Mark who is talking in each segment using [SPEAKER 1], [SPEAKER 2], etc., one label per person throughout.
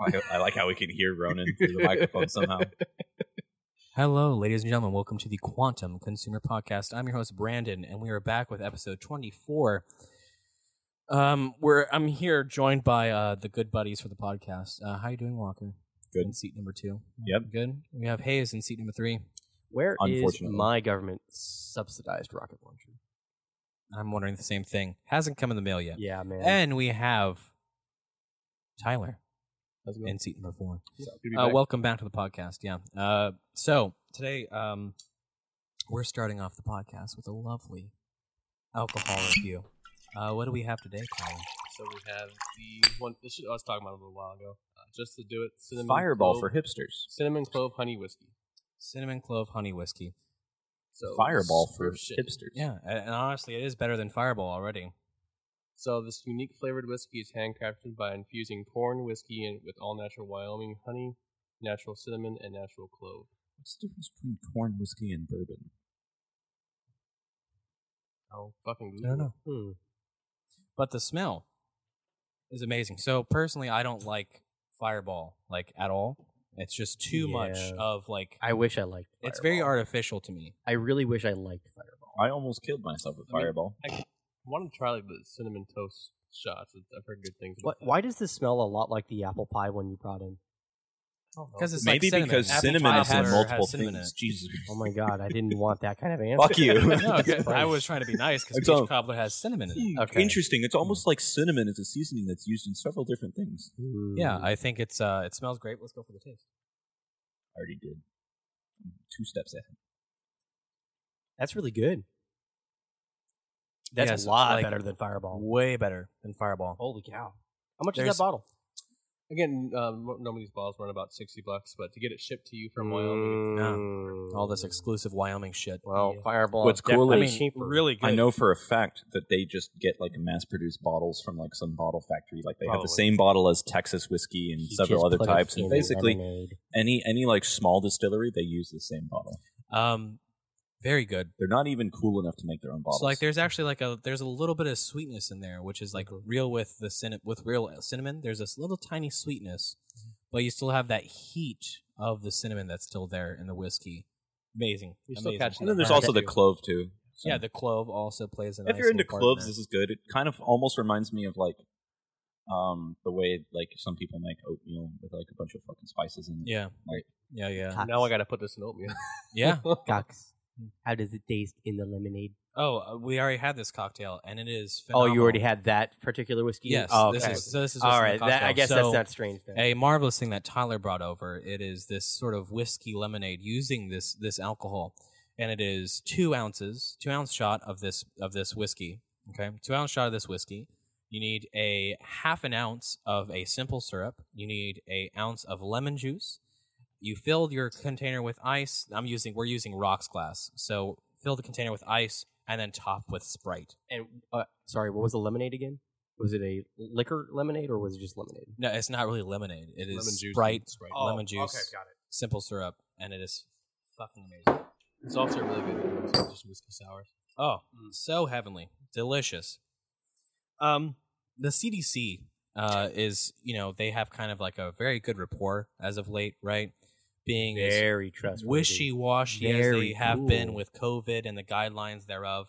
[SPEAKER 1] I, I like how we can hear Ronan through the microphone somehow.
[SPEAKER 2] Hello, ladies and gentlemen. Welcome to the Quantum Consumer Podcast. I'm your host, Brandon, and we are back with episode 24. Um, we're I'm here joined by uh, the good buddies for the podcast. Uh, how you doing, Walker?
[SPEAKER 1] Good.
[SPEAKER 2] In seat number two.
[SPEAKER 1] Yep.
[SPEAKER 2] Good. We have Hayes in seat number three.
[SPEAKER 3] Where is
[SPEAKER 1] Unfortunately.
[SPEAKER 3] my government subsidized rocket launcher?
[SPEAKER 2] I'm wondering the same thing. Hasn't come in the mail yet.
[SPEAKER 3] Yeah, man.
[SPEAKER 2] And we have Tyler
[SPEAKER 3] How's it going?
[SPEAKER 2] in seat number four.
[SPEAKER 1] So, good to be
[SPEAKER 2] Uh,
[SPEAKER 1] back.
[SPEAKER 2] welcome back to the podcast. Yeah. Uh, so today, um, we're starting off the podcast with a lovely alcohol review. Uh, what do we have today, Colin?
[SPEAKER 4] So we have the one. This is, I was talking about it a little while ago. Uh, just to do it, cinnamon
[SPEAKER 1] Fireball
[SPEAKER 4] clove,
[SPEAKER 1] for hipsters.
[SPEAKER 4] cinnamon clove honey whiskey.
[SPEAKER 2] Cinnamon clove honey whiskey.
[SPEAKER 4] So
[SPEAKER 1] Fireball
[SPEAKER 4] this-
[SPEAKER 1] for
[SPEAKER 4] shit.
[SPEAKER 1] hipsters.
[SPEAKER 2] Yeah, a- and honestly, it is better than Fireball already.
[SPEAKER 4] So this unique flavored whiskey is handcrafted by infusing corn whiskey and with all natural Wyoming honey, natural cinnamon, and natural clove.
[SPEAKER 1] What's the difference between corn whiskey and bourbon?
[SPEAKER 4] Oh, fucking.
[SPEAKER 2] I don't know.
[SPEAKER 4] Hmm.
[SPEAKER 2] But the smell is amazing. So personally, I don't like Fireball like at all. It's just too much
[SPEAKER 3] Yeah.
[SPEAKER 2] of like.
[SPEAKER 3] I wish I liked. Fireball.
[SPEAKER 2] it's very artificial to me.
[SPEAKER 3] I really wish I liked Fireball.
[SPEAKER 1] I almost killed myself with
[SPEAKER 4] I mean-
[SPEAKER 1] Fireball.
[SPEAKER 4] I want to try like the cinnamon toast shots. I've heard good things.
[SPEAKER 3] What,
[SPEAKER 4] about
[SPEAKER 3] why does this smell a lot like the apple pie one you brought in?
[SPEAKER 2] Because it's
[SPEAKER 1] Maybe
[SPEAKER 2] like cinnamon.
[SPEAKER 1] because
[SPEAKER 2] Apple
[SPEAKER 1] cinnamon
[SPEAKER 2] pie
[SPEAKER 1] is in
[SPEAKER 2] has-
[SPEAKER 1] multiple
[SPEAKER 2] has cinnamon in
[SPEAKER 1] things.
[SPEAKER 2] it.
[SPEAKER 1] Jesus.
[SPEAKER 3] Oh my god, I didn't want that kind of answer.
[SPEAKER 1] Fuck you.
[SPEAKER 2] no,
[SPEAKER 1] Jesus
[SPEAKER 2] okay, I
[SPEAKER 1] Christ.
[SPEAKER 2] was trying to be nice because
[SPEAKER 1] I'm telling-
[SPEAKER 2] peach cobbler has cinnamon in it.
[SPEAKER 1] Hmm,
[SPEAKER 3] Okay.
[SPEAKER 1] Interesting. It's almost like cinnamon is a seasoning that's used in several different things.
[SPEAKER 3] Hmm.
[SPEAKER 2] Yeah, I think it's uh, it smells great. Let's go for the taste.
[SPEAKER 1] I already did. I'm Two steps ahead.
[SPEAKER 3] that's really good. That's
[SPEAKER 2] Yes,
[SPEAKER 3] a lot
[SPEAKER 2] like-
[SPEAKER 3] better than Fireball.
[SPEAKER 2] Way better than Fireball.
[SPEAKER 3] Holy cow! How much
[SPEAKER 2] There's-
[SPEAKER 3] is that bottle?
[SPEAKER 4] Again, um, mo- normally these bottles run about sixty bucks, but to get it shipped to you from Wyoming,
[SPEAKER 2] All this exclusive Wyoming shit.
[SPEAKER 3] Oh. Well,
[SPEAKER 2] Yeah.
[SPEAKER 3] Fireball.
[SPEAKER 1] What's
[SPEAKER 3] is
[SPEAKER 1] cool
[SPEAKER 3] definitely
[SPEAKER 2] I mean,
[SPEAKER 3] cheaper.
[SPEAKER 2] really good.
[SPEAKER 1] I know for a fact that they just get like mass produced bottles from like some bottle factory. Like they have the
[SPEAKER 4] Probably.
[SPEAKER 1] same bottle as Texas whiskey and
[SPEAKER 3] You
[SPEAKER 1] several
[SPEAKER 3] just
[SPEAKER 1] other
[SPEAKER 3] put it
[SPEAKER 1] types.
[SPEAKER 3] in
[SPEAKER 1] And basically,
[SPEAKER 3] lemonade.
[SPEAKER 1] any any like small distillery, they use the same bottle.
[SPEAKER 2] Um, very good.
[SPEAKER 1] They're not even cool enough to make their own bottles.
[SPEAKER 2] So like, there's actually like a there's a little bit of sweetness in there, which is like real with the cin- with real cinnamon. There's this little tiny sweetness, but you still have that heat of the cinnamon that's still there in the whiskey. Amazing.
[SPEAKER 4] You're still
[SPEAKER 2] Amazing.
[SPEAKER 4] catching
[SPEAKER 1] and then there's
[SPEAKER 4] Right.
[SPEAKER 1] also the clove too. So
[SPEAKER 2] yeah, the clove also plays an.
[SPEAKER 1] if you're into cloves, this is good. It kind of almost reminds me of like um the way like some people make oatmeal with like a bunch of fucking spices in it.
[SPEAKER 2] yeah,
[SPEAKER 1] Right.
[SPEAKER 2] yeah, yeah,
[SPEAKER 3] Cox.
[SPEAKER 4] now I got to put this in oatmeal.
[SPEAKER 2] yeah.
[SPEAKER 3] Cox. How does it taste in the lemonade?
[SPEAKER 2] Oh, uh, we already had this cocktail, and it is.
[SPEAKER 3] Oh, you already
[SPEAKER 2] phenomenal.
[SPEAKER 3] had that particular whiskey.
[SPEAKER 2] Yes,
[SPEAKER 3] Oh,
[SPEAKER 2] this
[SPEAKER 3] okay.
[SPEAKER 2] is so this is
[SPEAKER 3] all right. That, I guess that's
[SPEAKER 2] not.
[SPEAKER 3] not strange. Then.
[SPEAKER 2] a marvelous thing that Tyler brought over. It is this sort of whiskey lemonade using this this alcohol, and it is two ounces, two ounce shot of this of this whiskey. Okay, two ounce shot of this whiskey. You need a half an ounce of a simple syrup. You need a ounce of lemon juice. You fill your container with ice. I'm using we're using rocks glass, so fill the container with ice and then top with Sprite.
[SPEAKER 3] And uh, sorry, what was the lemonade again? Was it a liquor lemonade or was it just lemonade?
[SPEAKER 2] No, it's not really lemonade. It is
[SPEAKER 4] Lemon juice and
[SPEAKER 2] Sprite,
[SPEAKER 4] Sprite.
[SPEAKER 2] lemon juice,
[SPEAKER 3] got it.
[SPEAKER 2] simple syrup, and it is fucking amazing.
[SPEAKER 4] It's also really good. It's just whiskey sours.
[SPEAKER 2] Oh, so heavenly, delicious. Um, the CDC uh, is, you know, they have kind of like a very good rapport as of late, right? Being as
[SPEAKER 3] Very trustworthy.
[SPEAKER 2] wishy-washy as they
[SPEAKER 3] Very
[SPEAKER 2] have been
[SPEAKER 3] cool.
[SPEAKER 2] with COVID and the guidelines thereof.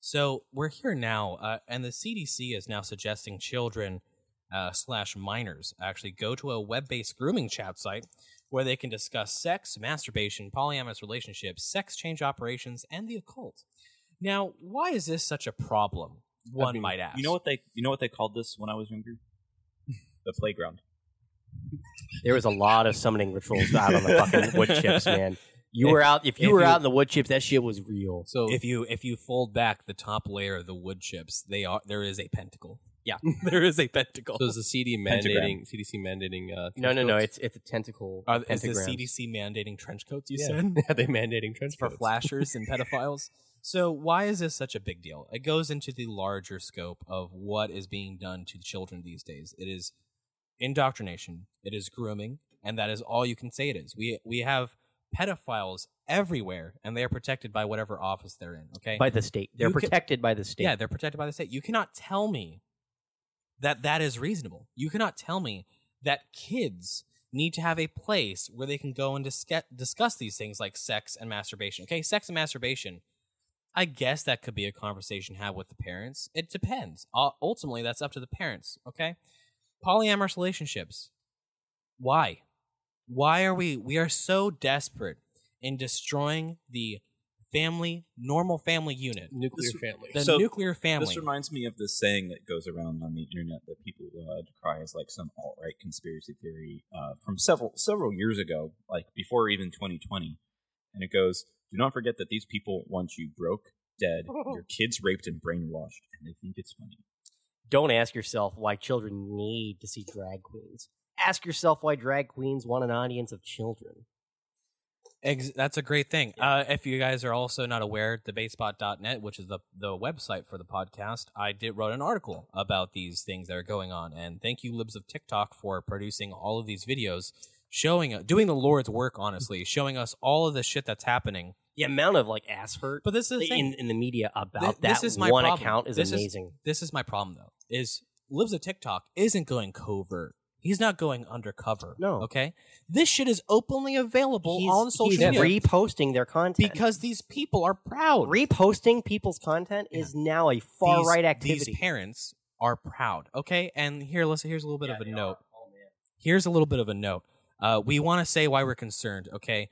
[SPEAKER 2] So we're here now, uh, and the CDC is now suggesting children uh, slash minors actually go to a web-based grooming chat site where they can discuss sex, masturbation, polyamorous relationships, sex change operations, and the occult. Now, why is this such a problem? One
[SPEAKER 1] mean,
[SPEAKER 2] might ask.
[SPEAKER 1] You know what they you know what they called this when I was younger? the playground.
[SPEAKER 3] There was a lot of summoning rituals out on the fucking wood chips, man. You
[SPEAKER 2] If-
[SPEAKER 3] were out if you
[SPEAKER 2] if
[SPEAKER 3] were
[SPEAKER 2] you-
[SPEAKER 3] out in the wood chips. That shit was real.
[SPEAKER 4] So
[SPEAKER 2] If you if you fold back the top layer of the wood chips, they are there is a pentacle. Yeah, there is a pentacle.
[SPEAKER 4] so is the CD
[SPEAKER 1] Pentagram.
[SPEAKER 4] mandating CDC mandating uh,
[SPEAKER 3] No, no, no.
[SPEAKER 4] trench
[SPEAKER 3] It's it's a tentacle.
[SPEAKER 2] Are, is Uh, the
[SPEAKER 3] pentagrams.
[SPEAKER 2] CDC mandating trench coats? You
[SPEAKER 4] Yeah.
[SPEAKER 2] said
[SPEAKER 4] coats? are they mandating trench
[SPEAKER 2] for
[SPEAKER 4] coats?
[SPEAKER 2] flashers and pedophiles. So why is this such a big deal? It goes into the larger scope of what is being done to children these days. It is indoctrination, it is grooming, and that is all you can say it is. We we have pedophiles everywhere and they are protected by whatever office they're in, okay?
[SPEAKER 3] by the state. They're
[SPEAKER 2] You can-
[SPEAKER 3] protected by the state.
[SPEAKER 2] Yeah, they're protected by the state. You cannot tell me that that is reasonable. You cannot tell me that kids need to have a place where they can go and discuss, discuss these things like sex and masturbation. Okay, sex and masturbation. I guess that could be a conversation had with the parents. It depends. Uh, ultimately, that's up to the parents. Okay, polyamorous relationships. Why? Why are we? We are so desperate in destroying the family, normal family unit
[SPEAKER 4] nuclear
[SPEAKER 1] This-
[SPEAKER 4] family.
[SPEAKER 2] the
[SPEAKER 1] So,
[SPEAKER 2] nuclear family.
[SPEAKER 1] This reminds me of this saying that goes around on the internet that people uh, decry as like some alt right conspiracy theory uh, from several several years ago, like before even 2020. And it goes, "Do not forget that these people want you broke, dead, your kids raped and brainwashed, and they think it's funny."
[SPEAKER 3] Don't ask yourself why children need to see drag queens. Ask yourself why drag queens want an audience of children.
[SPEAKER 2] Ex- that's a great thing. Uh, if you guys are also not aware, debatespot.net, which is the, the website for the podcast, I did wrote an article about these things that are going on. And thank you, Libs of TikTok, for producing all of these videos, showing uh, doing the Lord's work, honestly, showing us all of the shit that's happening.
[SPEAKER 3] The amount of like ass hurt
[SPEAKER 2] But this is the thing.
[SPEAKER 3] in, in the media
[SPEAKER 2] Th-
[SPEAKER 3] about
[SPEAKER 2] this
[SPEAKER 3] that
[SPEAKER 2] is my
[SPEAKER 3] one
[SPEAKER 2] problem.
[SPEAKER 3] account is
[SPEAKER 2] This is-
[SPEAKER 3] amazing.
[SPEAKER 2] This is my problem though. Is Libs of TikTok isn't going covert. He's not going undercover.
[SPEAKER 3] No.
[SPEAKER 2] Okay. This shit is openly available
[SPEAKER 3] he's
[SPEAKER 2] on social
[SPEAKER 3] he's
[SPEAKER 2] media.
[SPEAKER 3] reposting their content
[SPEAKER 2] because these people are proud.
[SPEAKER 3] reposting people's content is now a far
[SPEAKER 2] These-
[SPEAKER 3] right
[SPEAKER 2] These
[SPEAKER 3] activity.
[SPEAKER 2] parents are proud. Okay, and here, listen. Here's a little bit of a note.
[SPEAKER 3] oh,
[SPEAKER 2] Here's a little bit of a note. Uh, we want to say why we're concerned. Okay,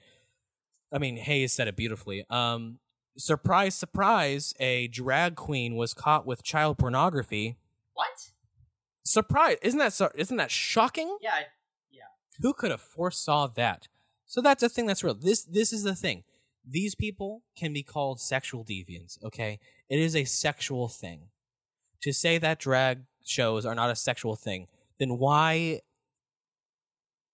[SPEAKER 2] I mean Hayes said it beautifully. Um, surprise, surprise! A drag queen was caught with child pornography.
[SPEAKER 3] what?
[SPEAKER 2] Surprise! Isn't that so, isn't that shocking?
[SPEAKER 3] Yeah, I-
[SPEAKER 2] Who could have foresaw that? So that's a thing that's real. This this is the thing. These people can be called sexual deviants, okay? It is a sexual thing. To say that drag shows are not a sexual thing, then why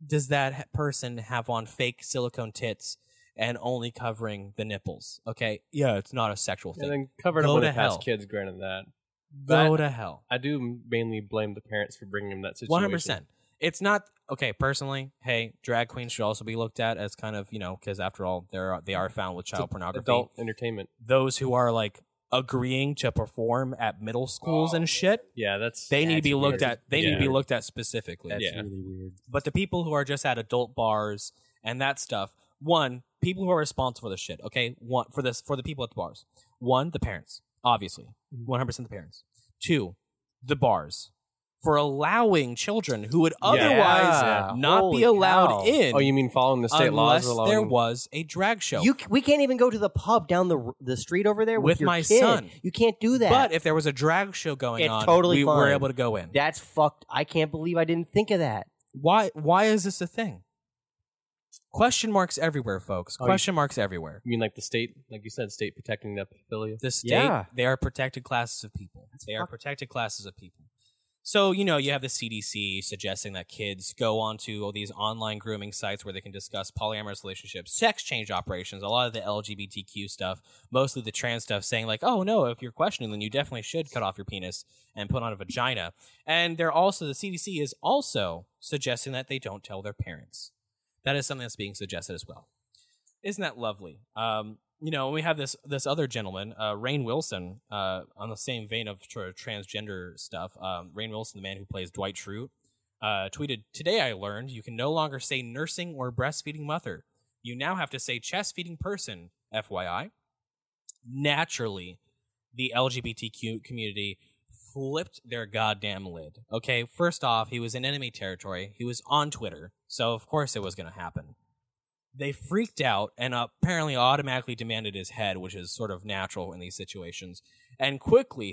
[SPEAKER 2] does that ha- person have on fake silicone tits and only covering the nipples? Okay? Yeah, it's not a sexual
[SPEAKER 4] and
[SPEAKER 2] thing.
[SPEAKER 4] then covered
[SPEAKER 2] Go
[SPEAKER 4] up with
[SPEAKER 2] to
[SPEAKER 4] the past
[SPEAKER 2] hell.
[SPEAKER 4] kids. Granted that,
[SPEAKER 2] Go
[SPEAKER 4] but-
[SPEAKER 2] to hell.
[SPEAKER 4] I do mainly blame the parents for bringing them that situation.
[SPEAKER 2] One hundred percent. It's not okay. Personally, hey, drag queens should also be looked at as kind of you know because after all, they are they are found with child pornography.
[SPEAKER 4] Adult entertainment.
[SPEAKER 2] Those who are like agreeing to perform at middle schools and shit,
[SPEAKER 4] Yeah, that's
[SPEAKER 2] they need to
[SPEAKER 3] That's
[SPEAKER 2] be looked
[SPEAKER 3] weird.
[SPEAKER 2] at. They need to be
[SPEAKER 4] Yeah.
[SPEAKER 2] looked at specifically.
[SPEAKER 4] That's Yeah.
[SPEAKER 3] really weird.
[SPEAKER 2] But the people who are just at adult bars and that stuff, one, people who are responsible for this shit, okay? One for this for the people at the bars. One, the parents, obviously. 100% the parents. Two, the bars for allowing children who would otherwise
[SPEAKER 3] Yeah.
[SPEAKER 2] not
[SPEAKER 3] Holy
[SPEAKER 2] be allowed
[SPEAKER 3] cow.
[SPEAKER 2] in
[SPEAKER 4] Oh, you mean following the state
[SPEAKER 2] unless
[SPEAKER 4] laws? or allowing-
[SPEAKER 2] there was a drag show.
[SPEAKER 3] You c- we can't even go to the pub down the r- the street over there with,
[SPEAKER 2] With
[SPEAKER 3] your
[SPEAKER 2] my
[SPEAKER 3] kid.
[SPEAKER 2] son.
[SPEAKER 3] You can't do that.
[SPEAKER 2] But if there was a drag show going
[SPEAKER 3] It's
[SPEAKER 2] on,
[SPEAKER 3] totally
[SPEAKER 2] we were
[SPEAKER 3] fine.
[SPEAKER 2] able to go in.
[SPEAKER 3] that's fucked. I can't believe I didn't think of that.
[SPEAKER 2] why why is this a thing? Question marks everywhere, folks.
[SPEAKER 4] Oh, you-
[SPEAKER 2] Question marks everywhere.
[SPEAKER 4] You mean like the state, like you said, state protecting the pedophilia?
[SPEAKER 2] The state,
[SPEAKER 3] Yeah.
[SPEAKER 2] they are protected classes of people. They are
[SPEAKER 3] fuck-
[SPEAKER 2] protected classes of people. So, you know, you have the CDC suggesting that kids go onto all these online grooming sites where they can discuss polyamorous relationships, sex change operations, a lot of the LGBTQ stuff, mostly the trans stuff, saying, like, oh, no, if you're questioning, then you definitely should cut off your penis and put on a vagina. And they're also, the CDC is also suggesting that they don't tell their parents. That is something that's being suggested as well isn't that lovely? Um, you know, we have this this other gentleman, uh, Rain Wilson, uh, on the same vein of tr- transgender stuff. Um, Rain Wilson, the man who plays Dwight Schrute, uh, tweeted today. I learned you can no longer say nursing or breastfeeding mother. You now have to say chest feeding person. FYI, naturally, the LGBTQ community flipped their goddamn lid. Okay, first off, he was in enemy territory. He was on Twitter, so of course it was going to happen they freaked out and apparently automatically demanded his head, which is sort of natural in these situations. And quickly,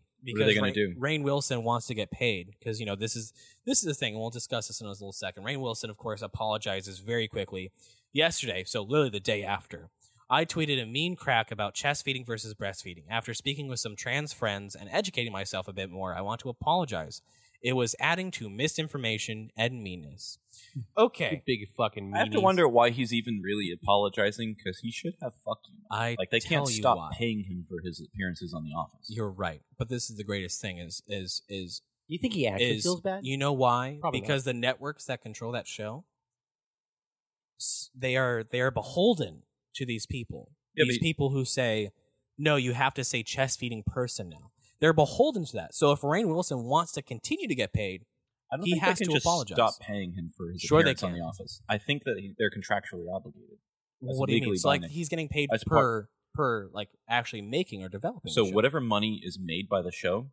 [SPEAKER 1] What are
[SPEAKER 2] because
[SPEAKER 1] they gonna
[SPEAKER 2] Rain,
[SPEAKER 1] do?
[SPEAKER 2] Rain Wilson wants to get paid because you know this is this is the thing. And we'll discuss this in a little second. Rain Wilson, of course, apologizes very quickly Yesterday, so literally the day after, I tweeted a mean crack about chest feeding versus breastfeeding. After speaking with some trans friends and educating myself a bit more, I want to apologize. It was adding to misinformation and meanness.
[SPEAKER 1] Hmm.
[SPEAKER 2] Okay.
[SPEAKER 4] Big fucking.
[SPEAKER 1] I have to
[SPEAKER 4] meanies.
[SPEAKER 1] wonder why he's even really apologizing because he should have fuck you.
[SPEAKER 2] I
[SPEAKER 1] Like they
[SPEAKER 2] tell
[SPEAKER 1] can't
[SPEAKER 2] you
[SPEAKER 1] stop
[SPEAKER 2] why.
[SPEAKER 1] paying him for his appearances on The Office.
[SPEAKER 2] You're right, but this is the greatest thing is is is
[SPEAKER 3] You think he actually
[SPEAKER 2] is
[SPEAKER 3] feels bad?
[SPEAKER 2] you know why?
[SPEAKER 4] Probably not.
[SPEAKER 2] because the networks that control that show, s- they are they are beholden to these people.
[SPEAKER 1] Yeah,
[SPEAKER 2] these
[SPEAKER 1] but-
[SPEAKER 2] people who say, "No, you have to say chest feeding person now." They're beholden to that. So if Rain Wilson wants to continue to get paid,
[SPEAKER 1] I don't
[SPEAKER 2] He
[SPEAKER 1] think
[SPEAKER 2] has
[SPEAKER 1] they can
[SPEAKER 2] to
[SPEAKER 1] just
[SPEAKER 2] apologize.
[SPEAKER 1] Stop paying him for his
[SPEAKER 2] Sure they
[SPEAKER 1] appearance on
[SPEAKER 2] can.
[SPEAKER 1] The Office. I think that he, they're contractually obligated. That's
[SPEAKER 2] what do you mean?
[SPEAKER 1] legally
[SPEAKER 2] It's like
[SPEAKER 1] binding.
[SPEAKER 2] he's getting paid
[SPEAKER 1] That's
[SPEAKER 2] per
[SPEAKER 1] part-
[SPEAKER 2] per like actually making or developing.
[SPEAKER 1] So
[SPEAKER 2] the show.
[SPEAKER 1] whatever money is made by the show,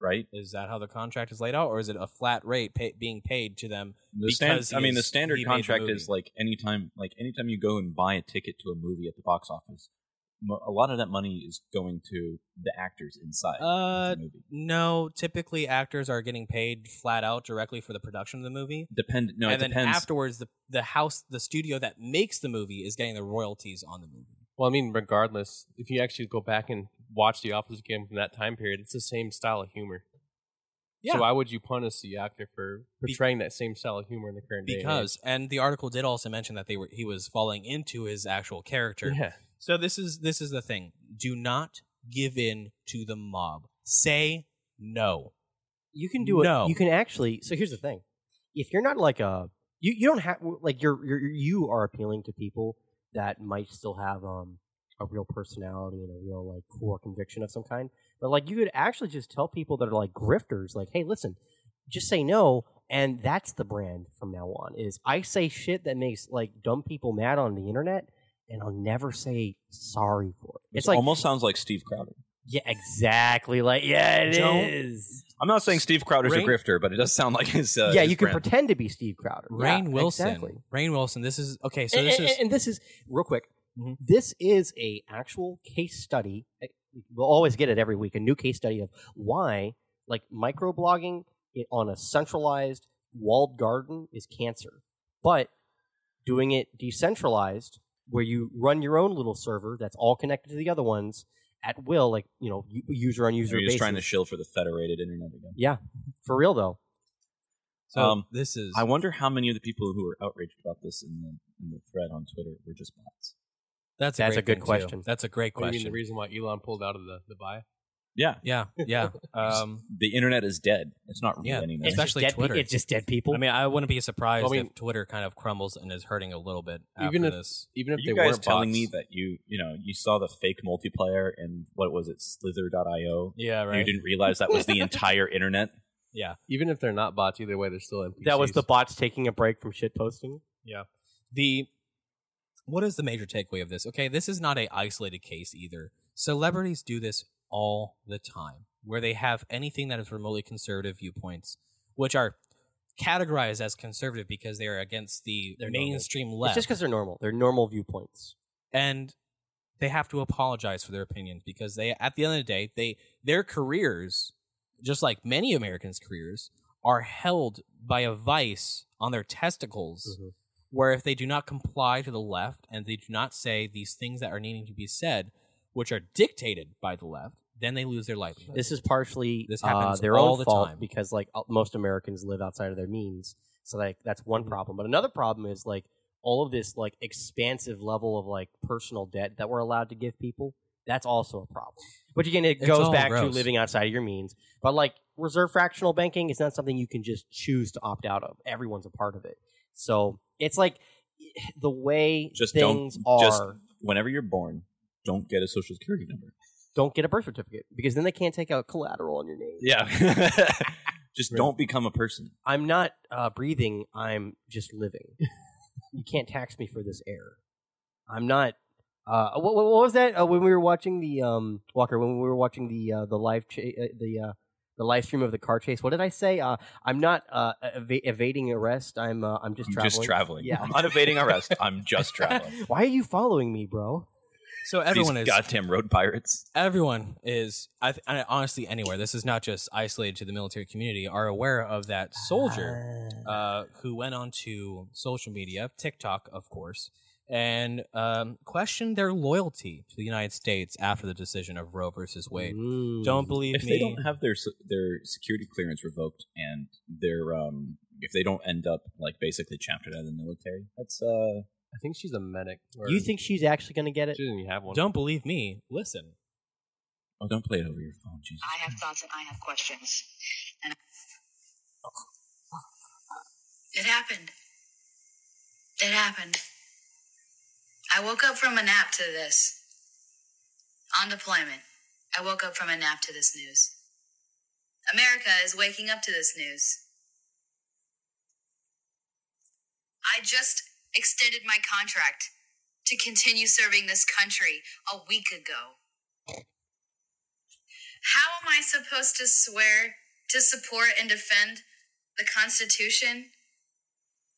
[SPEAKER 1] right?
[SPEAKER 2] is that how the contract is laid out, or is it a flat rate pay, being paid to them?
[SPEAKER 1] The stand,
[SPEAKER 2] Because
[SPEAKER 1] I mean, the
[SPEAKER 2] he's-
[SPEAKER 1] standard
[SPEAKER 2] he made the
[SPEAKER 1] contract
[SPEAKER 2] movie.
[SPEAKER 1] is like anytime, like anytime you go and buy a ticket to a movie at the box office, mo- a lot of that money is going to the actors inside
[SPEAKER 2] Uh,
[SPEAKER 1] of the movie.
[SPEAKER 2] No, typically actors are getting paid flat out directly for the production of the movie.
[SPEAKER 1] Depend, no,
[SPEAKER 2] and
[SPEAKER 1] it
[SPEAKER 2] then
[SPEAKER 1] depends.
[SPEAKER 2] afterwards, the the house, the studio that makes the movie is getting the royalties on the movie.
[SPEAKER 4] Well, I mean, regardless, if you actually go back and watch The Office again from that time period, it's the same style of humor.
[SPEAKER 2] Yeah.
[SPEAKER 4] So why would you punish the actor for
[SPEAKER 2] Be-
[SPEAKER 4] portraying that same style of humor in the current
[SPEAKER 2] Because, and the article did also mention that they were he was falling into his actual
[SPEAKER 4] day?
[SPEAKER 2] character.
[SPEAKER 4] and age? Yeah.
[SPEAKER 2] So this is this is the thing: do not give in to the mob. Say no.
[SPEAKER 3] You can do it.
[SPEAKER 2] No.
[SPEAKER 3] You can actually. So here's the thing: if you're not like a, you, you don't have like you're, you're you are appealing to people that might still have um a real personality and a real like core conviction of some kind. But like you could actually just tell people that are like grifters, like, hey, listen, just say no, and that's the brand from now on. Is I say shit that makes like dumb people mad on the internet, and I'll never say sorry for it.
[SPEAKER 1] It
[SPEAKER 3] It's like
[SPEAKER 1] almost sounds like Steve Crowder.
[SPEAKER 3] yeah, exactly. Like yeah, it is.
[SPEAKER 2] Don't-
[SPEAKER 1] I'm not saying Steve Crowder's
[SPEAKER 2] Rain-
[SPEAKER 1] a grifter, but it does sound like his. Uh,
[SPEAKER 3] yeah,
[SPEAKER 1] his
[SPEAKER 3] you can
[SPEAKER 1] brand.
[SPEAKER 3] pretend to be Steve Crowder.
[SPEAKER 2] Rain
[SPEAKER 3] Yeah,
[SPEAKER 2] Wilson.
[SPEAKER 3] Exactly. Eh,
[SPEAKER 2] Rain Wilson. This is okay. So
[SPEAKER 3] and,
[SPEAKER 2] this
[SPEAKER 3] and-
[SPEAKER 2] is
[SPEAKER 3] and this is real quick.
[SPEAKER 2] Mhm.
[SPEAKER 3] This is a actual case study. like, We'll always get it every week. A new case study of why, like microblogging it on a centralized walled garden is cancer, but doing it decentralized, where you run your own little server that's all connected to the other ones at will, like you know, u- user on user
[SPEAKER 1] You're
[SPEAKER 3] basis.
[SPEAKER 1] just trying to shill for the federated internet again.
[SPEAKER 3] yeah, for real though.
[SPEAKER 2] so
[SPEAKER 1] um,
[SPEAKER 2] this is
[SPEAKER 1] I wonder how many of the people who were outraged about this in the in the thread on Twitter were just bots.
[SPEAKER 2] that's a,
[SPEAKER 3] That's
[SPEAKER 2] great
[SPEAKER 3] a good
[SPEAKER 2] thing, too.
[SPEAKER 3] question.
[SPEAKER 2] That's a great
[SPEAKER 4] What do you mean the
[SPEAKER 2] question.
[SPEAKER 4] reason why Elon pulled out of the, the buy?
[SPEAKER 1] Yeah,
[SPEAKER 2] yeah, yeah. Um,
[SPEAKER 1] the internet is dead. It's not real
[SPEAKER 2] Yeah.
[SPEAKER 1] anymore.
[SPEAKER 3] It's just
[SPEAKER 2] Especially
[SPEAKER 3] dead pe-
[SPEAKER 2] Twitter.
[SPEAKER 3] it's just dead people.
[SPEAKER 2] I mean, I wouldn't be surprised
[SPEAKER 4] Well, I mean-
[SPEAKER 2] if Twitter kind of crumbles and is hurting a little bit after
[SPEAKER 4] Even if-
[SPEAKER 2] this.
[SPEAKER 4] Even
[SPEAKER 1] Are
[SPEAKER 4] if
[SPEAKER 1] you
[SPEAKER 4] they
[SPEAKER 1] guys
[SPEAKER 4] weren't
[SPEAKER 1] telling
[SPEAKER 4] bots,
[SPEAKER 1] me that you you know you saw the fake multiplayer and what was it Slither.io?
[SPEAKER 2] Yeah,
[SPEAKER 1] You
[SPEAKER 2] right.
[SPEAKER 1] didn't realize that was the entire internet.
[SPEAKER 2] Yeah.
[SPEAKER 4] even if they're not bots, either way, they're still NPCs.
[SPEAKER 3] that was the bots taking a break from shit posting.
[SPEAKER 2] The what is the major takeaway of this? Okay, this is not a isolated case either. Celebrities do this all the time, where they have anything that is remotely conservative viewpoints, which are categorized as conservative because they are against the
[SPEAKER 3] They're normal.
[SPEAKER 2] mainstream left.
[SPEAKER 3] It's just because they're normal. They're normal viewpoints.
[SPEAKER 2] and they have to apologize for their opinions because they at the end of the day they their careers just like many americans careers are held by a vice on their testicles
[SPEAKER 3] Mhm.
[SPEAKER 2] where if they do not comply to the left and they do not say these things that are needing to be said which are dictated by the left then they lose their livelihood
[SPEAKER 3] This is partially
[SPEAKER 2] This
[SPEAKER 3] uh,
[SPEAKER 2] happens
[SPEAKER 3] their
[SPEAKER 2] all
[SPEAKER 3] own
[SPEAKER 2] the
[SPEAKER 3] fault
[SPEAKER 2] time.
[SPEAKER 3] because like uh, most Americans live outside of their means. So like that's one problem. But another problem is like all of this like expansive level of like personal debt that we're allowed to give people. That's also a problem. Which again, it
[SPEAKER 2] It's
[SPEAKER 3] goes
[SPEAKER 2] all
[SPEAKER 3] back to
[SPEAKER 2] gross.
[SPEAKER 3] living outside of your means. But like reserve fractional banking is not something you can just choose to opt out of. Everyone's a part of it. So it's like the way
[SPEAKER 1] Just
[SPEAKER 3] things
[SPEAKER 1] don't
[SPEAKER 3] are.
[SPEAKER 1] just whenever you're born, don't get a social security number.
[SPEAKER 3] don't get a birth certificate because then they can't take out collateral on your name.
[SPEAKER 1] Yeah, just
[SPEAKER 4] Right.
[SPEAKER 1] don't become a person.
[SPEAKER 3] I'm not uh, breathing. I'm just living. you can't tax me for this air. I'm not. Uh, what, what what was that uh, when we were watching the um, Walker? When we were watching the uh, the live cha- uh, the uh, the live stream of the car chase? What did I say? Uh, I'm not uh, eva- evading arrest. I'm uh, I'm just
[SPEAKER 1] I'm
[SPEAKER 3] traveling.
[SPEAKER 1] just traveling.
[SPEAKER 3] Yeah.
[SPEAKER 1] I'm not evading arrest. I'm just traveling.
[SPEAKER 3] Why are you following me, bro?
[SPEAKER 2] So everyone
[SPEAKER 1] These
[SPEAKER 2] is
[SPEAKER 1] goddamn road pirates.
[SPEAKER 2] everyone is I, th- I honestly anywhere this is not just isolated to the military community are aware of that soldier
[SPEAKER 3] Ah.
[SPEAKER 2] uh, who went onto social media tiktok of course and um, questioned their loyalty to the united states after the decision of roe versus wade
[SPEAKER 3] Mm.
[SPEAKER 2] don't believe
[SPEAKER 1] If
[SPEAKER 2] me
[SPEAKER 1] they don't have their se- their security clearance revoked and their um, if they don't end up like basically chaptered out of the military, that's uh,
[SPEAKER 4] I think she's a medic. or-
[SPEAKER 3] You think she's actually going to get it?
[SPEAKER 4] she doesn't even have one?
[SPEAKER 2] don't believe me listen
[SPEAKER 1] oh, don't play it over your phone, Jesus.
[SPEAKER 5] I have thoughts and I have questions. And it happened. It happened. I woke up from a nap to this. On deployment, I woke up from a nap to this news. America is waking up to this news. I just extended my contract to continue serving this country a week ago. How am I supposed to swear to support and defend the Constitution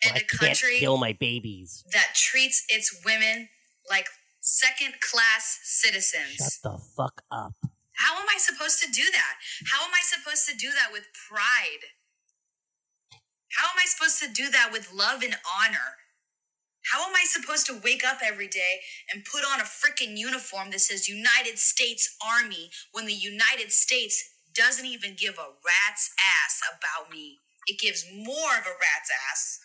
[SPEAKER 5] and
[SPEAKER 3] I
[SPEAKER 5] a
[SPEAKER 3] can't
[SPEAKER 5] country
[SPEAKER 3] kill my babies.
[SPEAKER 5] that treats its women like second class citizens?
[SPEAKER 3] Shut the fuck up.
[SPEAKER 5] How am I supposed to do that? How am I supposed to do that with pride? How am I supposed to do that with love and honor? How am I supposed to wake up every day and put on a freaking uniform that says United States Army when the United States doesn't even give a rat's ass about me? It gives more of a rat's ass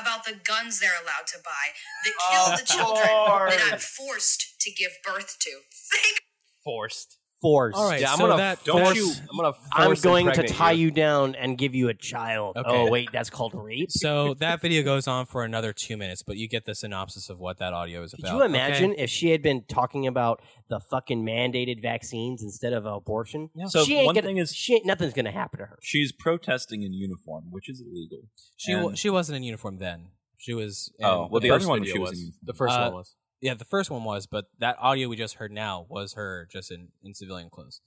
[SPEAKER 5] about the guns they're allowed to buy that kill the children that I'm forced to give birth to. Thank
[SPEAKER 4] forced.
[SPEAKER 3] Force.
[SPEAKER 2] all right
[SPEAKER 4] Yeah, I'm
[SPEAKER 2] so
[SPEAKER 4] gonna
[SPEAKER 2] that
[SPEAKER 4] don't
[SPEAKER 3] force-
[SPEAKER 4] you. I'm gonna. Force
[SPEAKER 3] I'm going to
[SPEAKER 4] impregnate
[SPEAKER 3] tie you. down and give you a child.
[SPEAKER 2] Okay.
[SPEAKER 3] Oh wait, that's called rape.
[SPEAKER 2] so that video goes on for another two minutes but you get the synopsis of what that audio is
[SPEAKER 3] Could
[SPEAKER 2] about
[SPEAKER 3] you imagine
[SPEAKER 2] okay?
[SPEAKER 3] if she had been talking about the fucking mandated vaccines instead of abortion?
[SPEAKER 2] Yeah.
[SPEAKER 1] So
[SPEAKER 3] she ain't
[SPEAKER 1] one
[SPEAKER 3] gonna,
[SPEAKER 1] thing is-
[SPEAKER 3] she ain't, nothing's going to happen to her.
[SPEAKER 1] She's protesting in uniform, which is illegal.
[SPEAKER 2] she, wa-
[SPEAKER 1] and-
[SPEAKER 2] she wasn't in uniform then she was in
[SPEAKER 1] Oh, well, the
[SPEAKER 2] first
[SPEAKER 1] other one
[SPEAKER 2] video
[SPEAKER 1] she was
[SPEAKER 2] was
[SPEAKER 1] in
[SPEAKER 4] The first
[SPEAKER 2] Uh,
[SPEAKER 4] one was.
[SPEAKER 2] yeah, the first one was, but that audio we just heard now was her just in, in civilian clothes.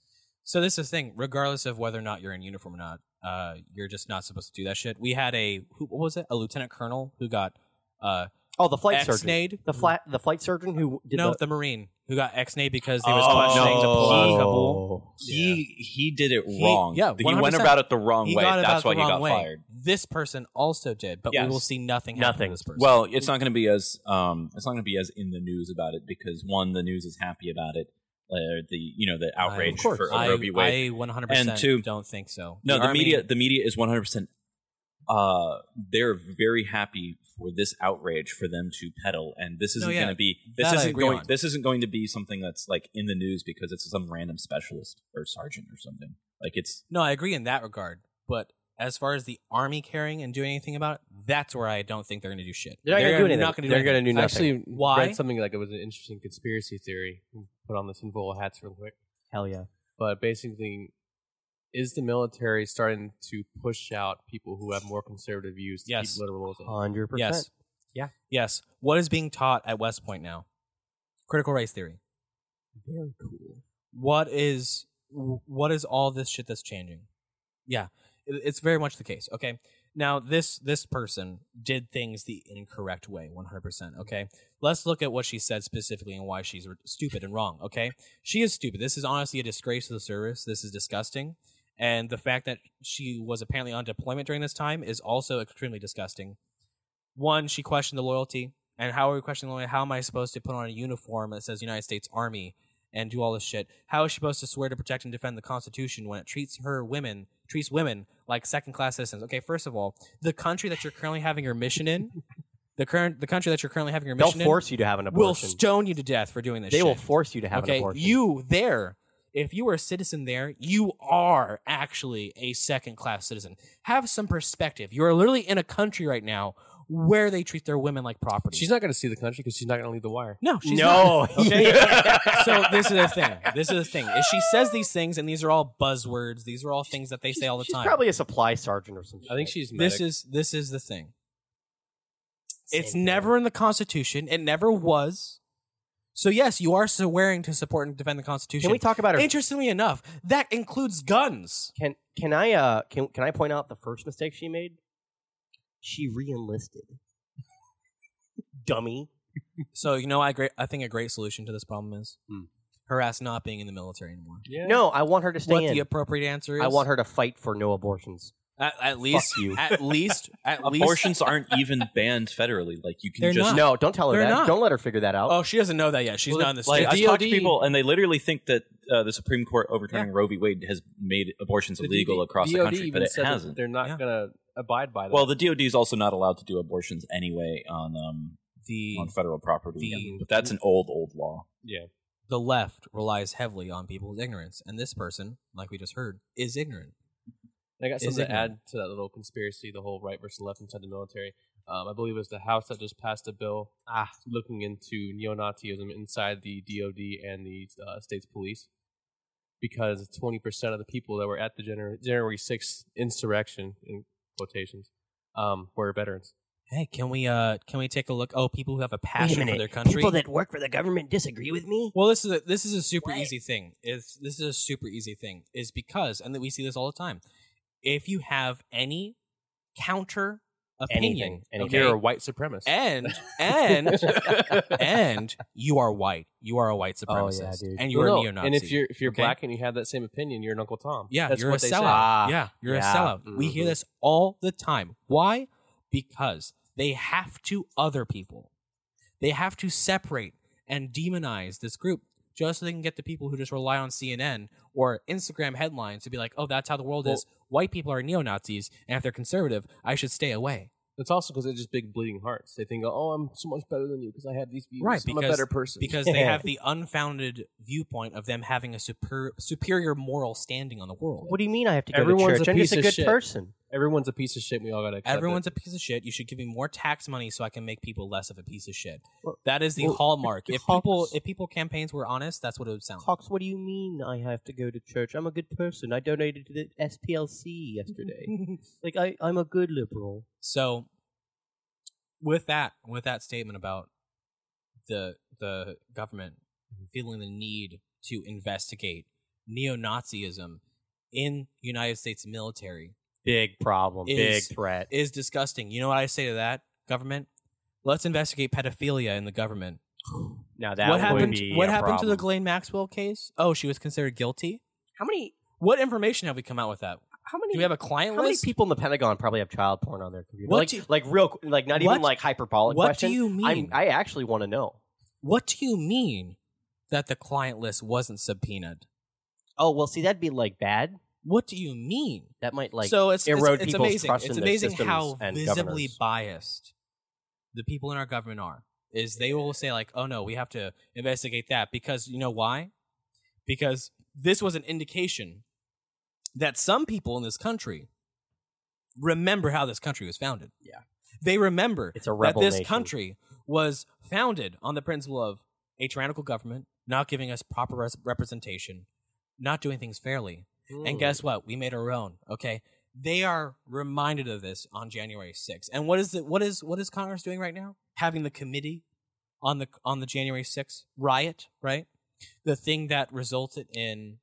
[SPEAKER 2] So this is the thing, regardless of whether or not you're in uniform or not, uh, you're just not supposed to do that shit. We had a who what was it? A lieutenant colonel who got uh
[SPEAKER 3] Oh, the flight surgeon.
[SPEAKER 2] ex-nayed.
[SPEAKER 3] The flat, the flight surgeon who did
[SPEAKER 2] no,
[SPEAKER 3] the,
[SPEAKER 2] the marine who got ex-nayed because he was
[SPEAKER 1] Oh,
[SPEAKER 2] questioning the
[SPEAKER 1] no.
[SPEAKER 2] pull out of Kabul.
[SPEAKER 1] He he did it
[SPEAKER 2] He-
[SPEAKER 1] wrong.
[SPEAKER 2] yeah,
[SPEAKER 1] he went
[SPEAKER 2] 100%.
[SPEAKER 1] about it the wrong
[SPEAKER 2] He
[SPEAKER 1] way.
[SPEAKER 2] got
[SPEAKER 1] That's
[SPEAKER 2] about
[SPEAKER 1] why
[SPEAKER 2] the
[SPEAKER 1] he
[SPEAKER 2] wrong
[SPEAKER 1] got
[SPEAKER 2] way.
[SPEAKER 1] fired.
[SPEAKER 2] This person also did, but
[SPEAKER 1] Yes.
[SPEAKER 2] we will see nothing. happen to
[SPEAKER 3] Nothing.
[SPEAKER 2] This person.
[SPEAKER 1] Well, it's not going to be as um, it's not going to be as in the news about it because one, the news is happy about it, uh, the you know the
[SPEAKER 2] I-
[SPEAKER 1] outrage
[SPEAKER 3] course.
[SPEAKER 1] for
[SPEAKER 2] I,
[SPEAKER 1] Roe v. Wade.
[SPEAKER 2] I 100%
[SPEAKER 1] And two-
[SPEAKER 2] don't think so.
[SPEAKER 1] no, the
[SPEAKER 2] Army-
[SPEAKER 1] media the media is one hundred percent. Uh, they're very happy for this outrage for them to peddle, and this
[SPEAKER 2] No,
[SPEAKER 1] isn't
[SPEAKER 2] yeah,
[SPEAKER 1] going to be this
[SPEAKER 2] that I
[SPEAKER 1] isn't
[SPEAKER 2] agree
[SPEAKER 1] going
[SPEAKER 2] on.
[SPEAKER 1] this isn't going to be something that's like in the news because it's some random specialist or sergeant or something. Like it's
[SPEAKER 2] No, I agree in that regard. But as far as the army caring and doing anything about it, that's where I don't think they're going to do shit.
[SPEAKER 3] They're not gonna do anything.
[SPEAKER 2] not gonna do
[SPEAKER 3] They're gonna
[SPEAKER 2] anything.
[SPEAKER 3] do
[SPEAKER 4] I
[SPEAKER 3] nothing.
[SPEAKER 4] actually
[SPEAKER 2] Why?
[SPEAKER 4] read something like it was an interesting conspiracy theory. Put on the tinfoil hats real quick.
[SPEAKER 3] Hell yeah.
[SPEAKER 4] But basically, is the military starting to push out people who have more conservative views to
[SPEAKER 2] Yes.
[SPEAKER 4] keep liberals in?
[SPEAKER 3] 100%.
[SPEAKER 2] Yes.
[SPEAKER 3] Yeah.
[SPEAKER 2] Yes. What is being taught at West Point now? Critical race theory.
[SPEAKER 4] Very cool.
[SPEAKER 2] What is what is all this shit that's changing? Yeah, it- it's very much the case. Okay. Now this this person did things the incorrect way, 100%. Okay. Let's look at what she said specifically and why she's r- stupid and wrong. Okay. She is stupid. This is honestly a disgrace to the service. This is disgusting. And the fact that she was apparently on deployment during this time is also extremely disgusting. One, she questioned the loyalty. And how are we questioning the loyalty? How am I supposed to put on a uniform that says United States Army and do all this shit? How is she supposed to swear to protect and defend the Constitution when it treats her women, treats women like second class citizens? Okay, first of all, the country that you're currently having your mission in, the current the country that you're currently having your
[SPEAKER 3] They'll
[SPEAKER 2] mission in
[SPEAKER 3] force you to have an
[SPEAKER 2] will
[SPEAKER 3] abortion.
[SPEAKER 2] stone you to death for doing this.
[SPEAKER 3] they
[SPEAKER 2] shit.
[SPEAKER 3] will force you to have
[SPEAKER 2] okay,
[SPEAKER 3] an abortion.
[SPEAKER 2] you there. If you are a citizen there, you are actually a second class citizen. Have some perspective. You are literally in a country right now where they treat their women like property.
[SPEAKER 4] She's not going to see the country because she's not going to leave the wire.
[SPEAKER 2] no, she's not.
[SPEAKER 3] no.
[SPEAKER 2] Okay. so this is the thing. This is the thing. Is she says these things, and these are all buzzwords. These are all things that they say all the
[SPEAKER 3] She's
[SPEAKER 2] time.
[SPEAKER 3] probably a supply sergeant or something.
[SPEAKER 4] I think she's. Medic.
[SPEAKER 2] this is this is the thing. It's never in the Constitution. It never was. So yes, you are swearing to support and defend the Constitution.
[SPEAKER 3] Can we talk about her?
[SPEAKER 2] Interestingly enough, that includes guns.
[SPEAKER 3] Can can I uh can can I point out the first mistake she made? She re-enlisted. Dummy.
[SPEAKER 2] So you know, I great. I think a great solution to this problem is
[SPEAKER 4] Hmm.
[SPEAKER 2] her ass not being in the military anymore.
[SPEAKER 4] Yeah.
[SPEAKER 3] No, I want her to stay
[SPEAKER 2] What
[SPEAKER 3] in.
[SPEAKER 2] the appropriate answer is?
[SPEAKER 3] I want her to fight for no abortions.
[SPEAKER 2] at, at least.
[SPEAKER 3] you.
[SPEAKER 2] At least. At least.
[SPEAKER 1] Abortions aren't even banned federally. Like you can
[SPEAKER 2] They're
[SPEAKER 1] just
[SPEAKER 2] not.
[SPEAKER 3] No, don't tell her
[SPEAKER 2] They're
[SPEAKER 3] that.
[SPEAKER 2] not.
[SPEAKER 3] Don't let her figure that out.
[SPEAKER 2] Oh, she doesn't know that yet. She's
[SPEAKER 4] Well,
[SPEAKER 2] not in the
[SPEAKER 1] like
[SPEAKER 2] state.
[SPEAKER 4] the
[SPEAKER 1] I've talked to
[SPEAKER 4] DOD
[SPEAKER 1] people and they literally think that uh, the Supreme Court overturning Roe v. Wade has made abortions illegal
[SPEAKER 4] DD
[SPEAKER 1] across the
[SPEAKER 4] DOD
[SPEAKER 1] country, but
[SPEAKER 4] even
[SPEAKER 1] it
[SPEAKER 4] said that
[SPEAKER 1] hasn't.
[SPEAKER 4] They're not
[SPEAKER 2] Yeah.
[SPEAKER 4] gonna abide by that.
[SPEAKER 1] Well, the DoD is also not allowed to do abortions anyway on um,
[SPEAKER 2] the
[SPEAKER 1] on federal property.
[SPEAKER 2] the-
[SPEAKER 1] but that's an old old law.
[SPEAKER 4] yeah.
[SPEAKER 2] the left relies heavily on people's ignorance, and this person, like we just heard, is ignorant.
[SPEAKER 4] And I got
[SPEAKER 2] Is
[SPEAKER 4] something
[SPEAKER 2] it
[SPEAKER 4] to
[SPEAKER 2] not?
[SPEAKER 4] add to that little conspiracy, the whole right versus left inside the military. Um, I believe it was the House that just passed a bill ah. looking into neo-Nazism inside the DoD and the uh, state's police, because 20% of the people that were at the January, January 6th insurrection, in quotations, um, were veterans.
[SPEAKER 2] Hey, can we uh can we take a look? Oh, people who have a
[SPEAKER 3] Wait a
[SPEAKER 2] passion
[SPEAKER 3] minute.
[SPEAKER 2] for their country.
[SPEAKER 3] People that work for the government disagree with me.
[SPEAKER 2] Well, this is a, this is a super
[SPEAKER 3] What?
[SPEAKER 2] easy thing. It's this is a super easy thing is because and that we see this all the time. If you have any counter opinion,
[SPEAKER 3] Anything, anything.
[SPEAKER 2] okay,
[SPEAKER 4] You're a white supremacist.
[SPEAKER 2] and and and you are white, you are a white
[SPEAKER 3] Oh,
[SPEAKER 2] supremacist,
[SPEAKER 3] yeah, dude.
[SPEAKER 2] and you are
[SPEAKER 4] No,
[SPEAKER 2] a neo-Nazi.
[SPEAKER 4] And if you're if you're
[SPEAKER 2] okay?
[SPEAKER 4] black and you have that same opinion, you're an Uncle Tom.
[SPEAKER 2] Yeah,
[SPEAKER 4] That's
[SPEAKER 2] you're
[SPEAKER 4] what
[SPEAKER 2] a
[SPEAKER 4] they say.
[SPEAKER 2] sellout.
[SPEAKER 3] Ah,
[SPEAKER 2] yeah, you're
[SPEAKER 3] yeah.
[SPEAKER 2] a sellout. We hear
[SPEAKER 4] Mhm.
[SPEAKER 2] this all the time. Why? Because they have to other people. They have to separate and demonize this group just so they can get the people who just rely on CNN or Instagram headlines to be like, "Oh, that's how the world
[SPEAKER 4] Well-
[SPEAKER 2] is. White people are neo Nazis, and if they're conservative, I should stay away."
[SPEAKER 4] It's also because they're just big bleeding hearts. They think, oh, I'm so much better than you because I have these views.
[SPEAKER 2] Right,
[SPEAKER 4] I'm a
[SPEAKER 2] because-
[SPEAKER 4] better person.
[SPEAKER 2] Because they have the unfounded viewpoint of them having a super, superior moral standing on the world.
[SPEAKER 3] What do you mean I have to go
[SPEAKER 4] Everyone's
[SPEAKER 3] to
[SPEAKER 4] a
[SPEAKER 3] church? I'm just
[SPEAKER 4] piece
[SPEAKER 3] a
[SPEAKER 4] of
[SPEAKER 3] good
[SPEAKER 4] shit.
[SPEAKER 3] person.
[SPEAKER 4] everyone's a piece of shit. and We all gotta. Accept
[SPEAKER 2] Everyone's
[SPEAKER 4] it.
[SPEAKER 2] a piece of shit. You should give me more tax money so I can make people less of a piece of shit.
[SPEAKER 3] Well-
[SPEAKER 2] that is the
[SPEAKER 3] well,
[SPEAKER 2] hallmark. If
[SPEAKER 3] Cox-
[SPEAKER 2] people if people campaigns were honest, that's what it would sound. like.
[SPEAKER 3] Cox, what do you mean I have to go to church? I'm a good person. I donated to the SPLC yesterday. like I, I'm a good liberal.
[SPEAKER 2] So with that with that statement about the the government feeling the need to investigate neo-Nazism in United States military
[SPEAKER 3] Big problem.
[SPEAKER 2] Is-
[SPEAKER 3] big threat.
[SPEAKER 2] is disgusting. You know what I say to that? Government, let's investigate pedophilia in the government.
[SPEAKER 3] now that
[SPEAKER 2] what
[SPEAKER 3] would
[SPEAKER 2] happened?
[SPEAKER 3] be
[SPEAKER 2] what
[SPEAKER 3] a
[SPEAKER 2] happened to the
[SPEAKER 3] problem.
[SPEAKER 2] Ghislaine Maxwell case? Oh, she was considered guilty.
[SPEAKER 3] How many?
[SPEAKER 2] What information have we come out with that?
[SPEAKER 3] How many?
[SPEAKER 2] Do we have a client
[SPEAKER 3] How many
[SPEAKER 2] list?
[SPEAKER 3] people in the Pentagon probably have child porn on their computer?
[SPEAKER 2] What
[SPEAKER 3] like,
[SPEAKER 2] do you-
[SPEAKER 3] like real, like not even
[SPEAKER 2] What-
[SPEAKER 3] like hyperbolic.
[SPEAKER 2] what
[SPEAKER 3] question.
[SPEAKER 2] do you mean?
[SPEAKER 3] I'm, I actually want to know.
[SPEAKER 2] what do you mean that the client list wasn't subpoenaed?
[SPEAKER 3] Oh well, see that'd be like bad.
[SPEAKER 2] What do you mean?
[SPEAKER 3] That might like
[SPEAKER 2] so it's, it's,
[SPEAKER 3] erode
[SPEAKER 2] it's
[SPEAKER 3] people's
[SPEAKER 2] amazing.
[SPEAKER 3] trust
[SPEAKER 2] it's
[SPEAKER 3] in their
[SPEAKER 2] amazing
[SPEAKER 3] systems
[SPEAKER 2] how
[SPEAKER 3] and
[SPEAKER 2] visibly
[SPEAKER 3] governors.
[SPEAKER 2] biased the people in our government are. Is they will say like, "Oh no, we have to investigate that because you know why? Because this was an indication that some people in this country remember how this country was founded.
[SPEAKER 3] Yeah.
[SPEAKER 2] they remember
[SPEAKER 3] It's a
[SPEAKER 2] that
[SPEAKER 3] rebel
[SPEAKER 2] this
[SPEAKER 3] nation.
[SPEAKER 2] country was founded on the principle of a tyrannical government not giving us proper res- representation, not doing things fairly, and
[SPEAKER 3] Mm.
[SPEAKER 2] guess what? We made our own. Okay. They are reminded of this on January 6th. And what is the, what is what is Congress doing right now? Having the committee on the on the January 6th riot, right? The thing that resulted in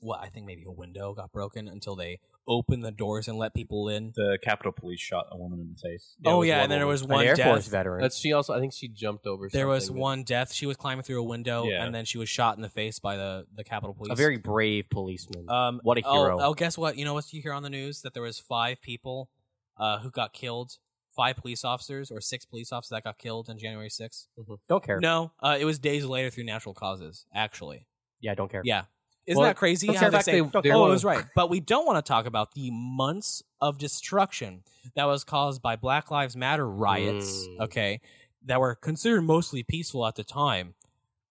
[SPEAKER 2] what I think maybe a window got broken until they opened the doors and let people in.
[SPEAKER 1] The Capitol Police shot a woman in the face.
[SPEAKER 2] oh
[SPEAKER 4] it was
[SPEAKER 2] yeah,
[SPEAKER 4] one
[SPEAKER 2] and then there
[SPEAKER 4] woman.
[SPEAKER 2] was
[SPEAKER 3] an
[SPEAKER 2] one
[SPEAKER 3] Air
[SPEAKER 2] death.
[SPEAKER 3] Force veteran.
[SPEAKER 4] That's she also. I think she jumped over.
[SPEAKER 2] There was
[SPEAKER 4] something.
[SPEAKER 2] one death. She was climbing through a window
[SPEAKER 1] Yeah.
[SPEAKER 2] and then she was shot in the face by the the Capitol Police.
[SPEAKER 3] a very brave policeman.
[SPEAKER 2] Um,
[SPEAKER 3] What a
[SPEAKER 2] oh,
[SPEAKER 3] hero.
[SPEAKER 2] Oh, guess what? You know what you hear on the news that there was five people uh, who got killed, five police officers or six police officers that got killed on January 6th?
[SPEAKER 3] don't care.
[SPEAKER 2] No, uh, it was days later through natural causes. Actually,
[SPEAKER 3] Yeah, don't care.
[SPEAKER 2] yeah, isn't
[SPEAKER 4] Well,
[SPEAKER 2] that crazy?
[SPEAKER 4] that's
[SPEAKER 2] how
[SPEAKER 4] the
[SPEAKER 2] they
[SPEAKER 4] fact they-
[SPEAKER 2] say,
[SPEAKER 4] they
[SPEAKER 2] oh, it
[SPEAKER 4] wanna-
[SPEAKER 2] was right. But we don't want to talk about the months of destruction that was caused by Black Lives Matter riots.
[SPEAKER 3] Mm.
[SPEAKER 2] Okay, that were considered mostly peaceful at the time.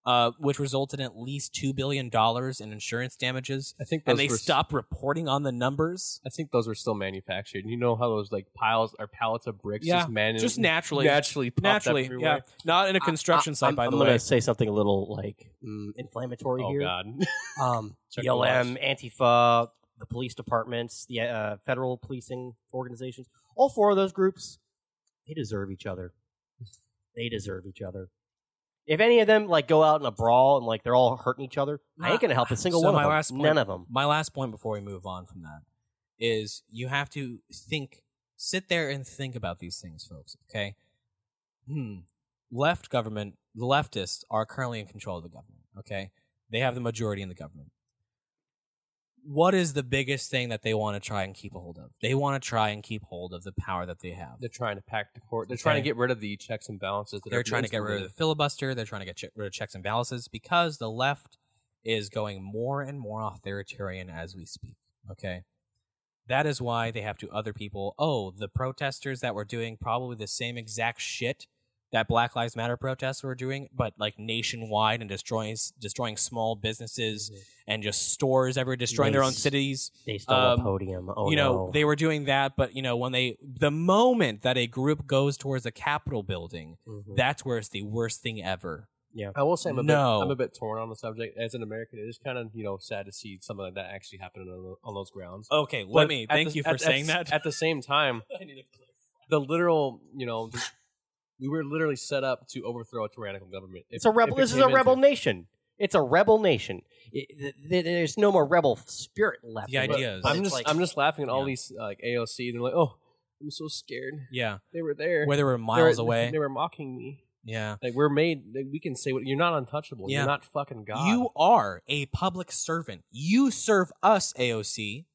[SPEAKER 2] Uh, which resulted in at least two billion dollars in insurance damages
[SPEAKER 4] I think those
[SPEAKER 2] and they
[SPEAKER 4] were,
[SPEAKER 2] stop reporting on the numbers.
[SPEAKER 4] I think those were still manufactured. You know how those like piles or pallets of bricks
[SPEAKER 2] Yeah,
[SPEAKER 4] just man
[SPEAKER 2] just naturally,
[SPEAKER 4] naturally popped up
[SPEAKER 2] naturally, yeah,
[SPEAKER 4] everywhere?
[SPEAKER 2] not in a construction site,
[SPEAKER 3] I'm,
[SPEAKER 2] by the
[SPEAKER 3] I'm
[SPEAKER 2] way.
[SPEAKER 3] gonna say something a little like mm, inflammatory
[SPEAKER 4] Oh
[SPEAKER 3] here.
[SPEAKER 4] god.
[SPEAKER 3] Um,
[SPEAKER 4] Check the
[SPEAKER 3] BLM, Antifa, the police departments, the uh, federal policing organizations, all four of those groups, they deserve each other. They deserve each other. If any of them like go out in a brawl and like they're all hurting each other, I ain't gonna help a single
[SPEAKER 2] Ah, So
[SPEAKER 3] one
[SPEAKER 2] my
[SPEAKER 3] of them.
[SPEAKER 2] last point- um,
[SPEAKER 3] None of them.
[SPEAKER 2] My last point before we move on from that is you have to think, sit there and think about these things, folks. Okay, hmm, left government, the leftists are currently in control of the government. Okay, they have the majority in the government. What is the biggest thing that they want to try and keep a hold of? They want to try and keep hold of the power that they have.
[SPEAKER 4] They're trying to pack the court. They're trying to
[SPEAKER 2] Okay.
[SPEAKER 4] get rid of the checks and balances. That
[SPEAKER 2] They're
[SPEAKER 4] are
[SPEAKER 2] trying to get rid of the filibuster. They're trying to get che- rid of checks and balances because the left is going more and more authoritarian as we speak. Okay. That is why they have to other people. Oh, the protesters that were doing probably the same exact shit that Black Lives Matter protests were doing, but like nationwide and destroying destroying small businesses
[SPEAKER 3] Mm-hmm.
[SPEAKER 2] and just stores everywhere, destroying their own
[SPEAKER 3] Nice.
[SPEAKER 2] cities
[SPEAKER 3] They stole
[SPEAKER 2] Um,
[SPEAKER 3] a podium. Oh,
[SPEAKER 2] you know
[SPEAKER 3] no.
[SPEAKER 2] they were doing that but you know when they the moment that a group goes towards the capitol building
[SPEAKER 3] Mhm.
[SPEAKER 2] that's where it's the worst thing ever
[SPEAKER 4] I will say I'm a
[SPEAKER 2] No.
[SPEAKER 4] bit I'm a bit torn on the subject. As an American, it is kind of you know sad to see something like that actually happening on, tho- on those grounds.
[SPEAKER 2] okay
[SPEAKER 4] But
[SPEAKER 2] let me
[SPEAKER 4] at
[SPEAKER 2] thank
[SPEAKER 4] the-
[SPEAKER 2] you for
[SPEAKER 4] at- at
[SPEAKER 2] saying
[SPEAKER 4] s-
[SPEAKER 2] that
[SPEAKER 4] At the same time, the literal you know the- we were literally set up to overthrow a tyrannical government. If-
[SPEAKER 3] It's a rebel.
[SPEAKER 4] if it
[SPEAKER 3] This is
[SPEAKER 4] came
[SPEAKER 3] a
[SPEAKER 4] into-
[SPEAKER 3] rebel nation. It's a rebel nation. It- th- th- there's no more rebel spirit left.
[SPEAKER 2] The
[SPEAKER 3] in it.
[SPEAKER 2] idea is-
[SPEAKER 3] But
[SPEAKER 4] I'm
[SPEAKER 3] it's
[SPEAKER 4] just
[SPEAKER 3] like-
[SPEAKER 4] I'm just laughing at all
[SPEAKER 2] Yeah.
[SPEAKER 4] these like AOC. They're like, oh, I'm so scared.
[SPEAKER 2] yeah
[SPEAKER 4] They were there.
[SPEAKER 2] whether we're
[SPEAKER 4] They were-
[SPEAKER 2] miles away
[SPEAKER 4] They were mocking me.
[SPEAKER 2] yeah
[SPEAKER 4] Like we're made. like, we can say what you're not untouchable.
[SPEAKER 2] Yeah.
[SPEAKER 4] You're not fucking God.
[SPEAKER 2] you are a public servant you serve us aoc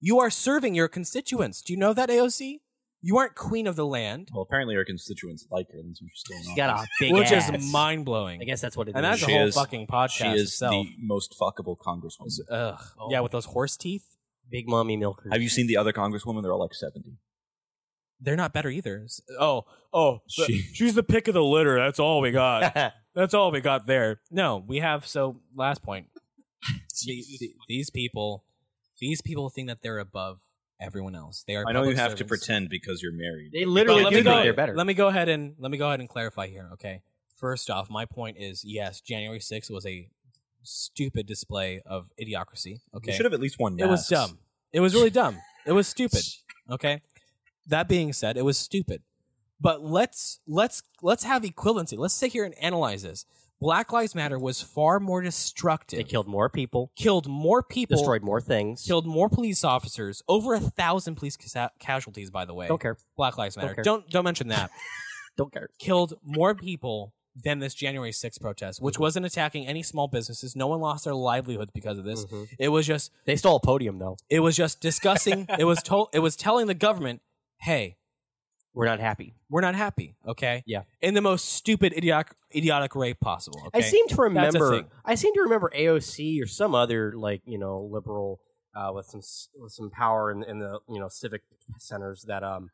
[SPEAKER 2] you are serving your constituents do you know that aoc you aren't queen of the land
[SPEAKER 1] Well, apparently our constituents like her, and that's when she's still in
[SPEAKER 3] she's
[SPEAKER 1] office.
[SPEAKER 3] got a big
[SPEAKER 2] which
[SPEAKER 3] ass.
[SPEAKER 2] is mind-blowing
[SPEAKER 3] I guess that's what it is.
[SPEAKER 2] and that's a
[SPEAKER 1] She
[SPEAKER 2] whole
[SPEAKER 1] is-
[SPEAKER 2] fucking podcast
[SPEAKER 1] she is
[SPEAKER 2] itself
[SPEAKER 1] the most fuckable congresswoman.
[SPEAKER 2] Ugh. yeah with those horse teeth
[SPEAKER 3] big mommy milker.
[SPEAKER 1] Have you seen the other congresswomen? They're all like seventy.
[SPEAKER 2] they're not better either. S- Oh, oh, the-
[SPEAKER 1] She-
[SPEAKER 2] she's the pick of the litter. That's all we got. That's all we got there. No, we have. So last point. The- the- these people, these people think that they're above everyone else. They are.
[SPEAKER 1] I know you
[SPEAKER 2] public
[SPEAKER 1] have to
[SPEAKER 2] servants.
[SPEAKER 1] pretend because you're married.
[SPEAKER 3] they
[SPEAKER 2] But
[SPEAKER 3] literally
[SPEAKER 2] let
[SPEAKER 3] do
[SPEAKER 2] me
[SPEAKER 3] think
[SPEAKER 2] go.
[SPEAKER 3] they're better.
[SPEAKER 2] Let me go ahead and let me go ahead and clarify here. Okay. First off, my point is yes, January 6th was a stupid display of idiocracy.
[SPEAKER 1] You
[SPEAKER 2] Okay.
[SPEAKER 1] should have at least one.
[SPEAKER 2] It was
[SPEAKER 1] masks.
[SPEAKER 2] dumb. It was really dumb. It was stupid. Okay. That being said, it was stupid. But let's let's let's have equivalency. Let's sit here and analyze this. Black Lives Matter was far more destructive.
[SPEAKER 3] They killed more people,
[SPEAKER 2] killed more people.
[SPEAKER 3] destroyed more things.
[SPEAKER 2] Killed more police officers. Over a thousand police ca- casualties, by the way.
[SPEAKER 3] Don't care.
[SPEAKER 2] Black Lives Matter.
[SPEAKER 3] care.
[SPEAKER 2] Don't don't mention that.
[SPEAKER 3] Don't care.
[SPEAKER 2] killed more people than this January 6th protest, which wasn't attacking any small businesses. No one lost their livelihoods because of this.
[SPEAKER 3] Mhm.
[SPEAKER 2] It was just
[SPEAKER 3] They stole a podium though.
[SPEAKER 2] it was just discussing. it was told. It was telling the government, "Hey,
[SPEAKER 3] We're not happy.
[SPEAKER 2] we're not happy." Okay.
[SPEAKER 3] Yeah.
[SPEAKER 2] In the most stupid, idiotic, idiotic way possible. Okay?
[SPEAKER 3] I seem to
[SPEAKER 2] That's a
[SPEAKER 3] remember.
[SPEAKER 2] thing.
[SPEAKER 3] I seem to remember AOC or some other like you know liberal uh, with some s- with some power in, in the you know civic centers that um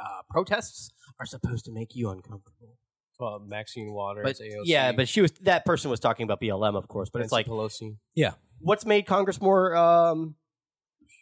[SPEAKER 3] uh, protests are supposed to make you uncomfortable.
[SPEAKER 4] uh, Maxine Waters,
[SPEAKER 3] But
[SPEAKER 4] AOC,
[SPEAKER 3] yeah, but she was that person was talking about BLM, of course. But it's
[SPEAKER 4] Nancy
[SPEAKER 3] like
[SPEAKER 4] Pelosi.
[SPEAKER 3] what's made Congress more um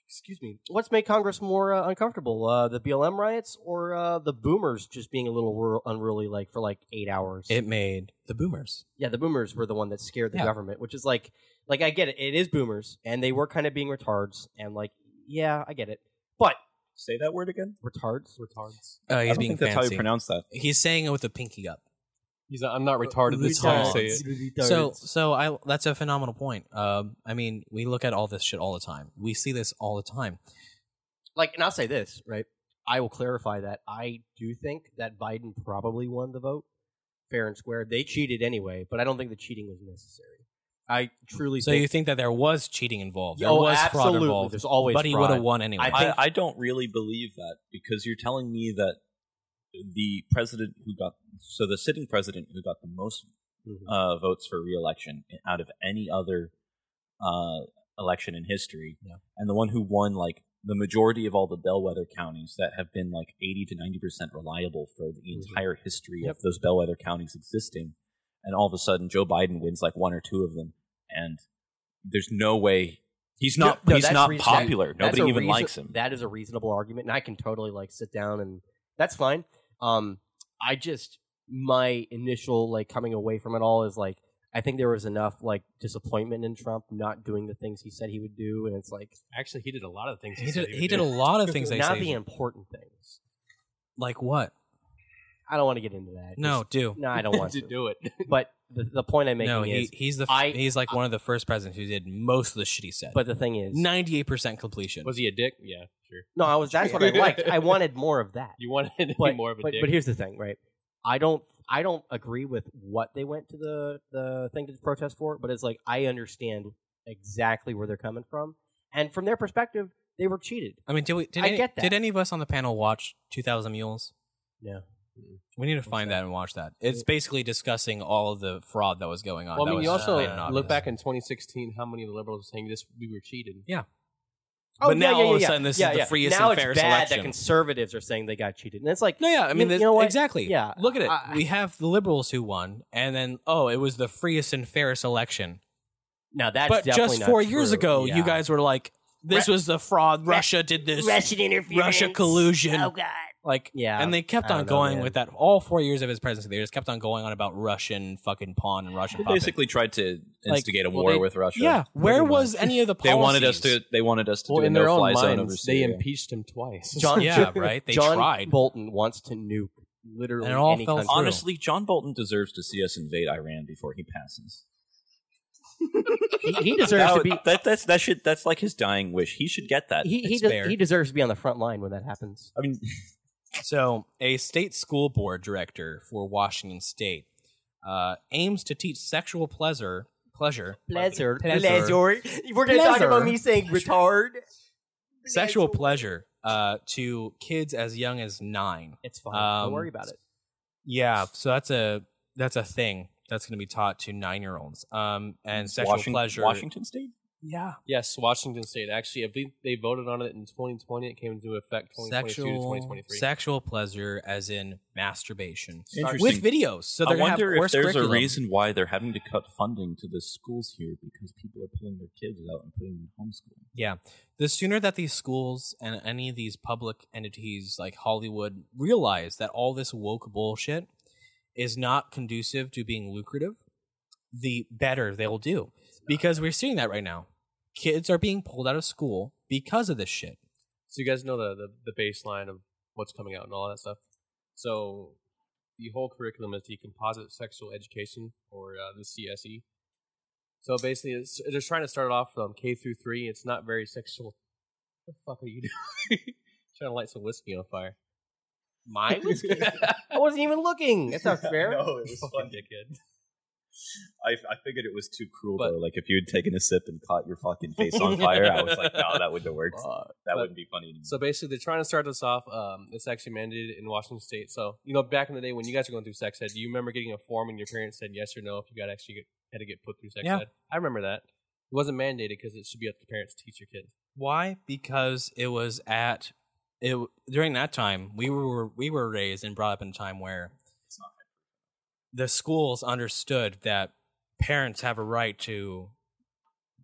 [SPEAKER 3] excuse me what's made Congress more uh, uncomfortable uh, the BLM riots or uh, the boomers just being a little wor- unruly like for like eight hours
[SPEAKER 2] It made the boomers.
[SPEAKER 3] yeah, the boomers were the one that scared the
[SPEAKER 2] Yeah.
[SPEAKER 3] government, which is like, like I get it. It is boomers, and they were kind of being retards, and like, yeah, I get it. But
[SPEAKER 1] Say that word again.
[SPEAKER 3] retards,
[SPEAKER 4] Retards.
[SPEAKER 2] Uh,
[SPEAKER 1] I
[SPEAKER 2] he's
[SPEAKER 1] don't
[SPEAKER 2] being
[SPEAKER 1] think that's how
[SPEAKER 2] fancy.
[SPEAKER 1] you pronounce that.
[SPEAKER 2] he's saying it with a pinky up.
[SPEAKER 4] He's not, I'm not retarded this time. I say it.
[SPEAKER 2] So, so I that's a phenomenal point. Um, I mean, we look at all this shit all the time. We see this all the time.
[SPEAKER 3] like, and I'll say this right. I will clarify that I do think that Biden probably won the vote, fair and square. They cheated anyway, but I don't think the cheating was necessary. I truly
[SPEAKER 2] So
[SPEAKER 3] think,
[SPEAKER 2] you think that there was cheating involved? There
[SPEAKER 3] Oh,
[SPEAKER 2] was fraud
[SPEAKER 3] absolutely.
[SPEAKER 2] involved.
[SPEAKER 3] There's always
[SPEAKER 2] but he
[SPEAKER 3] fraud.
[SPEAKER 2] would have won anyway.
[SPEAKER 3] I
[SPEAKER 1] I,
[SPEAKER 3] think-
[SPEAKER 1] I don't really believe that because you're telling me that the president who got so the sitting president who got the most
[SPEAKER 3] Mhm.
[SPEAKER 1] uh, votes for reelection out of any other uh, election in history,
[SPEAKER 2] Yeah.
[SPEAKER 1] and the one who won like the majority of all the bellwether counties that have been like 80 to 90 percent reliable for the
[SPEAKER 3] Mm-hmm.
[SPEAKER 1] entire history of those bellwether counties existing, and all of a sudden Joe Biden wins like one or two of them, and there's no way. He's
[SPEAKER 3] No,
[SPEAKER 1] not.
[SPEAKER 3] no,
[SPEAKER 1] he's
[SPEAKER 3] that's
[SPEAKER 1] not
[SPEAKER 3] reason- that-
[SPEAKER 1] popular.
[SPEAKER 3] That's
[SPEAKER 1] Nobody
[SPEAKER 3] a
[SPEAKER 1] even
[SPEAKER 3] reason-
[SPEAKER 1] likes him.
[SPEAKER 3] That is a reasonable argument, and I can totally like sit down and that's fine. Um, I just my initial like coming away from it all is like I think there was enough like disappointment in Trump not doing the things he said he would do, and it's like
[SPEAKER 4] Actually, he did a lot of things.
[SPEAKER 2] he
[SPEAKER 4] said
[SPEAKER 2] did,
[SPEAKER 4] would
[SPEAKER 2] he did
[SPEAKER 4] do.
[SPEAKER 2] a lot of things. They
[SPEAKER 3] not the
[SPEAKER 2] say,
[SPEAKER 3] important things.
[SPEAKER 2] like what?
[SPEAKER 3] I don't want to get into that.
[SPEAKER 2] No, do
[SPEAKER 3] Just- no, I don't want
[SPEAKER 4] to
[SPEAKER 3] to.
[SPEAKER 4] do it.
[SPEAKER 3] But the, the point I'm making
[SPEAKER 2] no. He,
[SPEAKER 3] is,
[SPEAKER 2] he's the f-
[SPEAKER 3] I-
[SPEAKER 2] he's like one of the first presidents who did most of the shit he said.
[SPEAKER 3] but the thing is,
[SPEAKER 2] ninety eight percent completion.
[SPEAKER 4] Was he a dick? Yeah, sure.
[SPEAKER 3] no, I was that's what I liked. I wanted more of that.
[SPEAKER 4] You wanted to be
[SPEAKER 3] but,
[SPEAKER 4] more of a
[SPEAKER 3] but,
[SPEAKER 4] dick.
[SPEAKER 3] but here's the thing, right? I don't I don't agree with what they went to the the thing to protest for, but it's like I understand exactly where they're coming from, and from their perspective, they were cheated.
[SPEAKER 2] I mean, did we? Did
[SPEAKER 3] I
[SPEAKER 2] any,
[SPEAKER 3] get that.
[SPEAKER 2] Did any of us on the panel watch Two Thousand Mules?
[SPEAKER 3] No.
[SPEAKER 2] We need to find that and watch that. It's basically discussing all of the fraud that was going on.
[SPEAKER 4] Well,
[SPEAKER 2] that
[SPEAKER 4] I mean,
[SPEAKER 2] was
[SPEAKER 4] you also
[SPEAKER 2] plain and obvious.
[SPEAKER 4] look back in 2016, how many of the liberals were saying this we were cheated?
[SPEAKER 3] Oh,
[SPEAKER 2] But now all of a sudden this is the freest
[SPEAKER 3] now
[SPEAKER 2] and fairest
[SPEAKER 3] it's bad
[SPEAKER 2] election.
[SPEAKER 3] that conservatives are saying they got cheated, and it's like
[SPEAKER 2] No, yeah, I mean,
[SPEAKER 3] you,
[SPEAKER 2] this-
[SPEAKER 3] you know what?
[SPEAKER 2] exactly.
[SPEAKER 3] Yeah,
[SPEAKER 2] look at it.
[SPEAKER 3] I-
[SPEAKER 2] we have the liberals who won, and then oh, it was the freest and fairest election.
[SPEAKER 3] Now that's
[SPEAKER 2] but
[SPEAKER 3] definitely
[SPEAKER 2] just
[SPEAKER 3] not
[SPEAKER 2] four years
[SPEAKER 3] true.
[SPEAKER 2] ago,
[SPEAKER 3] Yeah.
[SPEAKER 2] you guys were like, "This was the fraud. Russia did this.
[SPEAKER 5] Russian interference.
[SPEAKER 2] Russia collusion."
[SPEAKER 5] Oh God.
[SPEAKER 2] Like,
[SPEAKER 3] Yeah,
[SPEAKER 2] and they kept
[SPEAKER 3] I
[SPEAKER 2] on
[SPEAKER 3] don't know,
[SPEAKER 2] going
[SPEAKER 3] man.
[SPEAKER 2] with that all four years of his presidency. They just kept on going on about Russian fucking pawn and Russian
[SPEAKER 1] They
[SPEAKER 2] puppet.
[SPEAKER 1] basically tried to
[SPEAKER 2] Like,
[SPEAKER 1] instigate a
[SPEAKER 4] well,
[SPEAKER 1] war
[SPEAKER 4] they-
[SPEAKER 1] with Russia.
[SPEAKER 2] yeah. Where was any of the
[SPEAKER 1] They
[SPEAKER 2] policies?
[SPEAKER 1] wanted us to. They wanted us to
[SPEAKER 4] Well,
[SPEAKER 1] do a
[SPEAKER 4] in their own
[SPEAKER 1] no-fly zone over
[SPEAKER 4] minds, they
[SPEAKER 1] Syria.
[SPEAKER 4] impeached him twice.
[SPEAKER 3] John,
[SPEAKER 2] Yeah, right? They
[SPEAKER 3] John
[SPEAKER 2] tried.
[SPEAKER 3] Bolton wants to nuke literally
[SPEAKER 2] And it all
[SPEAKER 3] any
[SPEAKER 2] fell
[SPEAKER 3] country.
[SPEAKER 2] through.
[SPEAKER 1] Honestly, John Bolton deserves to see us invade Iran before he passes.
[SPEAKER 3] he, he deserves to
[SPEAKER 1] That- uh,
[SPEAKER 3] be.
[SPEAKER 1] that, that's that should that's like his dying wish. He should get that.
[SPEAKER 3] He he,
[SPEAKER 2] It's
[SPEAKER 3] de-
[SPEAKER 2] fair.
[SPEAKER 3] he deserves to be on the front line when that happens.
[SPEAKER 1] I mean,
[SPEAKER 2] So, a state school board director for Washington State uh, aims to teach sexual pleasure, pleasure,
[SPEAKER 3] Pleasure,
[SPEAKER 2] Pleasure.
[SPEAKER 3] We're gonna talk
[SPEAKER 2] Pleasure.
[SPEAKER 3] about me saying retard.
[SPEAKER 2] sexual pleasure uh, to kids as young as nine.
[SPEAKER 3] It's fine.
[SPEAKER 2] Um,
[SPEAKER 3] Don't worry about it.
[SPEAKER 2] Yeah, so that's a that's a thing that's going to be taught to nine year olds. Um, and sexual
[SPEAKER 1] Washington,
[SPEAKER 2] pleasure.
[SPEAKER 1] Washington State.
[SPEAKER 2] Yeah.
[SPEAKER 4] yes, Washington State. Actually, I believe they voted on it in 2020. It came into effect 2022 to
[SPEAKER 2] Sexual
[SPEAKER 4] 2023.
[SPEAKER 2] sexual pleasure, as in masturbation,
[SPEAKER 1] Interesting.
[SPEAKER 2] with videos. So
[SPEAKER 1] I
[SPEAKER 2] they're gonna have
[SPEAKER 1] wonder if
[SPEAKER 2] course
[SPEAKER 1] there's
[SPEAKER 2] curriculum.
[SPEAKER 1] a reason why they're having to cut funding to the schools here because people are pulling their kids out and putting them in homeschool.
[SPEAKER 2] Yeah. The sooner that these schools and any of these public entities like Hollywood realize that all this woke bullshit is not conducive to being lucrative, the better they'll do. Because we're seeing that right now. Kids are being pulled out of school because of this shit.
[SPEAKER 4] So you guys know the, the the baseline of what's coming out and all that stuff. So the whole curriculum is the composite sexual education or uh, the CSE. So basically, it's, they're trying to start it off from K through three. It's not very sexual. What the fuck are you doing? trying to light some whiskey on fire. My whiskey.
[SPEAKER 3] I wasn't even looking. That's not fair.
[SPEAKER 1] it was
[SPEAKER 4] Fucking dickhead.
[SPEAKER 1] I, I figured it was too cruel
[SPEAKER 4] But-
[SPEAKER 1] though. Like if you had taken a sip and caught your fucking face on fire, I was like, no, that wouldn't have worked.
[SPEAKER 4] Fuck.
[SPEAKER 1] That
[SPEAKER 4] But-
[SPEAKER 1] wouldn't be funny. Anymore.
[SPEAKER 4] So basically, they're trying to start this off. Um, it's actually mandated in Washington State. So you know, back in the day when you guys were going through sex ed, do you remember getting a form and your parents said yes or no if you got actually get, had to get put through sex
[SPEAKER 2] Yeah.
[SPEAKER 4] ed? I remember that. It wasn't mandated because it should be up to parents to teach your kids.
[SPEAKER 2] Why? Because it was at it during that time we were we were raised and brought up in a time where the schools understood that parents have a right to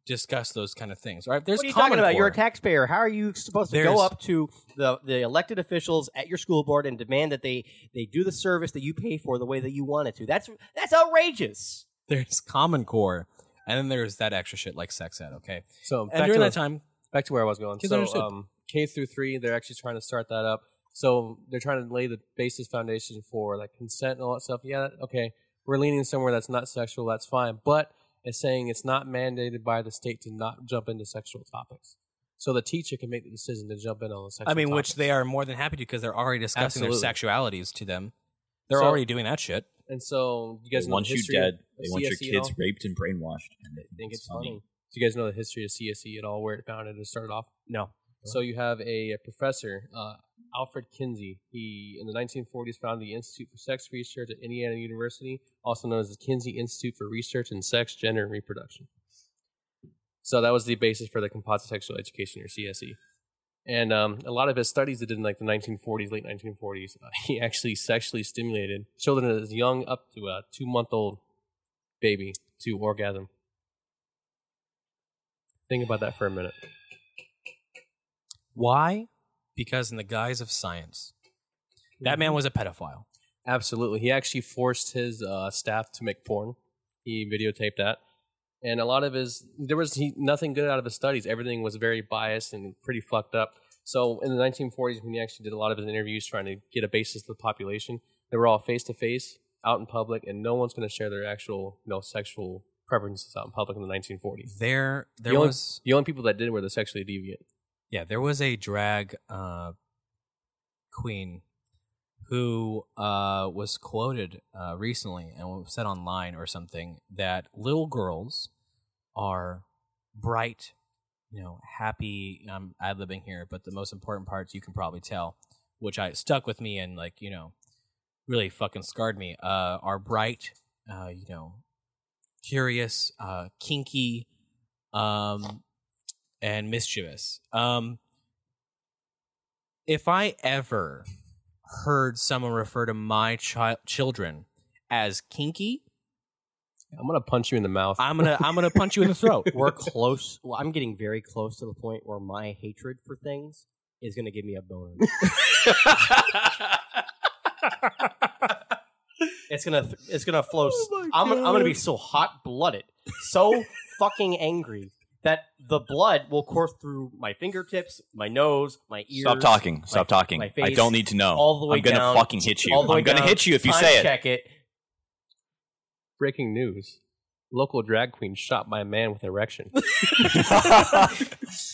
[SPEAKER 2] discuss those kind of things. Right? There's
[SPEAKER 3] what are you
[SPEAKER 2] Common
[SPEAKER 3] talking about? You're a
[SPEAKER 2] Core.
[SPEAKER 3] taxpayer. How are you supposed to
[SPEAKER 2] There's-
[SPEAKER 3] go up to the, the elected officials at your school board and demand that they, they do the service that you pay for the way that you want it to? That's that's outrageous.
[SPEAKER 2] There's Common Core, and then there's that extra shit like sex ed. Okay,
[SPEAKER 4] So
[SPEAKER 2] and
[SPEAKER 4] back to,
[SPEAKER 2] during
[SPEAKER 4] the
[SPEAKER 2] that time,
[SPEAKER 4] back to where I was going.
[SPEAKER 2] Kids
[SPEAKER 4] So
[SPEAKER 2] understood.
[SPEAKER 4] um, K through three, they're actually trying to start that up. So they're trying to lay the basis foundation for like consent and all that stuff. Yeah, okay, we're leaning somewhere that's not sexual. That's fine, but it's saying it's not mandated by the state to not jump into sexual topics. So the teacher can make the decision to jump in on the sexual.
[SPEAKER 2] I mean, which
[SPEAKER 4] topics.
[SPEAKER 2] they are more than happy to because they're already discussing their
[SPEAKER 4] Absolutely.
[SPEAKER 2] sexualities to them. They're
[SPEAKER 4] So-
[SPEAKER 2] already doing that shit.
[SPEAKER 4] and so you guys
[SPEAKER 1] they
[SPEAKER 4] know
[SPEAKER 1] want
[SPEAKER 4] the
[SPEAKER 1] you
[SPEAKER 4] history of
[SPEAKER 1] dead. They want your
[SPEAKER 4] CSE at all?
[SPEAKER 1] kids raped and brainwashed. And they
[SPEAKER 4] I think it's funny. Do you guys know the history of CSE at all? Where it founded and started off?
[SPEAKER 3] No.
[SPEAKER 4] So you have a, professor, uh, Alfred Kinsey. He in the 1940s founded the Institute for Sex Research at Indiana University, also known as the Kinsey Institute for Research in Sex, Gender, and Reproduction. So that was the basis for the composite sexual education or CSE. And um, a lot of his studies that did in like the 1940s, late 1940s, uh, he actually sexually stimulated children as young up to a two month old baby to orgasm. Think about that for a minute.
[SPEAKER 2] Why? Because in the guise of science, that
[SPEAKER 4] Mm-hmm.
[SPEAKER 2] man was a pedophile.
[SPEAKER 4] Absolutely. He actually forced his uh, staff to make porn. He videotaped that. And a lot of his, there was he, nothing good out of his studies. Everything was very biased and pretty fucked up. So in the 1940s, when he actually did a lot of his interviews trying to get a basis of the population, they were all face to face, out in public, and no one's going to share their actual, you know, sexual preferences out in public in the 1940s.
[SPEAKER 2] There, there
[SPEAKER 4] the, only,
[SPEAKER 2] was
[SPEAKER 4] the only people that did were the sexually deviant.
[SPEAKER 2] Yeah, there was a drag uh, queen who uh, was quoted uh, recently and said online or something that little girls are bright, you know, happy. I'm ad libbing here, but the most important parts you can probably tell, which I stuck with me and like you know, really fucking scarred me. Uh, are bright, uh, you know, curious, uh, kinky, um, and mischievous. Um, if I ever heard someone refer to my chi- children as kinky,
[SPEAKER 4] I'm gonna punch you in the mouth.
[SPEAKER 2] I'm gonna I'm gonna punch you in the throat.
[SPEAKER 3] Oh, We're close. Well, I'm getting very close to the point where my hatred for things is going to give me a boner. It's gonna th- it's gonna flow. s-
[SPEAKER 1] Oh
[SPEAKER 3] I'm I'm gonna be so hot blooded, so fucking angry that the blood will course through my fingertips, my nose, my ears.
[SPEAKER 1] Stop talking. Stop talking.
[SPEAKER 3] my
[SPEAKER 1] I
[SPEAKER 3] face,
[SPEAKER 1] don't need to know.
[SPEAKER 3] all the way
[SPEAKER 1] I'm gonna
[SPEAKER 3] down,
[SPEAKER 1] fucking hit you.
[SPEAKER 3] all the way
[SPEAKER 1] I'm gonna
[SPEAKER 3] down,
[SPEAKER 1] hit you if you
[SPEAKER 3] time
[SPEAKER 1] say it.
[SPEAKER 3] check it.
[SPEAKER 4] Breaking news: local drag queen shot by man with erection.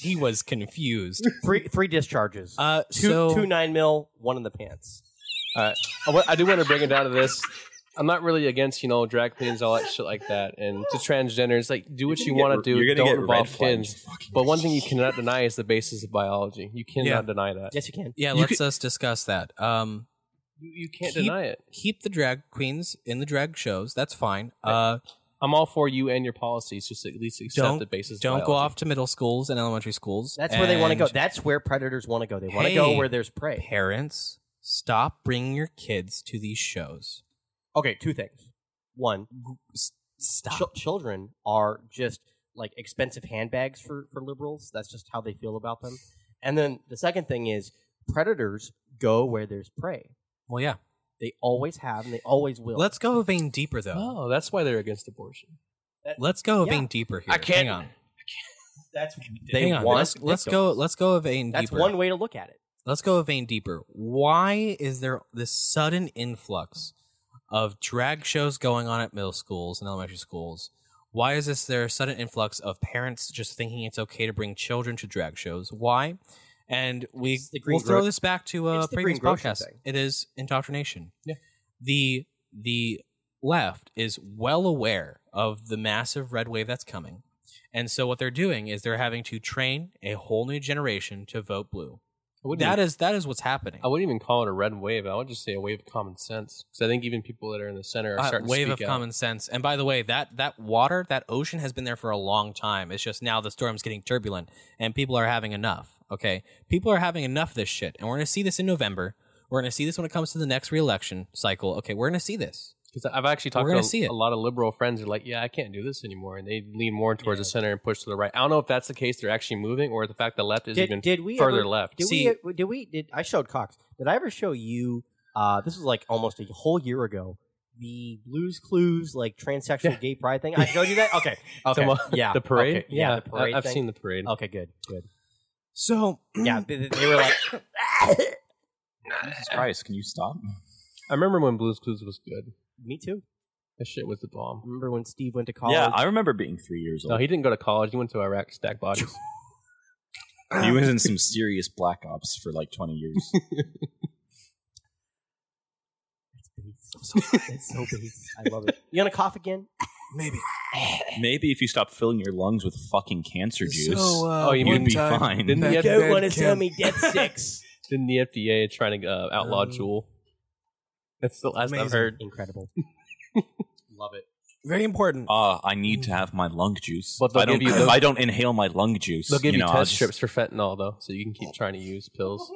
[SPEAKER 2] he was confused.
[SPEAKER 3] Three three discharges.
[SPEAKER 2] Uh,
[SPEAKER 3] two
[SPEAKER 2] so
[SPEAKER 3] two nine mil, one in the pants.
[SPEAKER 4] I, wa- I do want to bring it down to this. I'm not really against you know drag queens all that shit like that, and to transgenders like do what you want to do.
[SPEAKER 1] You're gonna
[SPEAKER 4] Don't
[SPEAKER 1] get red
[SPEAKER 4] involve
[SPEAKER 1] flags.
[SPEAKER 4] kids. But one thing you cannot deny is the basis of biology. You cannot
[SPEAKER 2] Yeah.
[SPEAKER 4] deny that.
[SPEAKER 3] Yes, you can.
[SPEAKER 2] yeah,
[SPEAKER 4] You
[SPEAKER 2] let's us discuss that. Um,
[SPEAKER 4] You, you can't
[SPEAKER 2] Keep-
[SPEAKER 4] deny it.
[SPEAKER 2] keep the drag queens in the drag shows. That's fine. Uh,
[SPEAKER 4] I'm all for you and your policies. Just at least accept
[SPEAKER 2] Don't-
[SPEAKER 4] the basis. of
[SPEAKER 2] don't go
[SPEAKER 4] biology.
[SPEAKER 2] off to middle schools and elementary schools.
[SPEAKER 3] That's where they want to
[SPEAKER 2] And
[SPEAKER 3] go. That's where predators want to go. They want to go
[SPEAKER 2] Hey.
[SPEAKER 3] where there's prey.
[SPEAKER 2] Parents, stop bringing your kids to these shows.
[SPEAKER 3] Okay, two things. One,
[SPEAKER 2] S- Stop.
[SPEAKER 3] chil- children are just like expensive handbags for for liberals. That's just how they feel about them. And then the second thing is predators go where there's prey.
[SPEAKER 2] Well, yeah.
[SPEAKER 3] They always have and they always will.
[SPEAKER 2] Let's go a vein deeper though.
[SPEAKER 4] Oh, that's why they're against abortion.
[SPEAKER 2] Let's go a
[SPEAKER 3] Yeah.
[SPEAKER 2] vein deeper here.
[SPEAKER 4] I can't-
[SPEAKER 2] Hang on.
[SPEAKER 3] that's they
[SPEAKER 2] Hang on.
[SPEAKER 3] want.
[SPEAKER 2] Let's, let's go.
[SPEAKER 3] victims.
[SPEAKER 2] Let's go a vein
[SPEAKER 3] That's
[SPEAKER 2] deeper.
[SPEAKER 3] one way to look at it.
[SPEAKER 2] Let's go a vein deeper. Why is there this sudden influx of drag shows going on at middle schools and elementary schools? Why is this there a sudden influx of parents just thinking it's okay to bring children to drag shows? Why? And we
[SPEAKER 3] It's the green
[SPEAKER 2] we'll throw
[SPEAKER 3] gro-
[SPEAKER 2] this back to a
[SPEAKER 3] It's the
[SPEAKER 2] previous
[SPEAKER 3] green grocer
[SPEAKER 2] podcast.
[SPEAKER 3] thing.
[SPEAKER 2] It is indoctrination.
[SPEAKER 4] Yeah.
[SPEAKER 2] The the left is well aware of the massive red wave that's coming. And so what they're doing is they're having to train a whole new generation to vote blue.
[SPEAKER 4] I wouldn't
[SPEAKER 2] That
[SPEAKER 4] even-
[SPEAKER 2] is that is what's happening.
[SPEAKER 4] I wouldn't even call it a red wave. I would just say a wave of common sense. Because I think even people that are in the center are
[SPEAKER 2] Uh,
[SPEAKER 4] starting
[SPEAKER 2] wave
[SPEAKER 4] to
[SPEAKER 2] of
[SPEAKER 4] speak out.
[SPEAKER 2] common sense. And by the way, that that water, that ocean has been there for a long time. It's just now the storm's getting turbulent and people are having enough. Okay, people are having enough of this shit, and we're gonna see this in November. We're gonna see this when it comes to the next reelection cycle. Okay, we're gonna see this.
[SPEAKER 4] Because I've actually
[SPEAKER 2] We're
[SPEAKER 4] talked to
[SPEAKER 2] gonna
[SPEAKER 4] a,
[SPEAKER 2] see it.
[SPEAKER 4] a lot of liberal friends who are like, yeah, I can't do this anymore. And they lean more towards the center and push to the right. I don't know if that's the case. They're actually moving or the fact the left is
[SPEAKER 3] Did-
[SPEAKER 4] even
[SPEAKER 3] did we
[SPEAKER 4] further
[SPEAKER 3] ever-
[SPEAKER 4] left.
[SPEAKER 3] Did
[SPEAKER 2] See-
[SPEAKER 3] we? Did we? Did I showed Cox? Did I ever show you? Uh, this was like almost a whole year ago. The Blues Clues like transsexual gay pride thing. I showed you that. Okay. Okay.
[SPEAKER 4] Some-
[SPEAKER 3] yeah.
[SPEAKER 4] The parade?
[SPEAKER 3] Okay. Yeah, The parade.
[SPEAKER 4] I, have
[SPEAKER 3] thing.
[SPEAKER 4] seen the parade.
[SPEAKER 3] Okay. Good. Good.
[SPEAKER 2] So
[SPEAKER 3] Yeah. They, they- they were like.
[SPEAKER 1] Jesus Christ, can you stop?
[SPEAKER 4] I remember when Blues Clues was good.
[SPEAKER 3] Me too.
[SPEAKER 4] That shit was the bomb.
[SPEAKER 3] Remember when Steve went to college?
[SPEAKER 1] Yeah, I remember being three years old.
[SPEAKER 4] No, he didn't go to college. He went to Iraq, stack bodies.
[SPEAKER 1] he was in some serious black ops for like 20 years.
[SPEAKER 3] It's so base. It's so base. I love it. You gonna cough again?
[SPEAKER 1] Maybe if you stop filling your lungs with fucking cancer juice,
[SPEAKER 4] oh, you
[SPEAKER 1] you'd
[SPEAKER 4] mean
[SPEAKER 1] be fine.
[SPEAKER 4] Didn't the,
[SPEAKER 3] You
[SPEAKER 4] F-
[SPEAKER 3] don't want to sell me Death Six.
[SPEAKER 4] didn't the FDA trying to uh, outlaw
[SPEAKER 3] Oh.
[SPEAKER 2] Um,
[SPEAKER 4] Jewel? That's the last I've
[SPEAKER 2] amazing.
[SPEAKER 4] heard.
[SPEAKER 3] Incredible. love it.
[SPEAKER 2] very important.
[SPEAKER 1] Ah, I need to have my lung juice.
[SPEAKER 4] But
[SPEAKER 1] if I
[SPEAKER 4] they'll
[SPEAKER 1] don't,
[SPEAKER 4] give you-
[SPEAKER 1] if I don't inhale my lung juice,
[SPEAKER 4] They'll give you,
[SPEAKER 1] know, I'll
[SPEAKER 4] test
[SPEAKER 1] just-
[SPEAKER 4] strips for fentanyl, though, so you can keep trying to use pills.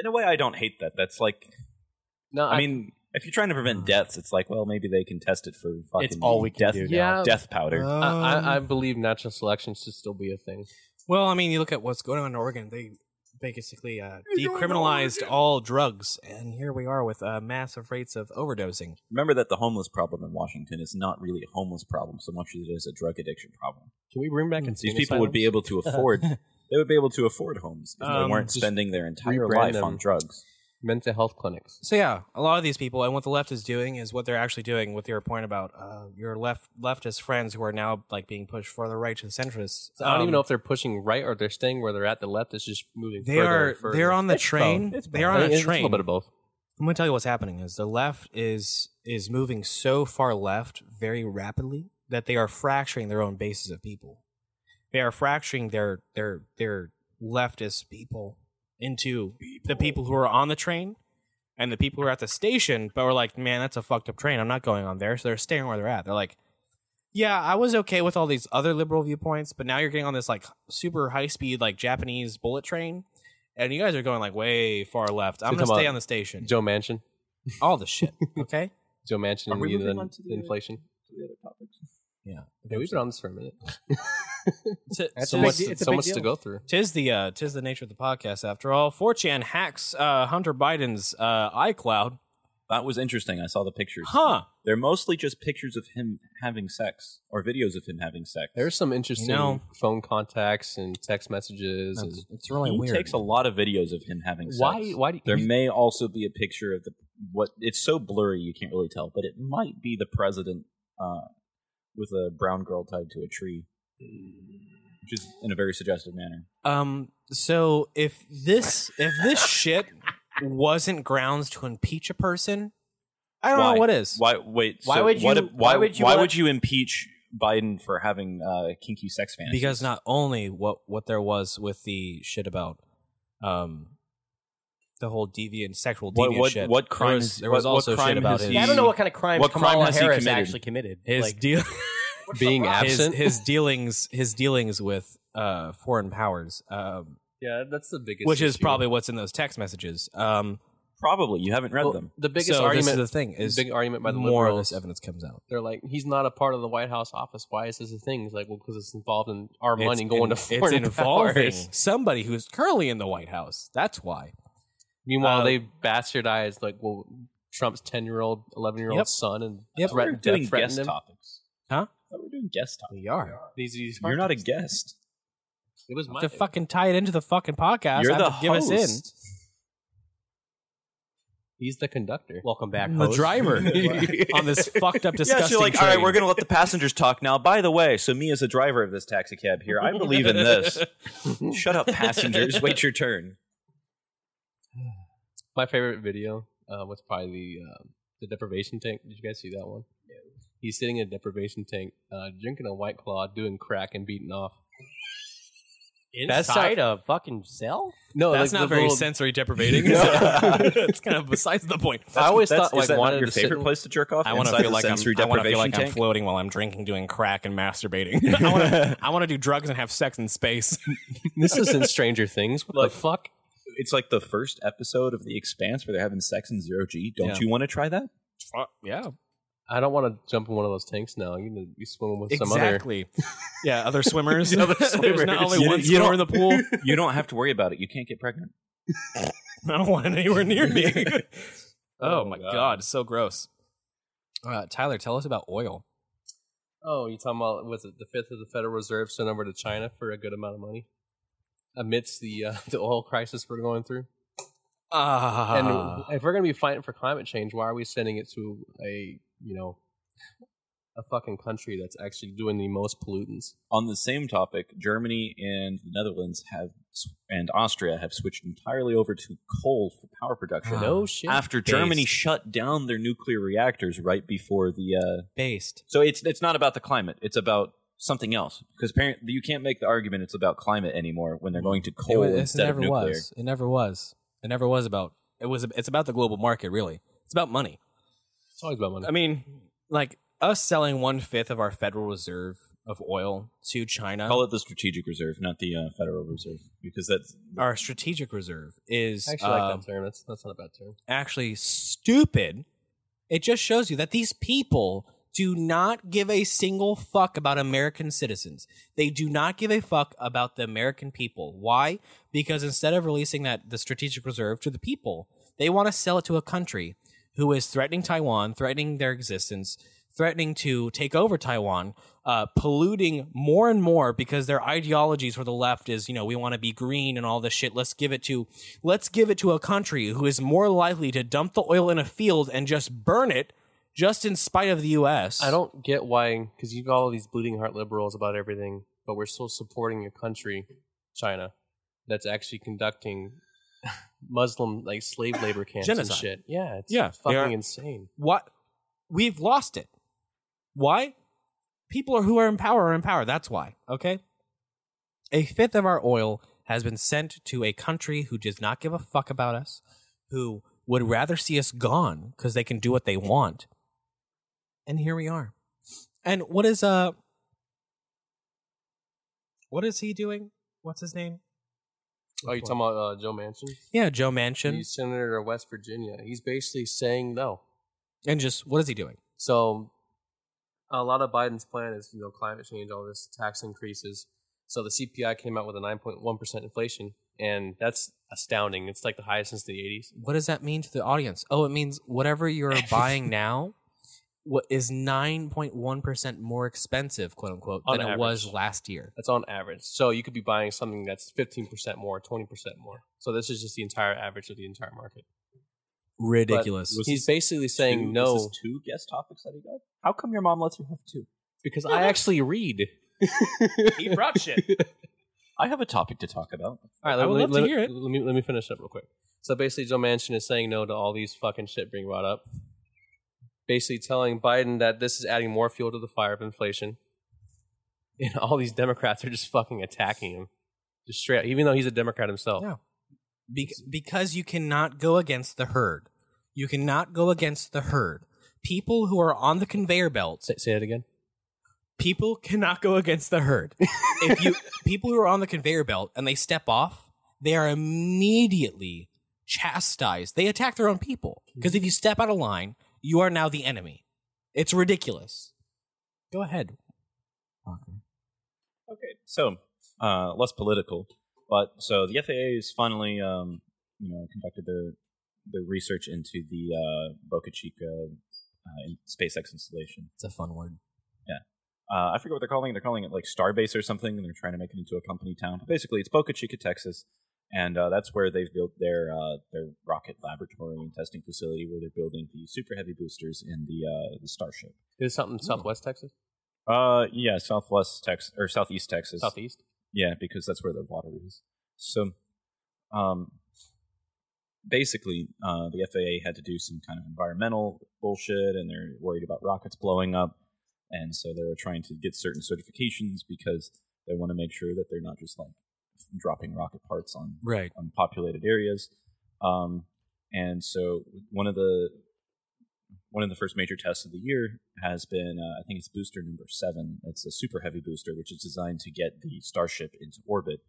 [SPEAKER 1] In a way, I don't hate that. That's like,
[SPEAKER 4] No,
[SPEAKER 1] I, mean, if you're trying to prevent deaths, it's like, well, maybe they can test it for fucking
[SPEAKER 3] It's all we can
[SPEAKER 1] death,
[SPEAKER 3] do
[SPEAKER 4] now. Yeah.
[SPEAKER 1] death powder.
[SPEAKER 4] I,
[SPEAKER 2] Um,
[SPEAKER 4] I, I believe natural selection should still be a thing.
[SPEAKER 2] Well, I mean, you look at what's going on in Oregon. They basically uh, decriminalized all drugs, and here we are with uh, massive rates of overdosing.
[SPEAKER 1] Remember that the homeless problem in Washington is not really a homeless problem so much as it is a drug addiction problem.
[SPEAKER 4] Can we bring back and
[SPEAKER 1] These people would be able to afford. They would be able to afford homes if they
[SPEAKER 2] Um,
[SPEAKER 1] weren't
[SPEAKER 4] just
[SPEAKER 1] spending their entire
[SPEAKER 4] rebrand
[SPEAKER 1] life
[SPEAKER 4] them.
[SPEAKER 1] on drugs.
[SPEAKER 4] mental health clinics.
[SPEAKER 2] So yeah, a lot of these people, and what the left is doing is what they're actually doing. With your point about uh, your left leftist friends who are now like being pushed further right to the centrists.
[SPEAKER 4] So I don't
[SPEAKER 2] um,
[SPEAKER 4] even know if they're pushing right or they're staying where they're at. The left is just moving.
[SPEAKER 2] they
[SPEAKER 4] further
[SPEAKER 2] are
[SPEAKER 4] and further.
[SPEAKER 2] they're on the
[SPEAKER 4] It's
[SPEAKER 2] train.
[SPEAKER 4] both. It's
[SPEAKER 2] They're
[SPEAKER 4] both.
[SPEAKER 2] on
[SPEAKER 4] It's
[SPEAKER 2] a
[SPEAKER 4] a
[SPEAKER 2] train.
[SPEAKER 4] little bit of both.
[SPEAKER 2] I'm going to tell you what's happening is the left is is moving so far left very rapidly that they are fracturing their own bases of people. They are fracturing their their their leftist people into the people who are on the train and the people who are at the station but were like, "Man, that's a fucked up train. I'm not going on there." So they're staying where they're at. They're like, "Yeah, I was okay with all these other liberal viewpoints, but now you're getting on this like super high speed like Japanese bullet train." And you guys are going like way far left. I'm
[SPEAKER 4] you're
[SPEAKER 2] gonna
[SPEAKER 4] talking
[SPEAKER 2] stay
[SPEAKER 4] about
[SPEAKER 2] on the station
[SPEAKER 4] Joe Manchin.
[SPEAKER 2] all the shit. Okay.
[SPEAKER 4] Joe Manchin
[SPEAKER 1] Are
[SPEAKER 4] and
[SPEAKER 1] we
[SPEAKER 4] the,
[SPEAKER 1] moving
[SPEAKER 4] the
[SPEAKER 1] on to the-
[SPEAKER 4] inflation.
[SPEAKER 1] to the other topics.
[SPEAKER 2] Yeah.
[SPEAKER 4] Yeah, we've been on this for a minute.
[SPEAKER 2] T-
[SPEAKER 3] That's
[SPEAKER 4] so
[SPEAKER 3] a big
[SPEAKER 4] much,
[SPEAKER 3] deal- it's a
[SPEAKER 4] so
[SPEAKER 3] big
[SPEAKER 4] much to
[SPEAKER 3] deal.
[SPEAKER 4] go through.
[SPEAKER 2] tis the uh, tis the nature of the podcast after all. 4chan hacks uh, Hunter Biden's uh, iCloud.
[SPEAKER 1] That was interesting. I saw the pictures.
[SPEAKER 2] Huh.
[SPEAKER 1] They're mostly just pictures of him having sex or videos of him having sex.
[SPEAKER 4] There's some interesting
[SPEAKER 2] know-
[SPEAKER 4] phone contacts and text messages. And
[SPEAKER 2] it's really
[SPEAKER 1] he takes a lot of videos of him having sex.
[SPEAKER 4] why? Why do
[SPEAKER 1] There
[SPEAKER 4] you,
[SPEAKER 1] may also be a picture of the what. It's so blurry you can't really tell, but it might be the president uh, with a brown girl tied to a tree, which is in a very suggestive manner.
[SPEAKER 2] Um. So if this if this shit wasn't grounds to impeach a person, I don't
[SPEAKER 1] why?
[SPEAKER 2] know what is.
[SPEAKER 1] Why? Wait.
[SPEAKER 3] Why
[SPEAKER 1] so
[SPEAKER 3] would
[SPEAKER 1] what
[SPEAKER 3] you-
[SPEAKER 1] if- why,
[SPEAKER 3] why would you
[SPEAKER 1] Why
[SPEAKER 3] let-
[SPEAKER 1] would you impeach Biden for having uh, kinky sex fantasies?
[SPEAKER 2] Because not only what what there was with the shit about, um. The whole deviant sexual
[SPEAKER 1] What-
[SPEAKER 2] deviant
[SPEAKER 1] what-
[SPEAKER 2] shit.
[SPEAKER 1] what
[SPEAKER 2] There
[SPEAKER 1] crime
[SPEAKER 2] was-
[SPEAKER 1] is-
[SPEAKER 2] There was
[SPEAKER 1] what- what
[SPEAKER 2] also shit
[SPEAKER 1] crime
[SPEAKER 2] about
[SPEAKER 1] has
[SPEAKER 2] his
[SPEAKER 1] he-
[SPEAKER 3] Yeah, I don't know what kind of crimes
[SPEAKER 1] What
[SPEAKER 3] Kamala
[SPEAKER 1] crime has he
[SPEAKER 3] Harris
[SPEAKER 1] committed?
[SPEAKER 3] actually committed.
[SPEAKER 2] his
[SPEAKER 3] like,
[SPEAKER 2] deal.
[SPEAKER 4] being
[SPEAKER 2] his,
[SPEAKER 4] absent?
[SPEAKER 2] his dealings his dealings with uh, foreign powers, um,
[SPEAKER 4] yeah, that's the biggest.
[SPEAKER 2] which is
[SPEAKER 4] issue.
[SPEAKER 2] probably what's in those text messages. Um,
[SPEAKER 1] Probably you haven't read
[SPEAKER 4] Well,
[SPEAKER 1] them.
[SPEAKER 4] the biggest
[SPEAKER 2] so
[SPEAKER 4] argument.
[SPEAKER 2] This is the thing is
[SPEAKER 4] big argument by the
[SPEAKER 2] more of
[SPEAKER 4] liberals.
[SPEAKER 2] this evidence comes out.
[SPEAKER 4] They're like, he's not a part of the White House office. Why is this a thing? He's like, well, because it's involved in our money
[SPEAKER 2] It's
[SPEAKER 4] going
[SPEAKER 2] in-
[SPEAKER 4] to foreign
[SPEAKER 2] it's involving
[SPEAKER 4] powers.
[SPEAKER 2] somebody who is currently in the White House. That's why.
[SPEAKER 4] Meanwhile,
[SPEAKER 2] Uh,
[SPEAKER 4] they bastardized like well, Trump's ten-year-old, eleven-year-old
[SPEAKER 2] Yep.
[SPEAKER 4] son, and
[SPEAKER 2] Yep.
[SPEAKER 1] We're
[SPEAKER 4] threat,
[SPEAKER 1] doing guest
[SPEAKER 4] death threatened him.
[SPEAKER 1] topics.
[SPEAKER 2] Huh?
[SPEAKER 1] I thought we were doing guest topics.
[SPEAKER 2] We are.
[SPEAKER 4] These, these
[SPEAKER 1] You're not a guest.
[SPEAKER 4] It was my
[SPEAKER 2] To fucking tie it into the fucking podcast,
[SPEAKER 1] You're
[SPEAKER 2] I
[SPEAKER 1] the
[SPEAKER 2] have to give us in.
[SPEAKER 1] host.
[SPEAKER 4] He's the conductor.
[SPEAKER 3] welcome back,
[SPEAKER 2] The
[SPEAKER 3] host.
[SPEAKER 2] driver on this fucked up disgusting.
[SPEAKER 1] Yeah, so like, all right,
[SPEAKER 2] train.
[SPEAKER 1] we're gonna let the passengers talk now. By the way, so me as a driver of this taxi cab here, I believe in this. Shut up, passengers. Wait your turn.
[SPEAKER 4] my favorite video uh, was probably the um, the deprivation tank. Did you guys see that one? Yeah. He's sitting in a deprivation tank, uh, drinking a white claw, doing crack, and beating off. That's
[SPEAKER 3] inside a fucking cell.
[SPEAKER 4] No,
[SPEAKER 2] That's
[SPEAKER 4] like,
[SPEAKER 2] not
[SPEAKER 4] the
[SPEAKER 2] very
[SPEAKER 4] little-
[SPEAKER 2] sensory depriving.
[SPEAKER 4] No.
[SPEAKER 2] it's kind of besides the point.
[SPEAKER 4] I always
[SPEAKER 1] That's-
[SPEAKER 4] thought like
[SPEAKER 1] is that
[SPEAKER 4] wanted
[SPEAKER 1] not your
[SPEAKER 4] to sit
[SPEAKER 1] favorite
[SPEAKER 4] in-
[SPEAKER 1] place to jerk off?
[SPEAKER 2] I want to
[SPEAKER 1] Inside
[SPEAKER 2] feel
[SPEAKER 1] the
[SPEAKER 2] like I'm.
[SPEAKER 1] sensory
[SPEAKER 2] I want to feel
[SPEAKER 1] deprivation
[SPEAKER 2] like I'm
[SPEAKER 1] tank?
[SPEAKER 2] floating while I'm drinking, doing crack and masturbating. I want to. I want to do drugs and have sex in space.
[SPEAKER 4] This isn't Stranger Things. What
[SPEAKER 1] Look.
[SPEAKER 4] the fuck?
[SPEAKER 1] It's like the first episode of The Expanse where they're having sex in zero G. Don't
[SPEAKER 2] Yeah.
[SPEAKER 1] you want to try that?
[SPEAKER 2] Uh, yeah,
[SPEAKER 4] I don't want to jump in one of those tanks now. You need to be swimming with some other.
[SPEAKER 2] exactly. yeah, other swimmers.
[SPEAKER 4] Other
[SPEAKER 2] There's
[SPEAKER 4] swimmers.
[SPEAKER 2] not only
[SPEAKER 1] You-
[SPEAKER 2] one
[SPEAKER 1] you
[SPEAKER 2] swimmer
[SPEAKER 1] don't-
[SPEAKER 2] in the pool.
[SPEAKER 1] You don't have to worry about it. You can't get pregnant.
[SPEAKER 2] I don't want it anywhere near me. oh,
[SPEAKER 4] Oh,
[SPEAKER 2] my god.
[SPEAKER 4] God.
[SPEAKER 2] so gross. Uh, Tyler, tell us about oil.
[SPEAKER 4] Oh, you talking about was it the fifth of the Federal Reserve sent over to China for a good amount of money amidst the uh, the oil crisis we're going through?
[SPEAKER 2] Ah,
[SPEAKER 4] and if we're going to be fighting for climate change, why are we sending it to a you know a fucking country that's actually doing the most pollutants?
[SPEAKER 1] On the same topic, Germany and the Netherlands have and Austria have switched entirely over to coal for power production.
[SPEAKER 2] Ah.
[SPEAKER 4] no shit.
[SPEAKER 1] Um, After
[SPEAKER 2] Based.
[SPEAKER 1] Germany shut down their nuclear reactors right before the uh,
[SPEAKER 2] based.
[SPEAKER 1] So it's it's not about the climate. It's about something else. Because parent, you can't make the argument it's about climate anymore when they're going to coal
[SPEAKER 2] it, wa- this
[SPEAKER 1] instead
[SPEAKER 2] never
[SPEAKER 1] of nuclear.
[SPEAKER 2] was. It never was. It never was about. It was. It's about the global market, really. It's about money.
[SPEAKER 4] it's always about money.
[SPEAKER 2] I mean, like us selling one fifth of our Federal Reserve of oil to China,
[SPEAKER 1] Call it the strategic reserve, not the uh, Federal Reserve, because that's
[SPEAKER 2] our strategic reserve is
[SPEAKER 4] I actually
[SPEAKER 2] uh,
[SPEAKER 4] like that term. That's that's not a bad term.
[SPEAKER 2] actually stupid. It just shows you that these people do not give a single fuck about American citizens. They do not give a fuck about the American people. Why? Because instead of releasing that the strategic reserve to the people, they want to sell it to a country who is threatening Taiwan, threatening their existence, threatening to take over Taiwan, uh, polluting more and more because their ideologies for the left is, you know, we want to be green and all this shit. Let's give it to, let's give it to a country who is more likely to dump the oil in a field and just burn it, just in spite of the U.S.
[SPEAKER 4] I don't get why, because you've got all these bleeding heart liberals about everything, but we're still supporting a country, China, that's actually conducting Muslim like slave labor camps
[SPEAKER 2] Genocide.
[SPEAKER 4] and shit. Yeah, it's
[SPEAKER 2] Yeah, they
[SPEAKER 4] fucking
[SPEAKER 2] are-
[SPEAKER 4] insane.
[SPEAKER 2] What? We've lost it. Why? People are who are in power are in power. That's why. Okay. A fifth of our oil has been sent to a country who does not give a fuck about us, who would rather see us gone because they can do what they want. And here we are. And what is uh what is he doing? What's his name?
[SPEAKER 4] Oh, you talking about uh, Joe Manchin?
[SPEAKER 2] Yeah, Joe Manchin.
[SPEAKER 4] He's senator of West Virginia. He's basically saying no.
[SPEAKER 2] And just what is he doing?
[SPEAKER 4] So a lot of Biden's plan is, you know, climate change, all this tax increases. So the CPI came out with a 9.1% inflation, and that's astounding. It's like the highest since the 80s.
[SPEAKER 2] what does that mean to the audience? Oh, it means whatever you're buying now what is 9.1% more expensive, quote unquote,
[SPEAKER 4] On
[SPEAKER 2] than it
[SPEAKER 4] average.
[SPEAKER 2] was last year.
[SPEAKER 4] That's on average. So you could be buying something that's 15% more, 20% more. So this is just the entire average of the entire market. But
[SPEAKER 2] Ridiculous.
[SPEAKER 1] Was
[SPEAKER 4] he's
[SPEAKER 1] this
[SPEAKER 4] basically
[SPEAKER 1] Two-
[SPEAKER 4] saying
[SPEAKER 1] was
[SPEAKER 4] no
[SPEAKER 1] this two guest topics that he got. How come your mom lets you have two?
[SPEAKER 4] because I actually read.
[SPEAKER 2] He brought shit.
[SPEAKER 1] I have a topic to talk about.
[SPEAKER 4] All right,
[SPEAKER 2] I would
[SPEAKER 4] let,
[SPEAKER 2] love to
[SPEAKER 4] let-
[SPEAKER 2] hear it.
[SPEAKER 4] Let me let me finish up real quick. So basically, Joe Manchin is saying no to all these fucking shit being brought up. Basically, telling Biden that this is adding more fuel to the fire of inflation, and all these Democrats are just fucking attacking him, just straight. Up, even though he's a Democrat himself,
[SPEAKER 2] Yeah. Bec- because you cannot go against the herd. You cannot go against the herd. People who are on the conveyor belts
[SPEAKER 4] say, say it again.
[SPEAKER 2] people cannot go against the herd. if you people who are on the conveyor belt and they step off, they are immediately chastised. They attack their own people
[SPEAKER 1] Hmm.
[SPEAKER 2] because if you step out of line, you are now the enemy. It's ridiculous. Go ahead.
[SPEAKER 1] Okay, so uh, less political, but so the FAA has finally, um, you know, conducted their their research into the uh, Boca Chica uh, in- SpaceX installation.
[SPEAKER 2] It's a fun word.
[SPEAKER 1] Uh, I forget what they're calling it. They're calling it like Starbase or something, and they're trying to make it into a company town. But basically, it's Boca Chica, Texas, and uh, that's where they've built their uh, their rocket laboratory and testing facility, where they're building the super heavy boosters in the uh, the Starship.
[SPEAKER 4] Is it something in Southwest Texas,
[SPEAKER 1] Uh, yeah, Southwest Texas or Southeast Texas.
[SPEAKER 4] Southeast?
[SPEAKER 1] Yeah, because that's where the water is. So, um, basically, uh, the FAA had to do some kind of environmental bullshit, and they're worried about rockets blowing up, and so they were trying to get certain certifications because they want to make sure that they're not just like dropping rocket parts on
[SPEAKER 2] Right.
[SPEAKER 1] on populated areas. Um, and so one of the one of the first major tests of the year has been, uh, I think it's booster number seven. It's a super heavy booster, which is designed to get the Starship into orbit.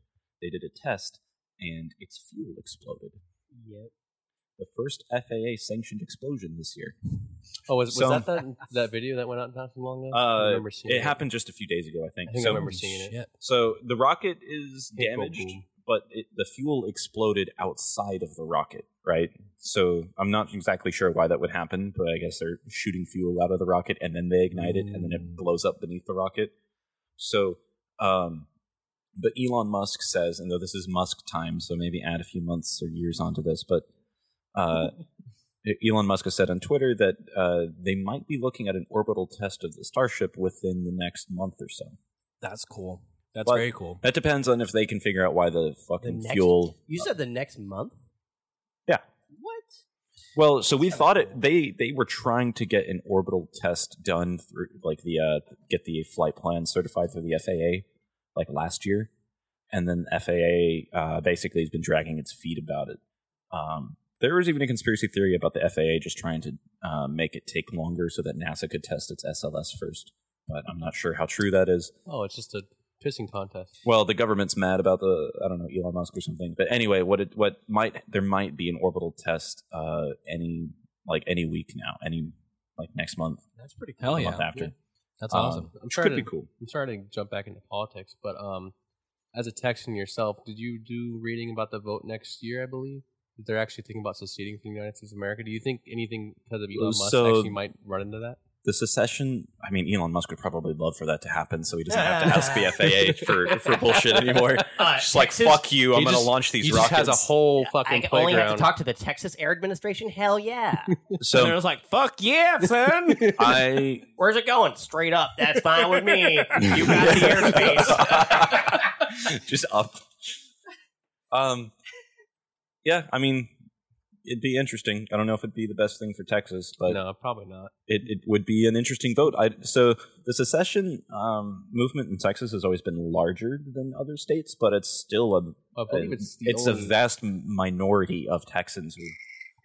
[SPEAKER 1] They did a test, and its fuel exploded.
[SPEAKER 3] Yep.
[SPEAKER 1] The first FAA sanctioned explosion this year.
[SPEAKER 4] Oh, was, was
[SPEAKER 1] So-
[SPEAKER 4] that, that that video that went out not too long ago? I
[SPEAKER 1] Uh,
[SPEAKER 4] remember seeing
[SPEAKER 1] it happened just a few days ago, I think.
[SPEAKER 4] I think I
[SPEAKER 1] so,
[SPEAKER 4] remember seeing it.
[SPEAKER 1] so the rocket is
[SPEAKER 4] Hit boom,
[SPEAKER 1] damaged,
[SPEAKER 4] boom.
[SPEAKER 1] but it, the fuel exploded outside of the rocket, right? So I'm not exactly sure why that would happen, but I guess they're shooting fuel out of the rocket and then they ignite it and then it blows up beneath the rocket. So, um, but Elon Musk says, and though this is Musk time, so maybe add a few months or years onto this, but uh, Elon Musk has said on Twitter that uh, they might be looking at an orbital test of the Starship within the next month or so.
[SPEAKER 2] That's cool. That's
[SPEAKER 1] But-
[SPEAKER 2] very cool.
[SPEAKER 1] That depends on if they can figure out why the fucking
[SPEAKER 3] The next-
[SPEAKER 1] fuel.
[SPEAKER 3] You said the next month.
[SPEAKER 1] Yeah.
[SPEAKER 3] What?
[SPEAKER 1] Well, so we thought it. They they were trying to get an orbital test done through like the uh, get the flight plan certified through the FAA like last year, and then FAA uh, basically has been dragging its feet about it. Um, there was even a conspiracy theory about the FAA just trying to uh, make it take longer so that NASA could test its SLS first, but I'm not sure how true that is.
[SPEAKER 4] Oh, it's just a pissing contest.
[SPEAKER 1] Well, the government's mad about the I don't know Elon Musk or something. But anyway, what it what might there might be an orbital test uh any like any week now, any like next month,
[SPEAKER 4] That's pretty
[SPEAKER 2] cool. Hell
[SPEAKER 1] the month
[SPEAKER 2] Oh, yeah.
[SPEAKER 1] after.
[SPEAKER 2] That's
[SPEAKER 1] Um,
[SPEAKER 2] awesome.
[SPEAKER 4] I'm
[SPEAKER 1] which
[SPEAKER 4] trying
[SPEAKER 1] could
[SPEAKER 4] to-
[SPEAKER 1] be cool.
[SPEAKER 4] I'm sorry to jump back into politics, but um, as a Texan yourself, did you do reading about the vote next year? I believe that they're actually thinking about seceding from the United States of America. Do you think anything because of Elon Musk
[SPEAKER 1] So-
[SPEAKER 4] actually might run into that?
[SPEAKER 1] the secession. I mean, Elon Musk would probably love for that to happen, so he doesn't have to ask the FAA for, for bullshit anymore.
[SPEAKER 3] Uh,
[SPEAKER 1] Just like
[SPEAKER 4] Texas-
[SPEAKER 1] fuck you, I'm
[SPEAKER 4] he
[SPEAKER 1] gonna
[SPEAKER 4] just-
[SPEAKER 1] launch these
[SPEAKER 4] he
[SPEAKER 1] rockets.
[SPEAKER 4] Just has a whole
[SPEAKER 3] I
[SPEAKER 4] fucking
[SPEAKER 3] only have to
[SPEAKER 4] playground.
[SPEAKER 3] talk to the Texas Air Administration. Hell yeah!
[SPEAKER 1] so
[SPEAKER 4] and I was like, "Fuck yeah, son!"
[SPEAKER 1] I
[SPEAKER 3] Where's it going? Straight up. That's fine with me. You got the airspace.
[SPEAKER 1] airspace. Just up. Um, yeah, I mean, it'd be interesting. I don't know if it'd be the best thing for Texas, but
[SPEAKER 4] no, probably not.
[SPEAKER 1] it, it would be an interesting vote. I, so the secession um, movement in Texas has always been larger than other states, but it's still a
[SPEAKER 4] I believe it's the
[SPEAKER 1] it's a
[SPEAKER 4] only-
[SPEAKER 1] vast minority of Texans who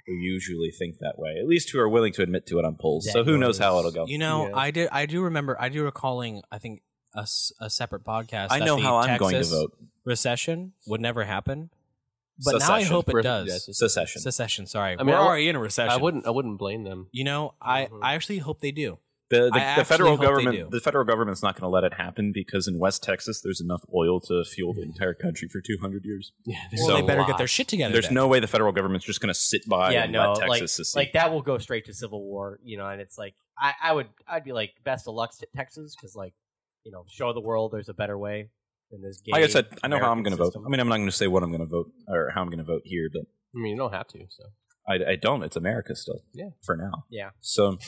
[SPEAKER 1] who usually think that way, at least who are willing to admit to it on polls. so
[SPEAKER 3] That
[SPEAKER 1] who knows
[SPEAKER 3] is-
[SPEAKER 1] how it'll go?
[SPEAKER 2] You know,
[SPEAKER 4] Yeah.
[SPEAKER 2] I do. I do remember. I do recalling. I think a, s- a separate podcast.
[SPEAKER 1] I
[SPEAKER 2] that
[SPEAKER 1] know
[SPEAKER 2] the
[SPEAKER 1] how I'm going to
[SPEAKER 2] Texas
[SPEAKER 1] vote.
[SPEAKER 2] Recession would never happen, but now I
[SPEAKER 1] Secession.
[SPEAKER 2] hope it
[SPEAKER 4] Re-
[SPEAKER 2] does.
[SPEAKER 4] yes, it's-
[SPEAKER 1] Secession.
[SPEAKER 2] Secession. Sorry,
[SPEAKER 4] I mean,
[SPEAKER 2] we're
[SPEAKER 4] I would-
[SPEAKER 2] already in a recession.
[SPEAKER 4] I wouldn't. I wouldn't blame them.
[SPEAKER 2] You know, I,
[SPEAKER 3] Mm-hmm.
[SPEAKER 4] Mhm.
[SPEAKER 2] I actually hope they do.
[SPEAKER 1] The,
[SPEAKER 2] I
[SPEAKER 1] the, the
[SPEAKER 2] actually
[SPEAKER 1] federal
[SPEAKER 2] hope they
[SPEAKER 1] government
[SPEAKER 2] do.
[SPEAKER 1] the federal government's not going to let it happen because in West Texas there's enough oil to fuel the
[SPEAKER 3] Hmm.
[SPEAKER 1] entire country for 200 years.
[SPEAKER 4] Yeah,
[SPEAKER 2] Well,
[SPEAKER 1] So
[SPEAKER 2] they better get their shit together.
[SPEAKER 1] There's
[SPEAKER 2] then.
[SPEAKER 1] no way the federal government's just going to sit by
[SPEAKER 3] yeah,
[SPEAKER 1] and
[SPEAKER 3] no,
[SPEAKER 1] let Texas
[SPEAKER 3] like,
[SPEAKER 1] secede.
[SPEAKER 3] like that will go straight to civil war, you know. And it's like I, I would, I'd be like, best of luck to Texas because, like, you know, show the world there's a better way than this game.
[SPEAKER 1] like I said, I know how I'm going
[SPEAKER 3] American
[SPEAKER 1] to vote.
[SPEAKER 3] system.
[SPEAKER 1] I mean, I'm not going to say what I'm going to vote or how I'm going to vote here, but
[SPEAKER 4] I mean, you don't have to. So
[SPEAKER 1] I, I don't. It's America still.
[SPEAKER 4] Yeah.
[SPEAKER 1] For now.
[SPEAKER 3] Yeah.
[SPEAKER 1] So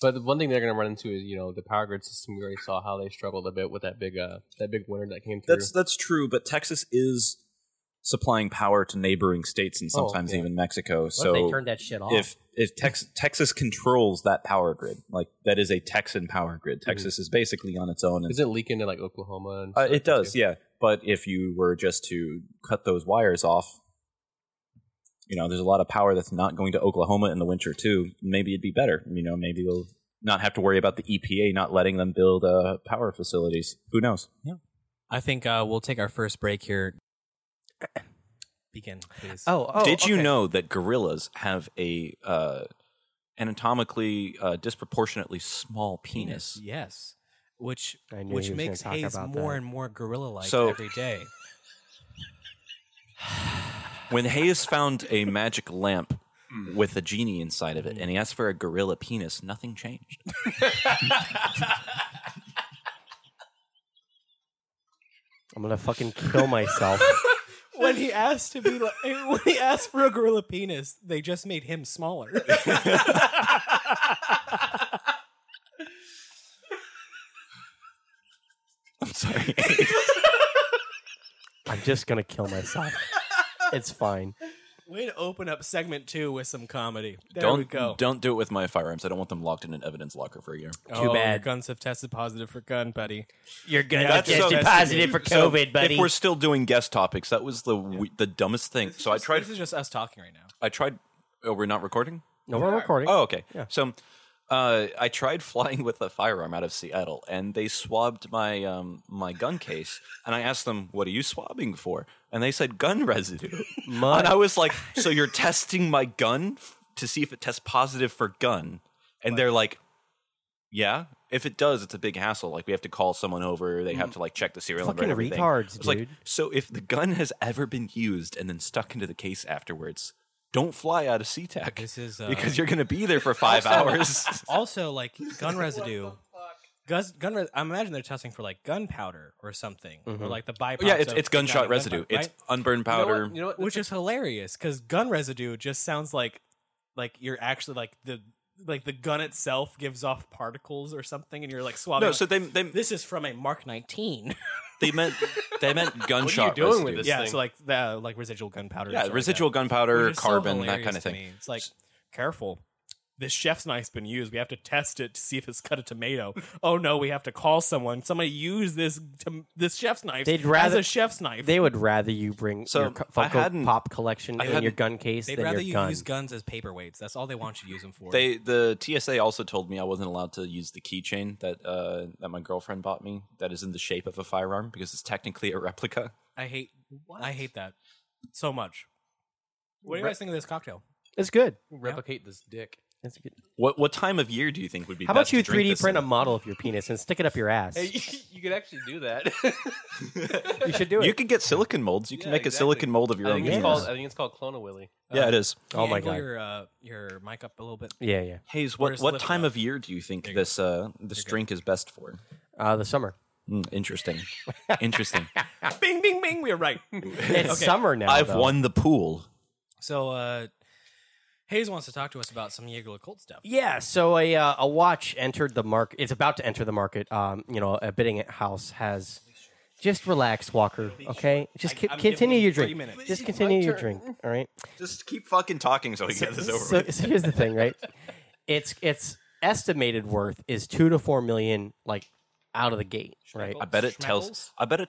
[SPEAKER 4] But the one thing they're going to run into is you know the power grid system. We already saw how they struggled a bit with that big uh that big winter that came through.
[SPEAKER 1] that's that's true, but Texas is supplying power to neighboring states and
[SPEAKER 4] Oh,
[SPEAKER 1] sometimes
[SPEAKER 4] yeah.
[SPEAKER 1] even Mexico.
[SPEAKER 3] What
[SPEAKER 1] so
[SPEAKER 3] if they turned that shit off?
[SPEAKER 1] if if Tex- Texas controls that power grid, like that is a Texan power grid. Texas is basically on its own. And,
[SPEAKER 4] Does it leak into like Oklahoma? And
[SPEAKER 1] uh,
[SPEAKER 4] stuff,
[SPEAKER 1] it does,
[SPEAKER 4] too?
[SPEAKER 1] yeah. But if you were just to cut those wires off, you know, there's a lot of power that's not going to Oklahoma in the winter too. Maybe it'd be better. You know, maybe they'll not have to worry about the EPA not letting them build uh, power facilities. Who knows?
[SPEAKER 2] I think uh, we'll take our first break here. Begin, please.
[SPEAKER 3] oh, oh,
[SPEAKER 1] Did you
[SPEAKER 3] okay.
[SPEAKER 1] know that gorillas have a uh, anatomically uh, disproportionately small penis?
[SPEAKER 2] Yes. Which
[SPEAKER 3] I knew
[SPEAKER 2] which
[SPEAKER 3] he was gonna
[SPEAKER 2] makes
[SPEAKER 3] talk
[SPEAKER 2] Hayes
[SPEAKER 3] about
[SPEAKER 2] more
[SPEAKER 3] that.
[SPEAKER 2] and more gorilla like
[SPEAKER 1] So-
[SPEAKER 2] every day.
[SPEAKER 1] When Hayes found a magic lamp with a genie inside of it, and he asked for a gorilla penis, nothing changed.
[SPEAKER 3] I'm gonna fucking kill myself.
[SPEAKER 2] when he asked to be like, when he asked for a gorilla penis, they just made him smaller.
[SPEAKER 1] I'm sorry.
[SPEAKER 3] I'm just gonna kill myself. It's fine.
[SPEAKER 2] Way to open up segment two with some comedy. There we
[SPEAKER 1] don't
[SPEAKER 2] go.
[SPEAKER 1] don't do it with my firearms. I don't want them locked in an evidence locker for a year.
[SPEAKER 2] Oh, your
[SPEAKER 3] bad.
[SPEAKER 2] guns have tested positive for gun, buddy.
[SPEAKER 3] You're gonna
[SPEAKER 1] That's
[SPEAKER 3] get
[SPEAKER 1] so-
[SPEAKER 3] positive for
[SPEAKER 1] So,
[SPEAKER 3] COVID, buddy.
[SPEAKER 1] If we're still doing guest topics, that was the we- the dumbest thing. So I tried.
[SPEAKER 2] This is just us talking right now.
[SPEAKER 1] I tried. Oh, we're not recording.
[SPEAKER 3] no, we're recording.
[SPEAKER 1] Oh, okay. So uh, I tried flying with a firearm out of Seattle, and they swabbed my um, my gun case. And I asked them, "What are you swabbing for?" And they said, "Gun residue."
[SPEAKER 3] My-
[SPEAKER 1] and I was like, "So you're testing my gun f- to see if it tests positive for gun?" And they're like, "Yeah." If it does, it's a big hassle. Like we have to call someone over. They have to like check the serial number. and
[SPEAKER 3] Fucking
[SPEAKER 1] everything.
[SPEAKER 3] retards,
[SPEAKER 1] It's like,
[SPEAKER 3] dude.
[SPEAKER 1] so if the gun has ever been used and then stuck into the case afterwards, don't fly out of SeaTac
[SPEAKER 2] This is, uh,
[SPEAKER 1] because you're going to be there for five hours. Oh,
[SPEAKER 2] Also, like gun residue. Gus, gun. Res- I imagine they're testing for like gunpowder or something,
[SPEAKER 3] Mm-hmm.
[SPEAKER 2] or like the byproducts.
[SPEAKER 1] yeah, it's,
[SPEAKER 2] of
[SPEAKER 1] it's gunshot
[SPEAKER 2] igniting
[SPEAKER 1] residue.
[SPEAKER 2] gunpowder,
[SPEAKER 1] It's
[SPEAKER 2] right?
[SPEAKER 1] unburned
[SPEAKER 4] You know what-
[SPEAKER 1] powder.
[SPEAKER 4] You know what?
[SPEAKER 2] which is hilarious because gun residue just sounds like like you're actually like the like the gun itself gives off particles or something, and you're like swabbing.
[SPEAKER 1] no,
[SPEAKER 2] it.
[SPEAKER 1] so they they,
[SPEAKER 2] this is from a Mark 19.
[SPEAKER 1] they meant they meant gunshot
[SPEAKER 4] doing with
[SPEAKER 1] residue.
[SPEAKER 4] this?
[SPEAKER 2] yeah,
[SPEAKER 4] thing.
[SPEAKER 2] so like the like residual gunpowder.
[SPEAKER 1] yeah, residual gunpowder, carbon, that kind of thing.
[SPEAKER 2] It's like careful. This chef's knife's been used. We have to test it to see if it's cut a tomato. oh no, we have to call someone. Somebody use this tom- this chef's knife
[SPEAKER 3] They'd
[SPEAKER 2] as
[SPEAKER 3] rather-
[SPEAKER 2] a chef's knife.
[SPEAKER 3] They would rather you bring
[SPEAKER 1] So,
[SPEAKER 3] your cu-
[SPEAKER 1] I
[SPEAKER 3] Funko
[SPEAKER 1] hadn't-
[SPEAKER 3] Pop collection
[SPEAKER 1] I
[SPEAKER 3] in your
[SPEAKER 1] hadn't-
[SPEAKER 3] gun case
[SPEAKER 2] They'd
[SPEAKER 3] than
[SPEAKER 2] rather
[SPEAKER 3] your
[SPEAKER 2] you
[SPEAKER 3] gun.
[SPEAKER 2] use guns as paperweights. That's all they want you to use them for.
[SPEAKER 1] They the TSA also told me I wasn't allowed to use the keychain that uh, that my girlfriend bought me. That is in the shape of a firearm because it's technically a replica.
[SPEAKER 2] I hate. I hate that so much. What do you guys think of this cocktail?
[SPEAKER 3] It's good.
[SPEAKER 4] replicate this dick.
[SPEAKER 3] That's good.
[SPEAKER 1] What what time of year do you think would be?
[SPEAKER 3] How about
[SPEAKER 1] best
[SPEAKER 3] you
[SPEAKER 1] to drink
[SPEAKER 3] 3D
[SPEAKER 1] this
[SPEAKER 3] print a
[SPEAKER 1] in?
[SPEAKER 3] model of your penis and stick it up your ass?
[SPEAKER 4] Hey, you, you could actually do that.
[SPEAKER 3] you should do it.
[SPEAKER 1] You could get silicon molds. You can
[SPEAKER 4] Yeah,
[SPEAKER 1] make
[SPEAKER 4] exactly.
[SPEAKER 1] a silicon mold of your
[SPEAKER 4] I
[SPEAKER 1] own.
[SPEAKER 4] think, it's
[SPEAKER 1] penis.
[SPEAKER 2] uh,
[SPEAKER 4] called, I think it's called Clona Willy.
[SPEAKER 1] yeah, it is.
[SPEAKER 2] Can you
[SPEAKER 3] Oh my
[SPEAKER 2] angle
[SPEAKER 3] God.
[SPEAKER 2] Your uh, your mic up a little bit.
[SPEAKER 3] yeah, yeah.
[SPEAKER 1] Hayes, what,
[SPEAKER 2] Where's the
[SPEAKER 1] what
[SPEAKER 2] lip
[SPEAKER 1] time
[SPEAKER 2] at?
[SPEAKER 1] of year do you think
[SPEAKER 2] There you go.
[SPEAKER 1] this uh, this drink is best for?
[SPEAKER 3] Uh, the summer.
[SPEAKER 1] Hmm, interesting, interesting.
[SPEAKER 2] Bing, bing, bing. We're right.
[SPEAKER 3] It's
[SPEAKER 2] Okay.
[SPEAKER 3] summer now.
[SPEAKER 1] I've
[SPEAKER 3] though.
[SPEAKER 1] won the pool.
[SPEAKER 2] So uh, Hayes wants to talk to us about some Jaeger occult stuff.
[SPEAKER 3] Yeah, so a uh, a watch entered the market. It's about to enter the market. Um, you know, a bidding house has. Just relax, Walker. Okay, just
[SPEAKER 2] I-
[SPEAKER 3] ki-
[SPEAKER 2] I'm
[SPEAKER 3] continue
[SPEAKER 2] giving you
[SPEAKER 3] your
[SPEAKER 2] three
[SPEAKER 3] drink.
[SPEAKER 2] minutes.
[SPEAKER 3] Just continue your drink. All right.
[SPEAKER 1] Just keep fucking talking so we get this over.
[SPEAKER 3] So,
[SPEAKER 1] with.
[SPEAKER 3] so here's the thing, right? It's it's estimated worth is two to four million, like out of the gate, right?
[SPEAKER 1] I bet it tells.
[SPEAKER 2] Schmeckles?
[SPEAKER 1] I bet it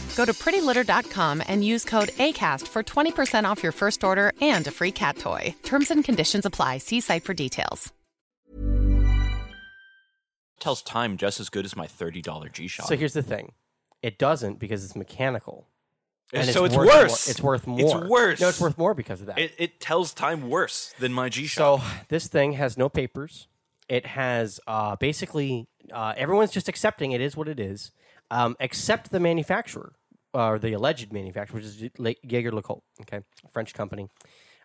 [SPEAKER 6] Go to prettylitter.com and use code ACAST for 20% off your first order and a free cat toy. Terms and conditions apply. See site for details.
[SPEAKER 1] tells time just as good as my thirty dollar G shot.
[SPEAKER 3] So here's the thing, it doesn't because it's mechanical.
[SPEAKER 1] so it's,
[SPEAKER 3] worth more-
[SPEAKER 1] worse.
[SPEAKER 3] it's worth more.
[SPEAKER 1] It's worse.
[SPEAKER 3] No, it's worth more because of that.
[SPEAKER 1] It, it tells time worse than my G shot.
[SPEAKER 3] So this thing has no papers. It has uh, basically uh, everyone's just accepting it is what it is, um, except the manufacturer or the alleged manufacturer, which is Jaeger LeCoultre, okay, a French company.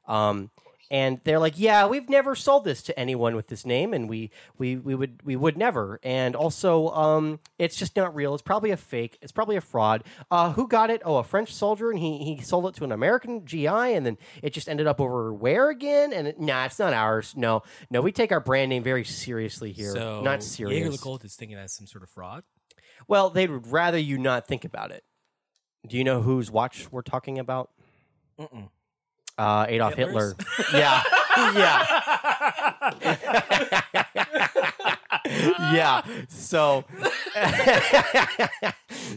[SPEAKER 3] Um, and they're like, yeah, we've never sold this to anyone with this name, and we we, we would we would never. And also, um, it's just not real. It's probably a fake. It's probably a fraud. Uh, who got it? Oh, a French soldier, and he he sold it to an American GI, and then it just ended up over where again? And it, nah, it's not ours. No, no, we take our brand name very seriously here.
[SPEAKER 2] So
[SPEAKER 3] not
[SPEAKER 2] Jaeger
[SPEAKER 3] serious.
[SPEAKER 2] occult is thinking that's some sort of fraud.
[SPEAKER 3] Well, they would rather you not think about it. Do you know whose watch we're talking about?
[SPEAKER 2] Mm-mm.
[SPEAKER 3] Uh, Adolf
[SPEAKER 2] Hitler's?
[SPEAKER 3] Hitler. yeah. Yeah. yeah. So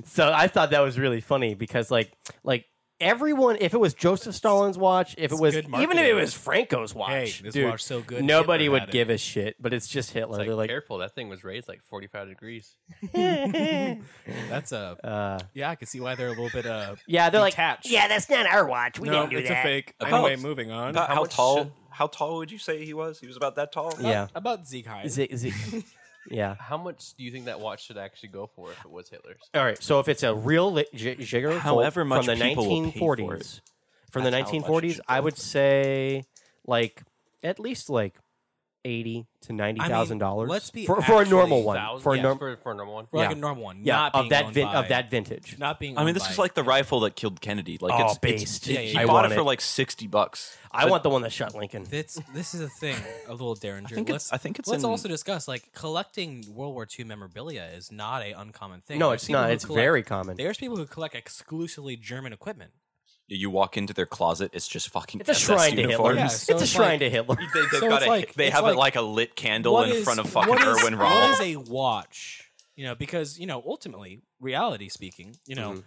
[SPEAKER 3] So I thought that was really funny because like like everyone if it was Joseph Stalin's watch, if it was
[SPEAKER 2] good
[SPEAKER 3] even if it
[SPEAKER 2] marketing.
[SPEAKER 3] was Franco's watch,
[SPEAKER 2] Hey, this
[SPEAKER 3] dude,
[SPEAKER 2] watch so good,
[SPEAKER 3] nobody
[SPEAKER 2] Hitler
[SPEAKER 3] would
[SPEAKER 2] had it.
[SPEAKER 3] give a shit, but it's just Hitler.
[SPEAKER 4] It's like,
[SPEAKER 3] They're like
[SPEAKER 4] careful, that thing was raised like 45 degrees.
[SPEAKER 2] That's a
[SPEAKER 3] uh,
[SPEAKER 2] yeah. I can see why they're a little bit uh
[SPEAKER 3] yeah, they're
[SPEAKER 2] detached.
[SPEAKER 3] like, yeah, that's not our watch. We
[SPEAKER 2] no,
[SPEAKER 3] didn't do
[SPEAKER 2] it's
[SPEAKER 3] that.
[SPEAKER 2] a fake.
[SPEAKER 1] About-
[SPEAKER 2] anyway, moving on.
[SPEAKER 1] About how,
[SPEAKER 4] much
[SPEAKER 1] tall?
[SPEAKER 4] should-
[SPEAKER 1] How tall would you say he was? He was about that tall.
[SPEAKER 3] Yeah.
[SPEAKER 2] about Zeke Hyde?
[SPEAKER 3] Is it, is it, yeah.
[SPEAKER 4] How much do you think that watch should actually go for if it was Hitler's?
[SPEAKER 3] All right. So if it's a real li- j- jigger full
[SPEAKER 1] However much
[SPEAKER 3] from the
[SPEAKER 1] people will pay
[SPEAKER 3] 1940s,
[SPEAKER 1] for it,
[SPEAKER 3] from the
[SPEAKER 1] that's how much it
[SPEAKER 3] 1940s,
[SPEAKER 1] should
[SPEAKER 3] I
[SPEAKER 1] go
[SPEAKER 3] would
[SPEAKER 1] for.
[SPEAKER 3] say like at least like eighty to ninety
[SPEAKER 2] I mean,
[SPEAKER 3] thousand dollars.
[SPEAKER 2] let's be
[SPEAKER 3] for, for a normal
[SPEAKER 2] actually
[SPEAKER 3] one
[SPEAKER 4] Thousand-
[SPEAKER 3] for a
[SPEAKER 4] yeah,
[SPEAKER 3] norm-
[SPEAKER 4] for, for a normal one.
[SPEAKER 2] For like
[SPEAKER 3] Yeah.
[SPEAKER 2] a normal one,
[SPEAKER 3] yeah
[SPEAKER 2] not
[SPEAKER 3] of
[SPEAKER 2] being
[SPEAKER 3] that
[SPEAKER 2] owned
[SPEAKER 3] vin-
[SPEAKER 2] by-
[SPEAKER 3] of that vintage.
[SPEAKER 2] not being.
[SPEAKER 1] I mean,
[SPEAKER 2] owned
[SPEAKER 1] this
[SPEAKER 2] by-
[SPEAKER 1] is like the rifle that killed Kennedy. Like
[SPEAKER 3] Oh,
[SPEAKER 1] it's, it's-
[SPEAKER 3] based.
[SPEAKER 1] it-
[SPEAKER 2] Yeah, yeah,
[SPEAKER 1] he
[SPEAKER 2] yeah. I
[SPEAKER 1] bought
[SPEAKER 3] want
[SPEAKER 1] it for
[SPEAKER 3] it.
[SPEAKER 1] like sixty bucks.
[SPEAKER 3] I want the one that shot Lincoln.
[SPEAKER 2] That's this is a thing, a little Derringer.
[SPEAKER 1] think it's-
[SPEAKER 2] let's,
[SPEAKER 1] I think it's
[SPEAKER 2] Let's
[SPEAKER 1] in-
[SPEAKER 2] also discuss like collecting World War II memorabilia is not a uncommon thing.
[SPEAKER 3] No,
[SPEAKER 2] There's
[SPEAKER 3] it's
[SPEAKER 2] people
[SPEAKER 3] not.
[SPEAKER 2] who
[SPEAKER 3] It's very common.
[SPEAKER 2] There's people who collect exclusively German equipment.
[SPEAKER 1] You walk into their closet, it's just fucking.
[SPEAKER 3] It's a
[SPEAKER 1] SS
[SPEAKER 3] shrine to Hitler.
[SPEAKER 1] uniforms.
[SPEAKER 2] Yeah, so
[SPEAKER 3] it's a
[SPEAKER 2] it's
[SPEAKER 3] shrine
[SPEAKER 2] like-
[SPEAKER 3] to Hitler.
[SPEAKER 1] They, have
[SPEAKER 2] So
[SPEAKER 1] got
[SPEAKER 2] it's
[SPEAKER 1] a,
[SPEAKER 2] like-
[SPEAKER 1] they
[SPEAKER 2] it's
[SPEAKER 1] have it
[SPEAKER 2] like-
[SPEAKER 1] like a lit candle
[SPEAKER 2] What
[SPEAKER 1] in
[SPEAKER 2] is-
[SPEAKER 1] front of fucking
[SPEAKER 2] what is-
[SPEAKER 1] Erwin
[SPEAKER 2] What
[SPEAKER 1] Rommel.
[SPEAKER 2] is a watch? You know, because you know, ultimately, reality speaking, you know,
[SPEAKER 1] Mm-hmm.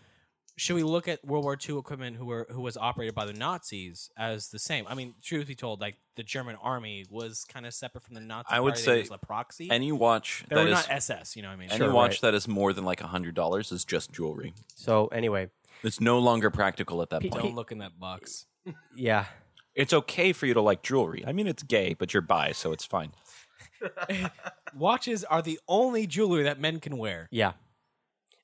[SPEAKER 2] should we look at World War II equipment who were who was operated by the Nazis as the same? I mean, truth be told, like the German army was kind of separate from the Nazi.
[SPEAKER 1] I would
[SPEAKER 2] party.
[SPEAKER 1] say
[SPEAKER 2] it was a proxy.
[SPEAKER 1] Any watch
[SPEAKER 2] they
[SPEAKER 1] that
[SPEAKER 2] were
[SPEAKER 1] is
[SPEAKER 2] not SS. You know what I mean?
[SPEAKER 1] any
[SPEAKER 3] Sure,
[SPEAKER 1] watch
[SPEAKER 3] right.
[SPEAKER 1] that is more than like hundred dollars is just jewelry.
[SPEAKER 3] So anyway,
[SPEAKER 1] It's no longer practical at that
[SPEAKER 3] Pete-
[SPEAKER 1] point.
[SPEAKER 2] Don't look in that box.
[SPEAKER 3] yeah.
[SPEAKER 1] It's okay for you to like jewelry. I mean, it's gay, but you're bi, so it's fine.
[SPEAKER 2] Watches are the only jewelry that men can wear.
[SPEAKER 3] Yeah.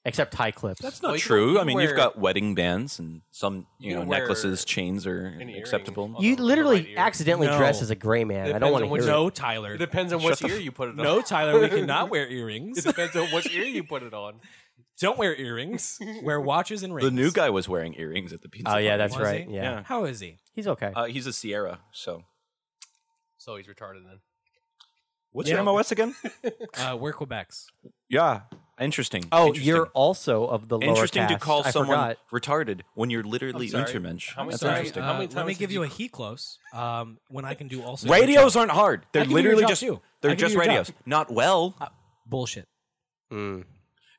[SPEAKER 3] Except tie clips.
[SPEAKER 1] That's not
[SPEAKER 4] Well, you can- you
[SPEAKER 1] true. I
[SPEAKER 4] can
[SPEAKER 1] mean,
[SPEAKER 4] wear-
[SPEAKER 1] you've got wedding bands and some, you,
[SPEAKER 4] You
[SPEAKER 1] know,
[SPEAKER 4] can wear
[SPEAKER 1] necklaces, chains are
[SPEAKER 4] an earring.
[SPEAKER 1] acceptable.
[SPEAKER 4] Oh,
[SPEAKER 3] you
[SPEAKER 4] on the right
[SPEAKER 3] literally
[SPEAKER 4] ear.
[SPEAKER 3] accidentally
[SPEAKER 2] No.
[SPEAKER 3] dress as a gray man. I don't
[SPEAKER 4] Depends
[SPEAKER 3] want
[SPEAKER 4] on
[SPEAKER 3] to
[SPEAKER 4] what
[SPEAKER 3] hear.
[SPEAKER 2] No, Tyler.
[SPEAKER 4] It depends on which ear you put it on.
[SPEAKER 2] No, Tyler. We cannot wear
[SPEAKER 4] It
[SPEAKER 2] earrings.
[SPEAKER 4] depends on which ear you put it on.
[SPEAKER 2] Don't wear earrings. wear watches and rings.
[SPEAKER 1] The new guy was wearing earrings at the pizza.
[SPEAKER 3] Oh yeah,
[SPEAKER 1] party.
[SPEAKER 3] that's
[SPEAKER 2] Was
[SPEAKER 3] right.
[SPEAKER 2] he?
[SPEAKER 3] Yeah.
[SPEAKER 1] Yeah.
[SPEAKER 2] How is he?
[SPEAKER 3] he's okay.
[SPEAKER 1] Uh, he's a Sierra. So
[SPEAKER 4] So he's retarded then.
[SPEAKER 1] what's
[SPEAKER 3] Yeah.
[SPEAKER 1] your MOS again?
[SPEAKER 2] Uh, we're Quebecs.
[SPEAKER 1] yeah, interesting.
[SPEAKER 3] oh,
[SPEAKER 1] Interesting.
[SPEAKER 3] you're also of the lower
[SPEAKER 1] interesting to
[SPEAKER 3] caste.
[SPEAKER 1] call
[SPEAKER 3] I
[SPEAKER 1] someone
[SPEAKER 3] forgot.
[SPEAKER 1] retarded when you're literally
[SPEAKER 4] I'm sorry.
[SPEAKER 1] intermensch.
[SPEAKER 4] How many
[SPEAKER 1] That's
[SPEAKER 4] times-
[SPEAKER 1] interesting.
[SPEAKER 4] how
[SPEAKER 2] Uh,
[SPEAKER 4] many
[SPEAKER 2] let me
[SPEAKER 4] times
[SPEAKER 2] give
[SPEAKER 4] did
[SPEAKER 2] you a
[SPEAKER 4] you-
[SPEAKER 2] heat close. Um, when I can do also
[SPEAKER 1] radios aren't hard. They're
[SPEAKER 2] I can do your
[SPEAKER 1] literally
[SPEAKER 2] job
[SPEAKER 1] just
[SPEAKER 2] too. I
[SPEAKER 1] they're
[SPEAKER 2] can do
[SPEAKER 1] just
[SPEAKER 2] your job.
[SPEAKER 1] radios. Not well.
[SPEAKER 2] bullshit.
[SPEAKER 1] Hmm.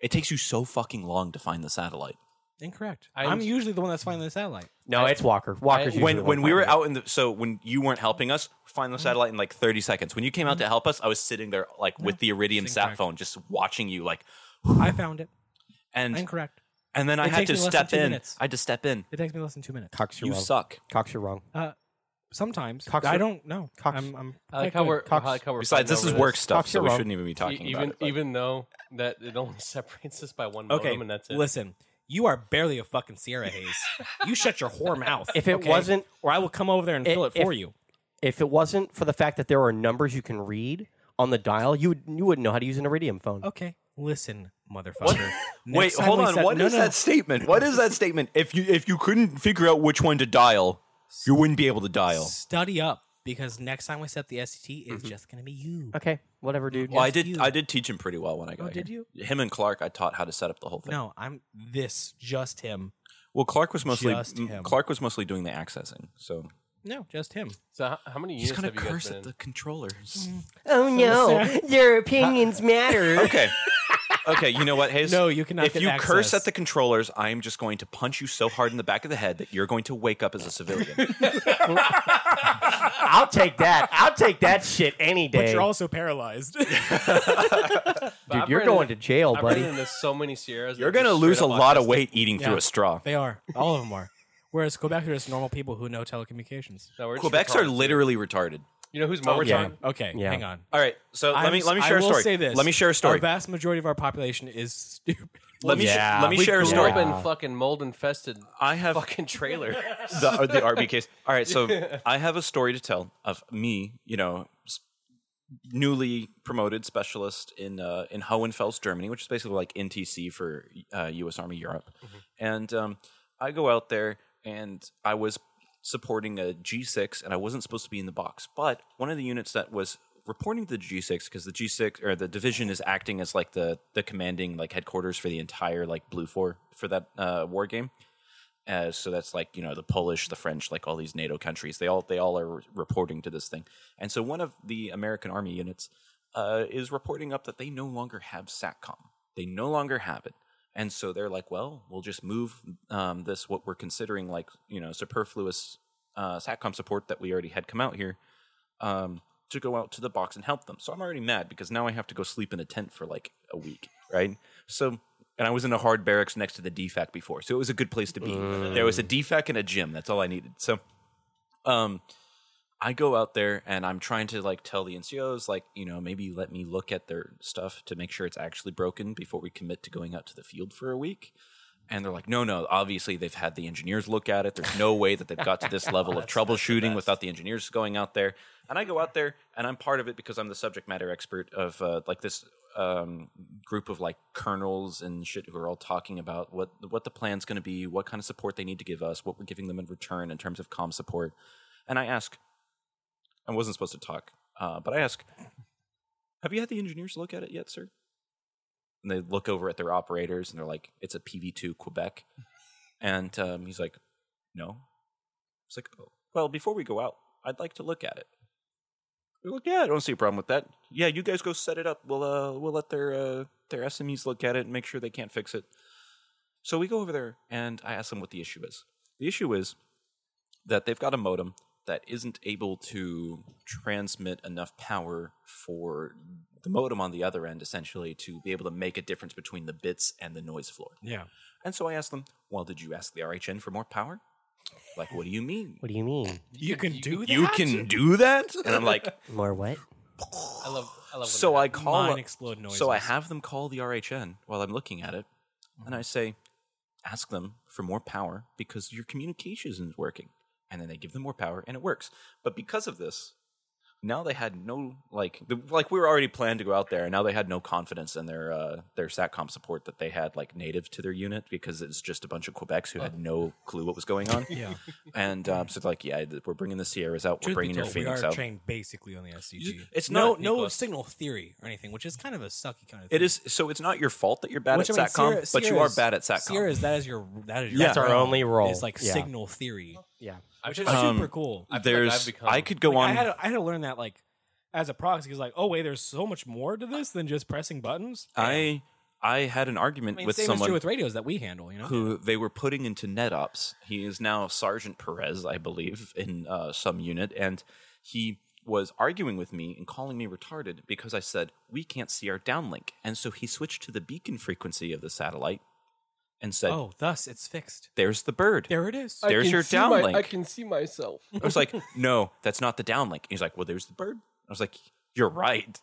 [SPEAKER 1] It takes you so fucking long to find the satellite.
[SPEAKER 2] Incorrect.
[SPEAKER 4] I-
[SPEAKER 2] I'm usually the one that's finding the satellite.
[SPEAKER 3] No, it's Walker. Walker's usually the
[SPEAKER 1] When when
[SPEAKER 3] one
[SPEAKER 1] we were
[SPEAKER 3] fighting.
[SPEAKER 1] out in the so when you weren't helping us find the satellite in like 30 seconds. When you came out to help us, I was sitting there like with the iridium
[SPEAKER 2] it's
[SPEAKER 1] sat
[SPEAKER 2] incorrect.
[SPEAKER 1] phone just watching you like
[SPEAKER 2] I found it.
[SPEAKER 1] and
[SPEAKER 2] Incorrect.
[SPEAKER 1] and then I
[SPEAKER 2] It
[SPEAKER 1] had
[SPEAKER 2] takes
[SPEAKER 1] to
[SPEAKER 2] me less than
[SPEAKER 1] step
[SPEAKER 2] two
[SPEAKER 1] in.
[SPEAKER 2] minutes.
[SPEAKER 1] I had to step in.
[SPEAKER 2] It takes me less than two minutes.
[SPEAKER 3] Cox, you're
[SPEAKER 1] You
[SPEAKER 3] wrong.
[SPEAKER 1] suck.
[SPEAKER 3] Cox, you're wrong.
[SPEAKER 2] Uh, sometimes
[SPEAKER 3] Cox-
[SPEAKER 2] I don't know.
[SPEAKER 3] Cox-
[SPEAKER 2] I'm, I'm
[SPEAKER 4] I like
[SPEAKER 2] quite
[SPEAKER 4] how
[SPEAKER 2] good.
[SPEAKER 4] we're,
[SPEAKER 3] Cox-
[SPEAKER 4] I like how we're
[SPEAKER 1] Besides,
[SPEAKER 4] fighting
[SPEAKER 1] this is
[SPEAKER 4] over
[SPEAKER 1] work stuff,
[SPEAKER 3] Cox,
[SPEAKER 1] so
[SPEAKER 3] you're
[SPEAKER 1] we
[SPEAKER 3] wrong.
[SPEAKER 1] shouldn't even be talking
[SPEAKER 4] E-
[SPEAKER 1] about
[SPEAKER 4] even
[SPEAKER 1] it. but-
[SPEAKER 4] even though that it only separates us by one modem,
[SPEAKER 2] okay.
[SPEAKER 4] and that's it.
[SPEAKER 2] Listen, you are barely a fucking Sierra Hayes. you shut your whore mouth.
[SPEAKER 3] If it
[SPEAKER 2] okay?
[SPEAKER 3] wasn't-
[SPEAKER 2] or I will come over there and
[SPEAKER 3] If-
[SPEAKER 2] fill it
[SPEAKER 3] if-
[SPEAKER 2] for you.
[SPEAKER 3] If it wasn't for the fact that there are numbers you can read on the dial, you would you wouldn't know how to use an iridium phone.
[SPEAKER 1] Oh.
[SPEAKER 2] Okay, listen, motherfucker.
[SPEAKER 1] Wait,
[SPEAKER 2] Next time
[SPEAKER 1] hold
[SPEAKER 2] we
[SPEAKER 1] on. What
[SPEAKER 2] set-
[SPEAKER 1] is
[SPEAKER 2] no, no,
[SPEAKER 1] that statement? What is that statement? If you if you couldn't figure out which one to dial, you wouldn't be able to
[SPEAKER 2] no.
[SPEAKER 1] dial.
[SPEAKER 2] Study up because next time we set the SCT, it's
[SPEAKER 1] Mm-hmm.
[SPEAKER 2] just gonna be you.
[SPEAKER 3] Okay, whatever, dude.
[SPEAKER 1] Well, I
[SPEAKER 2] Just
[SPEAKER 1] did.
[SPEAKER 2] you.
[SPEAKER 1] I did teach him pretty well when I got
[SPEAKER 2] Oh,
[SPEAKER 1] here.
[SPEAKER 2] did you?
[SPEAKER 1] Him and Clark, I taught how to set up the whole thing.
[SPEAKER 2] No, I'm this just him.
[SPEAKER 1] Well, Clark was mostly
[SPEAKER 2] Just
[SPEAKER 1] m-
[SPEAKER 2] him.
[SPEAKER 1] Clark was mostly doing the accessing. So
[SPEAKER 2] No, just him.
[SPEAKER 4] So how, how many years have you guys been in?
[SPEAKER 1] controllers.
[SPEAKER 3] Oh no, your opinions matter.
[SPEAKER 1] okay. Okay, you know what, Hayes?
[SPEAKER 2] No, you cannot
[SPEAKER 1] If
[SPEAKER 2] get
[SPEAKER 1] you curse
[SPEAKER 2] access.
[SPEAKER 1] at the controllers, I am just going to punch you so hard in the back of the head that you're going to wake up as a civilian.
[SPEAKER 3] I'll take that. I'll take that shit any day.
[SPEAKER 2] But you're also paralyzed.
[SPEAKER 4] But I've
[SPEAKER 3] dude, you're
[SPEAKER 4] ran into-
[SPEAKER 3] going to jail,
[SPEAKER 4] I've
[SPEAKER 3] buddy.
[SPEAKER 4] ran into so many Sierras. that
[SPEAKER 1] you're
[SPEAKER 4] are
[SPEAKER 1] going to
[SPEAKER 4] just
[SPEAKER 1] lose a
[SPEAKER 4] straight up
[SPEAKER 1] lot of
[SPEAKER 4] autistic.
[SPEAKER 1] weight eating through
[SPEAKER 2] Yeah.
[SPEAKER 1] a straw.
[SPEAKER 2] they are. All of them are. Whereas Quebec are just normal people who know telecommunications.
[SPEAKER 4] No, we're just
[SPEAKER 1] Quebecs are Oh,
[SPEAKER 4] retarded.
[SPEAKER 1] literally retarded.
[SPEAKER 4] You know who's more retarded?
[SPEAKER 3] yeah.
[SPEAKER 2] Okay,
[SPEAKER 3] Yeah.
[SPEAKER 2] hang on.
[SPEAKER 1] All right, so let
[SPEAKER 2] I'm-
[SPEAKER 1] me let me
[SPEAKER 2] I
[SPEAKER 1] share a
[SPEAKER 2] will
[SPEAKER 1] story.
[SPEAKER 2] Say this.
[SPEAKER 1] Let me share a
[SPEAKER 2] Our
[SPEAKER 1] story.
[SPEAKER 2] vast majority of our population is stupid.
[SPEAKER 1] Let me sh-
[SPEAKER 3] Yeah.
[SPEAKER 1] let me
[SPEAKER 4] We
[SPEAKER 1] share a
[SPEAKER 4] grew
[SPEAKER 1] story.
[SPEAKER 4] up in fucking mold infested
[SPEAKER 1] I have
[SPEAKER 4] fucking trailer.
[SPEAKER 1] the, uh, the RB case. All right, so I have a story to tell of me, you know, s- newly promoted specialist in uh, in Hohenfels, Germany, which is basically like NTC for uh, U.S. Army Europe. And um, I go out there, and I was supporting a G6, and I wasn't supposed to be in the box, but one of the units that was reporting to the G6 because the G6 or the division is acting as like the the commanding like headquarters for the entire like Blue Four for that uh, war game. Uh, so that's like you know the Polish, the French, like all these NATO countries. They all they all are re- reporting to this thing. And so one of the American Army units uh, is reporting up that they no longer have SATCOM. They no longer have it. And so they're like, well, we'll just move um, this what we're considering like you know superfluous uh, SATCOM support that we already had come out here um, to go out to the box and help them. So I'm already mad because now I have to go sleep in a tent for like a week, right? So, and I was in a hard barracks next to the DFAC before, so it was a good place to be. There was a DFAC and a gym. That's all I needed. So, um, I go out there and I'm trying to like tell the NCOs, like, you know, maybe let me look at their stuff to make sure it's actually broken before we commit to going out to the field for a week. And they're like, no, no, obviously they've had the engineers look at it. There's no way that they've got to this level of troubleshooting without the engineers going out there. And I go out there and I'm part of it because I'm the subject matter expert of uh, like this um, group of like colonels and shit who are all talking about what what the plan's going to be, what kind of support they need to give us, what we're giving them in return in terms of comm support. And I ask, I wasn't supposed to talk, uh, but I ask, have you had the engineers look at it yet, sir? And they look over at their operators and they're like, it's a PV2 Quebec. And um, he's like, no. It's like, oh, well, before we go out, I'd like to look at it. They're like, yeah, I don't see a problem with that. Yeah, you guys go set it up. We'll uh, we'll let their uh, their SMEs look at it and make sure they can't fix it. So we go over there and I ask them what the issue is. The issue is that they've got a modem that isn't able to transmit enough power for the modem on the other end, essentially, to be able to make a difference between the bits and the noise floor.
[SPEAKER 2] Yeah.
[SPEAKER 1] And so I asked them, Well, did you ask the RHN for more power? Like, what do you mean?
[SPEAKER 3] What do you mean?
[SPEAKER 2] You can do that.
[SPEAKER 1] You can do that? And I'm like,
[SPEAKER 3] More what?
[SPEAKER 4] I love. I love. when
[SPEAKER 1] So
[SPEAKER 4] that
[SPEAKER 1] I call.
[SPEAKER 2] Mine explode noises. Mm-hmm.
[SPEAKER 1] So I have them call the RHN while I'm looking at it, and I say, ask them for more power because your communication isn't working. And then they give them more power, and it works. But because of this, now they had no like the, like we were already planned to go out there and now they had no confidence in their uh their satcom support that they had like native to their unit because it's just a bunch of quebecs who had no clue what was going on
[SPEAKER 7] Yeah.
[SPEAKER 1] and um, so it's like yeah th- we're bringing the sierras out we're
[SPEAKER 2] Truth be
[SPEAKER 1] bringing your
[SPEAKER 2] told, we
[SPEAKER 1] phoenix
[SPEAKER 2] are
[SPEAKER 1] out
[SPEAKER 2] trained basically on the SCG.
[SPEAKER 1] You- it's
[SPEAKER 2] no
[SPEAKER 1] not,
[SPEAKER 2] no
[SPEAKER 1] Nicola.
[SPEAKER 2] signal theory or anything, which is kind of a sucky kind of. thing.
[SPEAKER 1] it is so it's not your fault that you're bad
[SPEAKER 2] Which,
[SPEAKER 1] at
[SPEAKER 2] I mean,
[SPEAKER 1] satcom
[SPEAKER 2] Sierra-
[SPEAKER 1] but you are
[SPEAKER 2] Sierra's-
[SPEAKER 1] bad at satcom
[SPEAKER 2] Sierra's that is your that is your
[SPEAKER 1] Yeah. That's
[SPEAKER 3] our
[SPEAKER 2] realm,
[SPEAKER 3] only role.
[SPEAKER 2] Is like
[SPEAKER 3] Yeah.
[SPEAKER 2] signal theory,
[SPEAKER 3] Yeah.
[SPEAKER 2] which
[SPEAKER 4] I've
[SPEAKER 2] is
[SPEAKER 4] become-
[SPEAKER 2] super cool.
[SPEAKER 4] I feel like I've
[SPEAKER 1] Um, there's
[SPEAKER 4] become-
[SPEAKER 1] i could go
[SPEAKER 7] Like,
[SPEAKER 1] on
[SPEAKER 7] I had, to, I had to learn that like as a proxy. Because like, oh wait, there's so much more to this than just pressing buttons.
[SPEAKER 1] I I had an
[SPEAKER 2] I
[SPEAKER 1] argument
[SPEAKER 2] mean,
[SPEAKER 1] with
[SPEAKER 2] same is
[SPEAKER 1] someone
[SPEAKER 2] true with radios that we handle. You know,
[SPEAKER 1] who they were putting into NetOps. He is now Sergeant Perez, I believe, in uh, some unit, and he was arguing with me and calling me retarded because I said we can't see our downlink, and so he switched to the beacon frequency of the satellite and said,
[SPEAKER 2] oh, thus it's fixed.
[SPEAKER 1] "There's the bird."
[SPEAKER 2] There it is.
[SPEAKER 1] There's
[SPEAKER 4] can
[SPEAKER 1] your
[SPEAKER 4] see my-
[SPEAKER 1] downlink.
[SPEAKER 4] I can see myself.
[SPEAKER 1] I was like, "No, that's not the downlink." He's like, "Well, there's the bird." I was like, "You're right."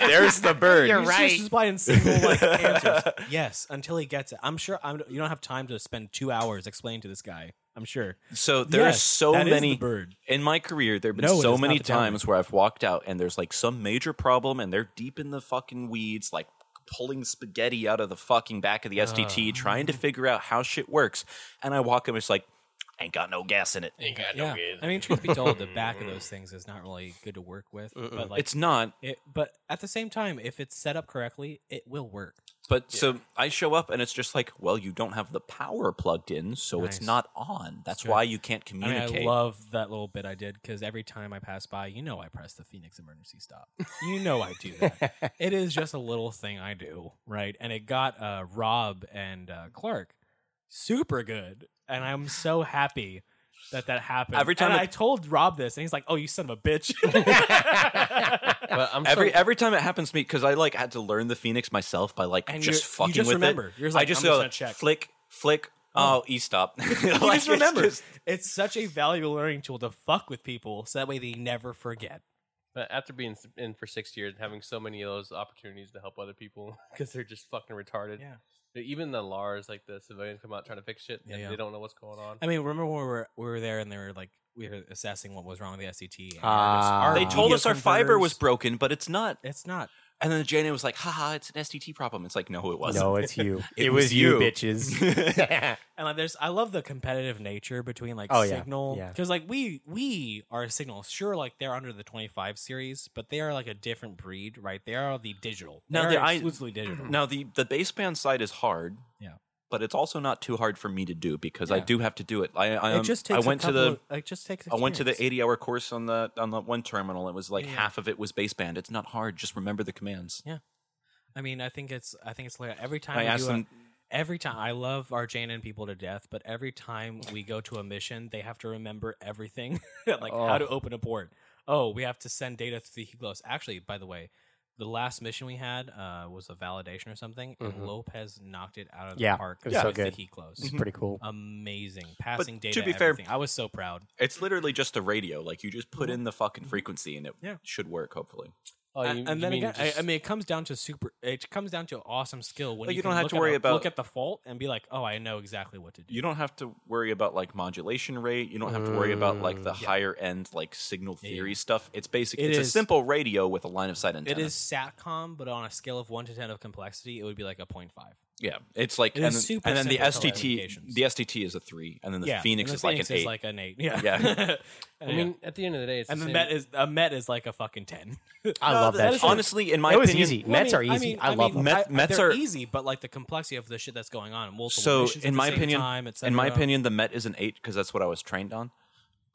[SPEAKER 1] there's the bird.
[SPEAKER 6] You're
[SPEAKER 2] He's
[SPEAKER 6] right.
[SPEAKER 2] Just supplying single like answers. Yes, until he gets it. I'm sure. I'm. You don't have time to spend two hours explaining to this guy. I'm sure.
[SPEAKER 1] So there's
[SPEAKER 2] Yes,
[SPEAKER 1] so
[SPEAKER 2] that is
[SPEAKER 1] many
[SPEAKER 2] the bird.
[SPEAKER 1] in my career. There have been
[SPEAKER 2] No, it
[SPEAKER 1] so
[SPEAKER 2] is
[SPEAKER 1] many
[SPEAKER 2] not the downlink.
[SPEAKER 1] times where I've walked out and there's like some major problem, and they're deep in the fucking weeds, like pulling spaghetti out of the fucking back of the
[SPEAKER 2] Ah.
[SPEAKER 1] STT, trying to figure out how shit works. And I walk in, it's like, ain't got no gas in it.
[SPEAKER 2] yeah. I mean, truth be told, the back of those things is not really good to work with. But like,
[SPEAKER 1] it's not.
[SPEAKER 2] It, but at the same time, if it's set up correctly, it will work.
[SPEAKER 1] But so I show up and it's just like, well, you don't have the power plugged in, so it's
[SPEAKER 2] Nice.
[SPEAKER 1] not on. That's why you can't
[SPEAKER 2] I mean,
[SPEAKER 1] communicate.
[SPEAKER 2] I love that little bit I did because every time I pass by, you know, I press the Phoenix emergency stop. You know, I do that. it is just a little thing I do, right? And it got uh, Rob and uh, Clark super good, and I'm so happy that that happened.
[SPEAKER 1] Every time
[SPEAKER 2] and
[SPEAKER 1] it-
[SPEAKER 2] I told Rob this, and he's like, "Oh, you son of a bitch."
[SPEAKER 4] But I'm
[SPEAKER 1] Every
[SPEAKER 4] so,
[SPEAKER 1] every time it happens to me, because I like had to learn the phoenix myself by like
[SPEAKER 2] And
[SPEAKER 1] just
[SPEAKER 2] you're- you
[SPEAKER 1] fucking
[SPEAKER 2] just
[SPEAKER 1] with
[SPEAKER 2] remember.
[SPEAKER 1] it.
[SPEAKER 2] You're just
[SPEAKER 1] I
[SPEAKER 2] like,
[SPEAKER 1] just
[SPEAKER 2] I'm just
[SPEAKER 1] go
[SPEAKER 2] gonna check.
[SPEAKER 1] flick, flick. Oh, e stop.
[SPEAKER 2] You just remember, it's such a valuable learning tool to fuck with people, so that way they never forget.
[SPEAKER 4] but after being s- in for six years and having so many of those opportunities to help other people because they're just fucking retarded.
[SPEAKER 2] Yeah.
[SPEAKER 4] But Even the LARS, like the civilians come out trying to fix shit
[SPEAKER 2] Yeah,
[SPEAKER 4] and
[SPEAKER 2] yeah.
[SPEAKER 4] they don't know what's going on.
[SPEAKER 2] I mean, remember when we were we were there and they were like we were assessing what was wrong with the SCT. And
[SPEAKER 3] Ah.
[SPEAKER 2] our-
[SPEAKER 1] They
[SPEAKER 2] our
[SPEAKER 1] told
[SPEAKER 2] video
[SPEAKER 1] us our fiber
[SPEAKER 2] converters-
[SPEAKER 1] was broken, but it's not.
[SPEAKER 2] It's not.
[SPEAKER 1] And then the JNA was like, haha, it's an STT problem. It's like, no, it wasn't.
[SPEAKER 3] No, it's you.
[SPEAKER 1] It
[SPEAKER 3] it,
[SPEAKER 1] was
[SPEAKER 3] was, you,
[SPEAKER 1] you.
[SPEAKER 3] bitches.
[SPEAKER 2] And like, there's I love the competitive nature between like
[SPEAKER 3] Oh, yeah.
[SPEAKER 2] signal
[SPEAKER 3] Yeah.
[SPEAKER 2] because like we we are signal. Sure, like they're under the 25 series, but they are like a different breed, right? They are the digital.
[SPEAKER 1] Now, the-
[SPEAKER 2] they are
[SPEAKER 1] I-
[SPEAKER 2] exclusively digital.
[SPEAKER 1] Now, the, the baseband side is hard.
[SPEAKER 2] Yeah.
[SPEAKER 1] But it's also not too hard for me to do because I
[SPEAKER 2] Yeah.
[SPEAKER 1] do have to do it. I, I, um,
[SPEAKER 2] it just
[SPEAKER 1] I
[SPEAKER 2] takes.
[SPEAKER 1] went
[SPEAKER 2] a
[SPEAKER 1] to the.
[SPEAKER 2] couple Of, it just takes.
[SPEAKER 1] I went to the
[SPEAKER 2] experience.
[SPEAKER 1] 80 hour course on the on the one terminal. It was like half of it was baseband. It's not hard. Just remember the commands.
[SPEAKER 2] I mean, I think it's. I think it's like every time
[SPEAKER 1] I
[SPEAKER 2] we
[SPEAKER 1] asked
[SPEAKER 2] do a-
[SPEAKER 1] them-
[SPEAKER 2] every time I love our JNN people to death, but every time we go to a mission, they have to remember everything, like how to open a port. Oh, we have to send data through the Higlos. Actually, by the way, the last mission we had uh, was a validation or something,
[SPEAKER 1] Mm-hmm.
[SPEAKER 2] and Lopez knocked it out of the
[SPEAKER 3] Yeah,
[SPEAKER 2] park.
[SPEAKER 3] it was so
[SPEAKER 2] with
[SPEAKER 3] good.
[SPEAKER 2] The Higlos.
[SPEAKER 3] it's pretty cool.
[SPEAKER 2] Amazing, passing
[SPEAKER 1] to
[SPEAKER 2] data.
[SPEAKER 1] be fair-
[SPEAKER 2] everything. I was so proud.
[SPEAKER 1] It's literally just a radio. Like you just put in the fucking frequency and it
[SPEAKER 2] Mm-hmm. Yeah.
[SPEAKER 1] should work. Hopefully,
[SPEAKER 4] Oh,
[SPEAKER 2] and, and then
[SPEAKER 4] mean
[SPEAKER 2] again, I,
[SPEAKER 4] just-
[SPEAKER 2] I mean, it comes down to super. It comes down to awesome skill when
[SPEAKER 1] Like, you
[SPEAKER 2] can
[SPEAKER 1] don't have
[SPEAKER 2] look
[SPEAKER 1] to
[SPEAKER 2] at
[SPEAKER 1] worry
[SPEAKER 2] a-
[SPEAKER 1] about-
[SPEAKER 2] look at the fault and be like, oh, I know exactly what to do.
[SPEAKER 1] you don't have to worry about like modulation rate. You don't have to worry about like the higher end like signal
[SPEAKER 2] Mm. Yeah, yeah.
[SPEAKER 1] theory stuff. It's basic.
[SPEAKER 2] It
[SPEAKER 1] it's a
[SPEAKER 2] is-
[SPEAKER 1] simple radio with a line of sight
[SPEAKER 2] It
[SPEAKER 1] antenna.
[SPEAKER 2] is SATCOM, but on a scale of one to ten of complexity, it would be like a point five.
[SPEAKER 1] Yeah, it's like
[SPEAKER 2] It
[SPEAKER 1] and,
[SPEAKER 2] is
[SPEAKER 1] then,
[SPEAKER 2] super
[SPEAKER 1] and then the
[SPEAKER 2] simple
[SPEAKER 1] STT
[SPEAKER 2] telecommunications.
[SPEAKER 1] the STT is a three, and then the Phoenix is like an eight.
[SPEAKER 2] like an eight. Yeah,
[SPEAKER 1] Yeah.
[SPEAKER 4] I mean, at the end of the day, it's
[SPEAKER 2] and
[SPEAKER 4] the same-
[SPEAKER 2] the Met is a Met is like a fucking ten.
[SPEAKER 3] I love that. shit.
[SPEAKER 1] honestly, in my
[SPEAKER 3] It was
[SPEAKER 1] opinion,
[SPEAKER 3] easy. Mets are easy. I love them.
[SPEAKER 1] Met- Mets
[SPEAKER 2] they're
[SPEAKER 1] are-
[SPEAKER 2] easy, but like the complexity of the shit that's going on. Multiple
[SPEAKER 1] so
[SPEAKER 2] missions at
[SPEAKER 1] in
[SPEAKER 2] the
[SPEAKER 1] my
[SPEAKER 2] same
[SPEAKER 1] opinion,
[SPEAKER 2] time, et
[SPEAKER 1] in my
[SPEAKER 2] cetera.
[SPEAKER 1] opinion, the Met is an eight because that's what I was trained on.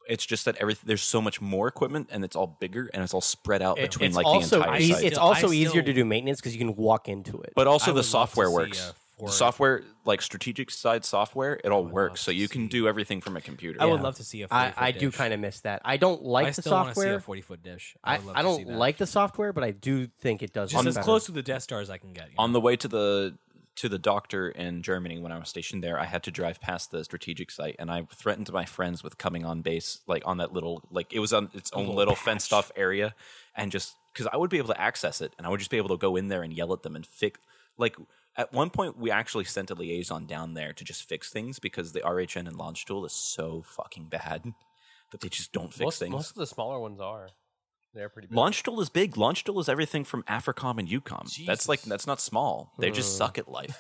[SPEAKER 1] It's just that everything there's so much more equipment and it's all bigger and it's all spread out
[SPEAKER 2] It-
[SPEAKER 1] between
[SPEAKER 2] it's
[SPEAKER 1] like
[SPEAKER 3] also,
[SPEAKER 1] the entire
[SPEAKER 3] eas-
[SPEAKER 1] site.
[SPEAKER 2] site.
[SPEAKER 3] it's also
[SPEAKER 2] I
[SPEAKER 3] easier
[SPEAKER 2] still-
[SPEAKER 3] to do maintenance because you can walk into it.
[SPEAKER 1] But also
[SPEAKER 2] I would
[SPEAKER 1] the
[SPEAKER 2] love to
[SPEAKER 1] software
[SPEAKER 2] see,
[SPEAKER 1] works.
[SPEAKER 2] uh,
[SPEAKER 1] The
[SPEAKER 2] for-
[SPEAKER 1] software, like strategic side software, it all works. So you can do everything from a computer.
[SPEAKER 2] I would love to see a. 40
[SPEAKER 3] I,
[SPEAKER 2] foot
[SPEAKER 3] I do
[SPEAKER 2] dish.
[SPEAKER 3] kind of miss that. I don't like
[SPEAKER 2] I
[SPEAKER 3] the
[SPEAKER 2] still want to see a
[SPEAKER 3] software.
[SPEAKER 2] forty foot dish.
[SPEAKER 3] I,
[SPEAKER 2] would love
[SPEAKER 3] I
[SPEAKER 2] to see
[SPEAKER 3] don't
[SPEAKER 2] that.
[SPEAKER 3] like the software, but I do think it does.
[SPEAKER 2] just
[SPEAKER 3] run
[SPEAKER 2] as
[SPEAKER 3] better.
[SPEAKER 2] close to the Death Star as I can get. you know?
[SPEAKER 1] On the way to the to the doctor in Germany when I was stationed there, I had to drive past the strategic site, and I threatened my friends with coming on base, like on that little, like it was on its own little, fenced off area, and just because I would be able to access it, and I would just be able to go in there and yell at them and fix. Like at one point, we actually sent a liaison down there to just fix things because the RHN and launch tool is so fucking bad. but they just don't fix
[SPEAKER 4] most,
[SPEAKER 1] things.
[SPEAKER 4] most of the smaller ones are. They're pretty big.
[SPEAKER 1] Launch tool is big. Launch tool is everything from AFRICOM and UCOM. That's like
[SPEAKER 4] Jesus.
[SPEAKER 1] that's not small. They
[SPEAKER 2] Hmm.
[SPEAKER 1] just suck at life.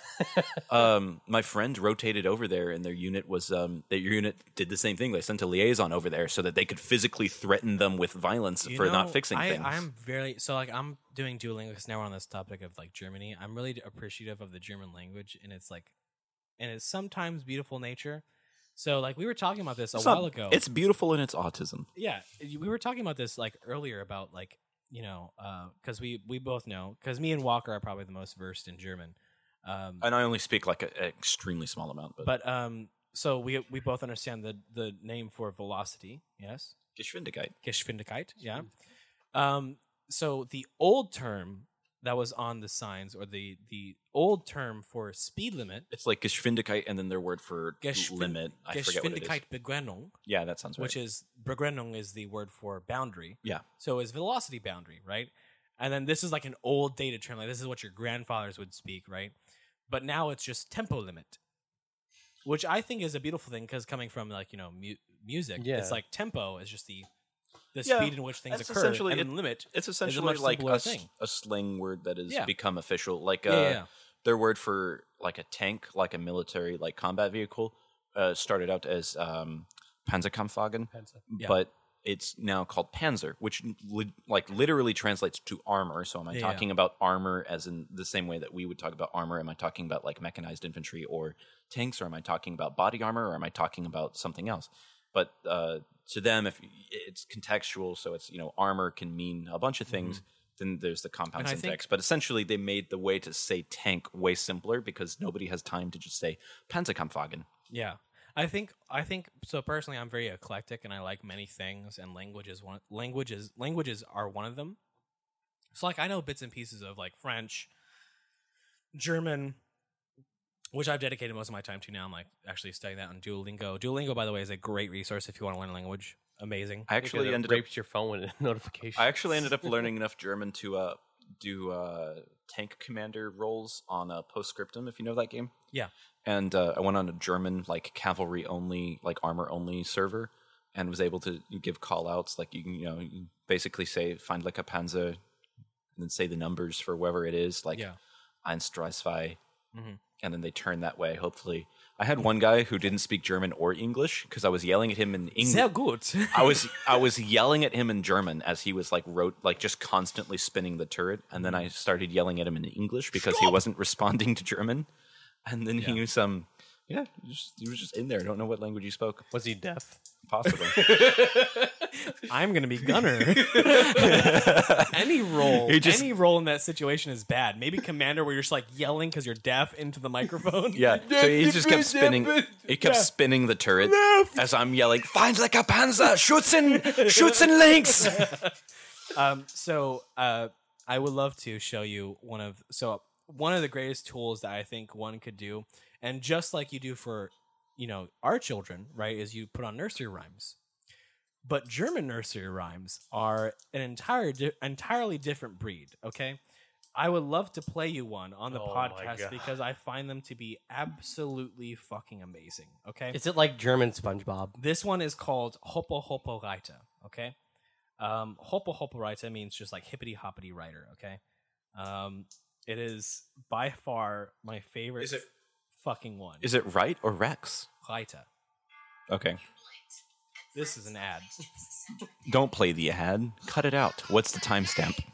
[SPEAKER 1] um, my friend rotated over there, and their unit was um, their unit did the same thing. They sent a liaison over there so that they could physically threaten them with violence
[SPEAKER 2] You
[SPEAKER 1] for
[SPEAKER 2] know,
[SPEAKER 1] not fixing
[SPEAKER 2] I,
[SPEAKER 1] things.
[SPEAKER 2] I'm very so like I'm doing Duolingo because now we're on this topic of like Germany. I'm really appreciative of the German language and it's like and it's sometimes beautiful nature. So like we were talking about this a
[SPEAKER 1] It's not-
[SPEAKER 2] while ago.
[SPEAKER 1] It's beautiful in its autism.
[SPEAKER 2] yeah y- we were talking about this like earlier about like you know because we we both know because me and walker are probably the most versed in german um
[SPEAKER 1] And I only speak like a, an extremely small amount, but,
[SPEAKER 2] but um so we we both understand the the name for velocity yes
[SPEAKER 1] Geschwindigkeit.
[SPEAKER 2] geschwindigkeit yeah um so the old term that was on the signs or the the old term for speed limit
[SPEAKER 1] It's like Geschwindigkeit, and then their word for
[SPEAKER 2] Geschwin-
[SPEAKER 1] limit. I forget what it is.
[SPEAKER 2] geschwindigkeit begrenzung
[SPEAKER 1] Yeah, that sounds right.
[SPEAKER 2] which is begrenzung is the word for boundary
[SPEAKER 1] yeah.
[SPEAKER 2] So is velocity boundary, right? And then this is like an old dated term. Like this is what your grandfathers would speak, right? But now it's just tempo limit, which I think is a beautiful thing because coming from like you know mu- music,
[SPEAKER 4] Yeah.
[SPEAKER 2] it's like tempo is just the the
[SPEAKER 1] Yeah,
[SPEAKER 2] speed in which things
[SPEAKER 1] that's
[SPEAKER 2] occur,
[SPEAKER 1] essentially
[SPEAKER 2] and
[SPEAKER 1] it-
[SPEAKER 2] then limit.
[SPEAKER 1] It's
[SPEAKER 2] is
[SPEAKER 1] essentially
[SPEAKER 2] much
[SPEAKER 1] like
[SPEAKER 2] simpler
[SPEAKER 1] a, s-
[SPEAKER 2] thing.
[SPEAKER 1] a slang word that has
[SPEAKER 2] Yeah.
[SPEAKER 1] become official. Like uh,
[SPEAKER 2] Yeah, yeah, yeah.
[SPEAKER 1] their word for like a tank, like a military, like combat vehicle, uh, started out as um, Panzerkampfwagen,
[SPEAKER 2] yeah.
[SPEAKER 1] but it's now called Panzer, which li- like literally translates to armor. So am I
[SPEAKER 2] Yeah, yeah.
[SPEAKER 1] talking about armor as in the same way that we would talk about armor? Am I talking about like mechanized infantry or tanks, or am I talking about body armor, or am I talking about something else? But uh, to them, if it's contextual, so it's you know armor can mean a bunch of things. Then there's the compound
[SPEAKER 2] Mm-hmm. And I think-
[SPEAKER 1] syntax, but essentially they made the way to say tank way simpler because nobody has time to just say Panzerkampfwagen.
[SPEAKER 2] Yeah. I think I think so personally I'm very eclectic and I like many things and language is one languages languages are one of them. So like I know bits and pieces of like French, German, which I've dedicated most of my time to now. I'm like actually studying that on Duolingo. Duolingo by the way is a great resource if you want to learn a language. Amazing.
[SPEAKER 1] I actually ended up
[SPEAKER 4] raped your phone with a notification.
[SPEAKER 1] I actually ended up learning enough German to uh, do uh, tank commander roles on uh, Postscriptum, if you know that game.
[SPEAKER 2] Yeah.
[SPEAKER 1] And uh, I went on a German like cavalry only, like armor only server, and was able to give call outs. Like you, can, you know, you basically say find like a Panzer, and then say the numbers for whoever it is, like
[SPEAKER 2] Yeah.
[SPEAKER 1] eins, drei, zwei,
[SPEAKER 2] Mhm.
[SPEAKER 1] and then they turn that way. Hopefully, I had one guy who didn't speak German or English because I was yelling at him in English.
[SPEAKER 2] Sehr gut.
[SPEAKER 1] I was I was yelling at him in German as he was like wrote like just constantly spinning the turret, and then I started yelling at him in English because he wasn't responding to German, and then he was um yeah he just, he was just in there. I don't know what language he spoke.
[SPEAKER 4] Was he deaf?
[SPEAKER 1] Possibly.
[SPEAKER 2] I'm gonna be gunner. any role,
[SPEAKER 1] He just-
[SPEAKER 2] any role in that situation is bad. Maybe commander, where you're just like yelling because you're deaf into the microphone.
[SPEAKER 1] yeah. So he just kept spinning. He kept spinning the turret as I'm yelling, "Find like a Panzer, Schützen, Schützen links."
[SPEAKER 2] Um, so uh, I would love to show you one of so one of the greatest tools that I think one could do, and just like you do for you know our children, right? Is you put on nursery rhymes, but German nursery rhymes are an entire di- entirely different breed. Okay. I would love to play you one on the
[SPEAKER 4] Oh my
[SPEAKER 2] podcast
[SPEAKER 4] God.
[SPEAKER 2] because I find them to be absolutely fucking amazing. Okay.
[SPEAKER 3] Is it like German SpongeBob?
[SPEAKER 2] This one is called Hoppo Hoppo Reiter, okay? Um, Hoppo Hoppo Reiter means just like hippity hoppity writer, okay? Um, it is by far my favorite
[SPEAKER 1] Is it-
[SPEAKER 2] f- fucking one.
[SPEAKER 1] Is it right or Rex?
[SPEAKER 2] Reiter.
[SPEAKER 1] Okay.
[SPEAKER 2] This is an ad.
[SPEAKER 1] Don't play the ad. Cut it out. What's the timestamp?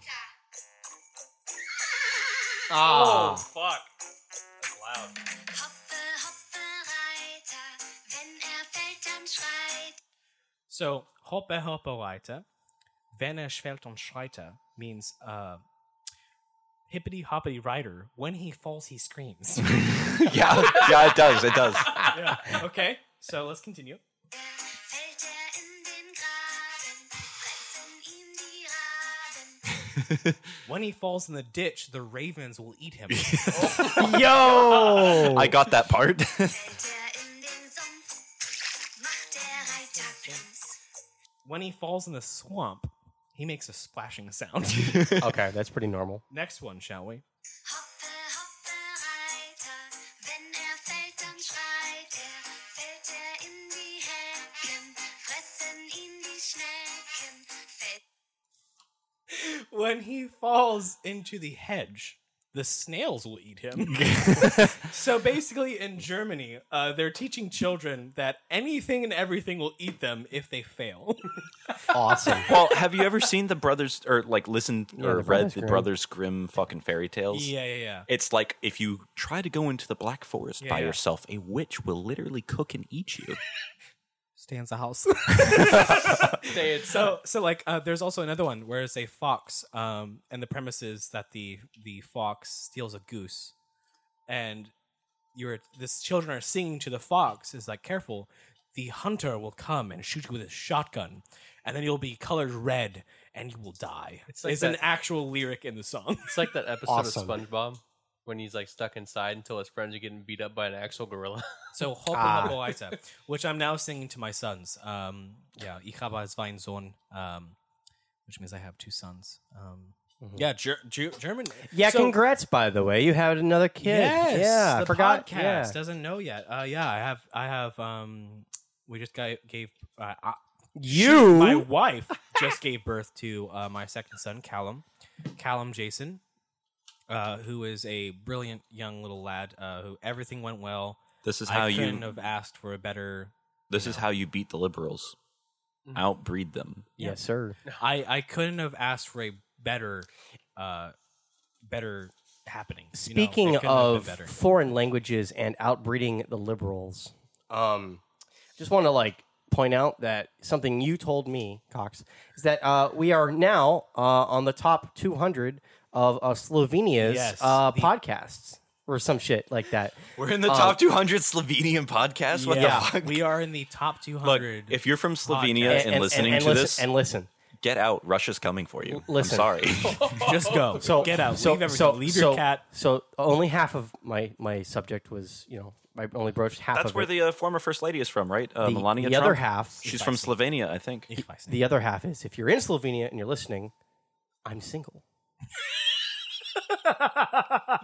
[SPEAKER 4] Oh, fuck.
[SPEAKER 5] Hoppe, hoppe, Reiter, wenn er fällt, dann schreit.
[SPEAKER 2] So, Hoppe Hoppo Reiter, wenn er schwelt und schreiter, means uh, hippity hoppity writer, when he falls, he screams.
[SPEAKER 1] yeah, yeah, it does. It does.
[SPEAKER 2] yeah, okay? So, let's continue.
[SPEAKER 5] Fällt er in den Graben, fressen ihn die Raben.
[SPEAKER 2] When he falls in the ditch, the ravens will eat him.
[SPEAKER 1] I got that part.
[SPEAKER 5] Fällt er in den Sumpf, macht der Reiter Plumps.
[SPEAKER 2] when he falls in the swamp, he makes a splashing sound.
[SPEAKER 3] okay, that's pretty normal.
[SPEAKER 2] Next one, shall we?
[SPEAKER 5] Hoppe, hoppe, Reiter, wenn er fällt, dann schreit er. Fällt er in die Hecken, fressen ihn
[SPEAKER 2] when he falls into the hedge, the snails will eat him. so basically, in Germany, uh, they're teaching children that anything and everything will eat them if they fail.
[SPEAKER 3] Awesome.
[SPEAKER 1] well, have you ever seen the brothers or like listened
[SPEAKER 3] the
[SPEAKER 1] or read
[SPEAKER 3] Brothers
[SPEAKER 1] the
[SPEAKER 3] Grimm.
[SPEAKER 1] Brothers Grimm fucking fairy tales?
[SPEAKER 2] yeah, yeah, yeah.
[SPEAKER 1] It's like if you try to go into the Black Forest
[SPEAKER 2] Yeah,
[SPEAKER 1] by
[SPEAKER 2] yeah.
[SPEAKER 1] yourself, a witch will literally cook and eat you.
[SPEAKER 2] Stands the house.
[SPEAKER 4] Say it's
[SPEAKER 2] so so like uh, there's also another one where it's a fox um and the premise is that the the fox steals a goose and you're this children are singing to the fox is like careful the hunter will come and shoot you with his shotgun and then you'll be colored red and you will die it's,
[SPEAKER 4] like
[SPEAKER 2] an
[SPEAKER 4] that-
[SPEAKER 2] actual lyric in the song
[SPEAKER 4] It's like that episode
[SPEAKER 3] Awesome.
[SPEAKER 4] of SpongeBob when he's like stuck inside until his friends are getting beat up by an actual gorilla.
[SPEAKER 2] so hopo
[SPEAKER 3] Ah.
[SPEAKER 2] hopo Aita, which i'm now singing to my sons um yeah ich habe zwei Sohn, um which means i have two sons um yeah ger- Ger- german
[SPEAKER 3] Mm-hmm. Yeah,
[SPEAKER 2] So-
[SPEAKER 3] congrats, by the way. You had another kid.
[SPEAKER 2] Yes,
[SPEAKER 3] yeah,
[SPEAKER 2] the
[SPEAKER 3] I forgot.
[SPEAKER 2] Podcast
[SPEAKER 3] Yeah.
[SPEAKER 2] doesn't know yet. Uh, yeah, I have. I have. Um, we just gave. gave uh, uh,
[SPEAKER 3] You?
[SPEAKER 2] my wife, just gave birth to uh, my second son, Callum. Callum Jason, uh, who is a brilliant young little lad. Uh, who everything went well.
[SPEAKER 1] This is
[SPEAKER 2] I
[SPEAKER 1] how
[SPEAKER 2] couldn't
[SPEAKER 1] you.
[SPEAKER 2] have asked for a better.
[SPEAKER 1] this is how you beat the liberals. Outbreed them.
[SPEAKER 3] Yes, sir.
[SPEAKER 2] I I couldn't have asked for a better, uh, better happening. you know? It
[SPEAKER 3] Speaking
[SPEAKER 2] couldn't have been
[SPEAKER 3] of
[SPEAKER 2] better.
[SPEAKER 3] foreign languages and outbreeding the liberals, um, just want to like point out that something you told me, Cox, is that uh, we are now uh, on the top 200 of uh, Slovenia's
[SPEAKER 2] Yes,
[SPEAKER 3] uh,
[SPEAKER 2] the-
[SPEAKER 3] podcasts or some shit like that.
[SPEAKER 1] We're in the top 200 Slovenian podcasts. What
[SPEAKER 2] yeah,
[SPEAKER 1] the fuck?
[SPEAKER 2] we are in the top 200.
[SPEAKER 1] Look, if you're from Slovenia and, listening to
[SPEAKER 3] listen,
[SPEAKER 1] this,
[SPEAKER 3] and listen.
[SPEAKER 1] get out. Russia's coming for you.
[SPEAKER 3] Listen.
[SPEAKER 1] I'm sorry.
[SPEAKER 2] just go.
[SPEAKER 3] So
[SPEAKER 2] get out.
[SPEAKER 3] So,
[SPEAKER 2] leave everything.
[SPEAKER 3] so,
[SPEAKER 2] leave
[SPEAKER 3] so,
[SPEAKER 2] your cat.
[SPEAKER 3] So only half of my my subject was you know I only broached half.
[SPEAKER 1] That's
[SPEAKER 3] of
[SPEAKER 1] where
[SPEAKER 3] it.
[SPEAKER 1] the uh, former first lady is from, right? Uh,
[SPEAKER 3] The-
[SPEAKER 1] Melania.
[SPEAKER 3] the other
[SPEAKER 1] Trump?
[SPEAKER 3] half-
[SPEAKER 1] She's from Slovenia, I think.
[SPEAKER 3] the other half is if you're in Slovenia and you're listening, I'm single.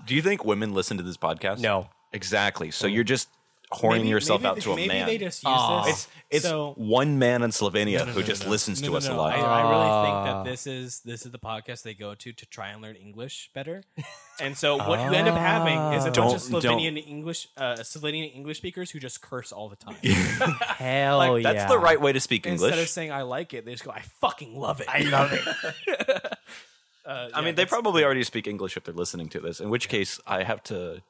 [SPEAKER 1] Do you think women listen to this podcast?
[SPEAKER 3] No. Mm.
[SPEAKER 1] Exactly. So you're just whoring yourself
[SPEAKER 2] maybe
[SPEAKER 1] out
[SPEAKER 2] they-
[SPEAKER 1] to a
[SPEAKER 2] maybe
[SPEAKER 1] man. Oh,
[SPEAKER 2] they just use this.
[SPEAKER 1] it's it's
[SPEAKER 2] so-
[SPEAKER 1] one man in Slovenia
[SPEAKER 2] No, no,
[SPEAKER 1] who
[SPEAKER 2] no,
[SPEAKER 1] just
[SPEAKER 2] no, no.
[SPEAKER 1] listens
[SPEAKER 2] No,
[SPEAKER 1] to
[SPEAKER 2] no,
[SPEAKER 1] us a
[SPEAKER 2] no.
[SPEAKER 1] lot.
[SPEAKER 2] I, I really think that this is this is the podcast they go to to try and learn English better. And so what you end up having is a bunch of
[SPEAKER 1] Ah. Don't- don't-
[SPEAKER 2] Slovenian English uh, Slovenian English speakers who just curse all the time.
[SPEAKER 3] Hell Oh, yeah.
[SPEAKER 1] That's the right way to speak English.
[SPEAKER 2] Instead of saying I like it, they just go I fucking love it.
[SPEAKER 3] I love it.
[SPEAKER 1] I mean, they probably already speak English if they're listening to this. In which case, I have to,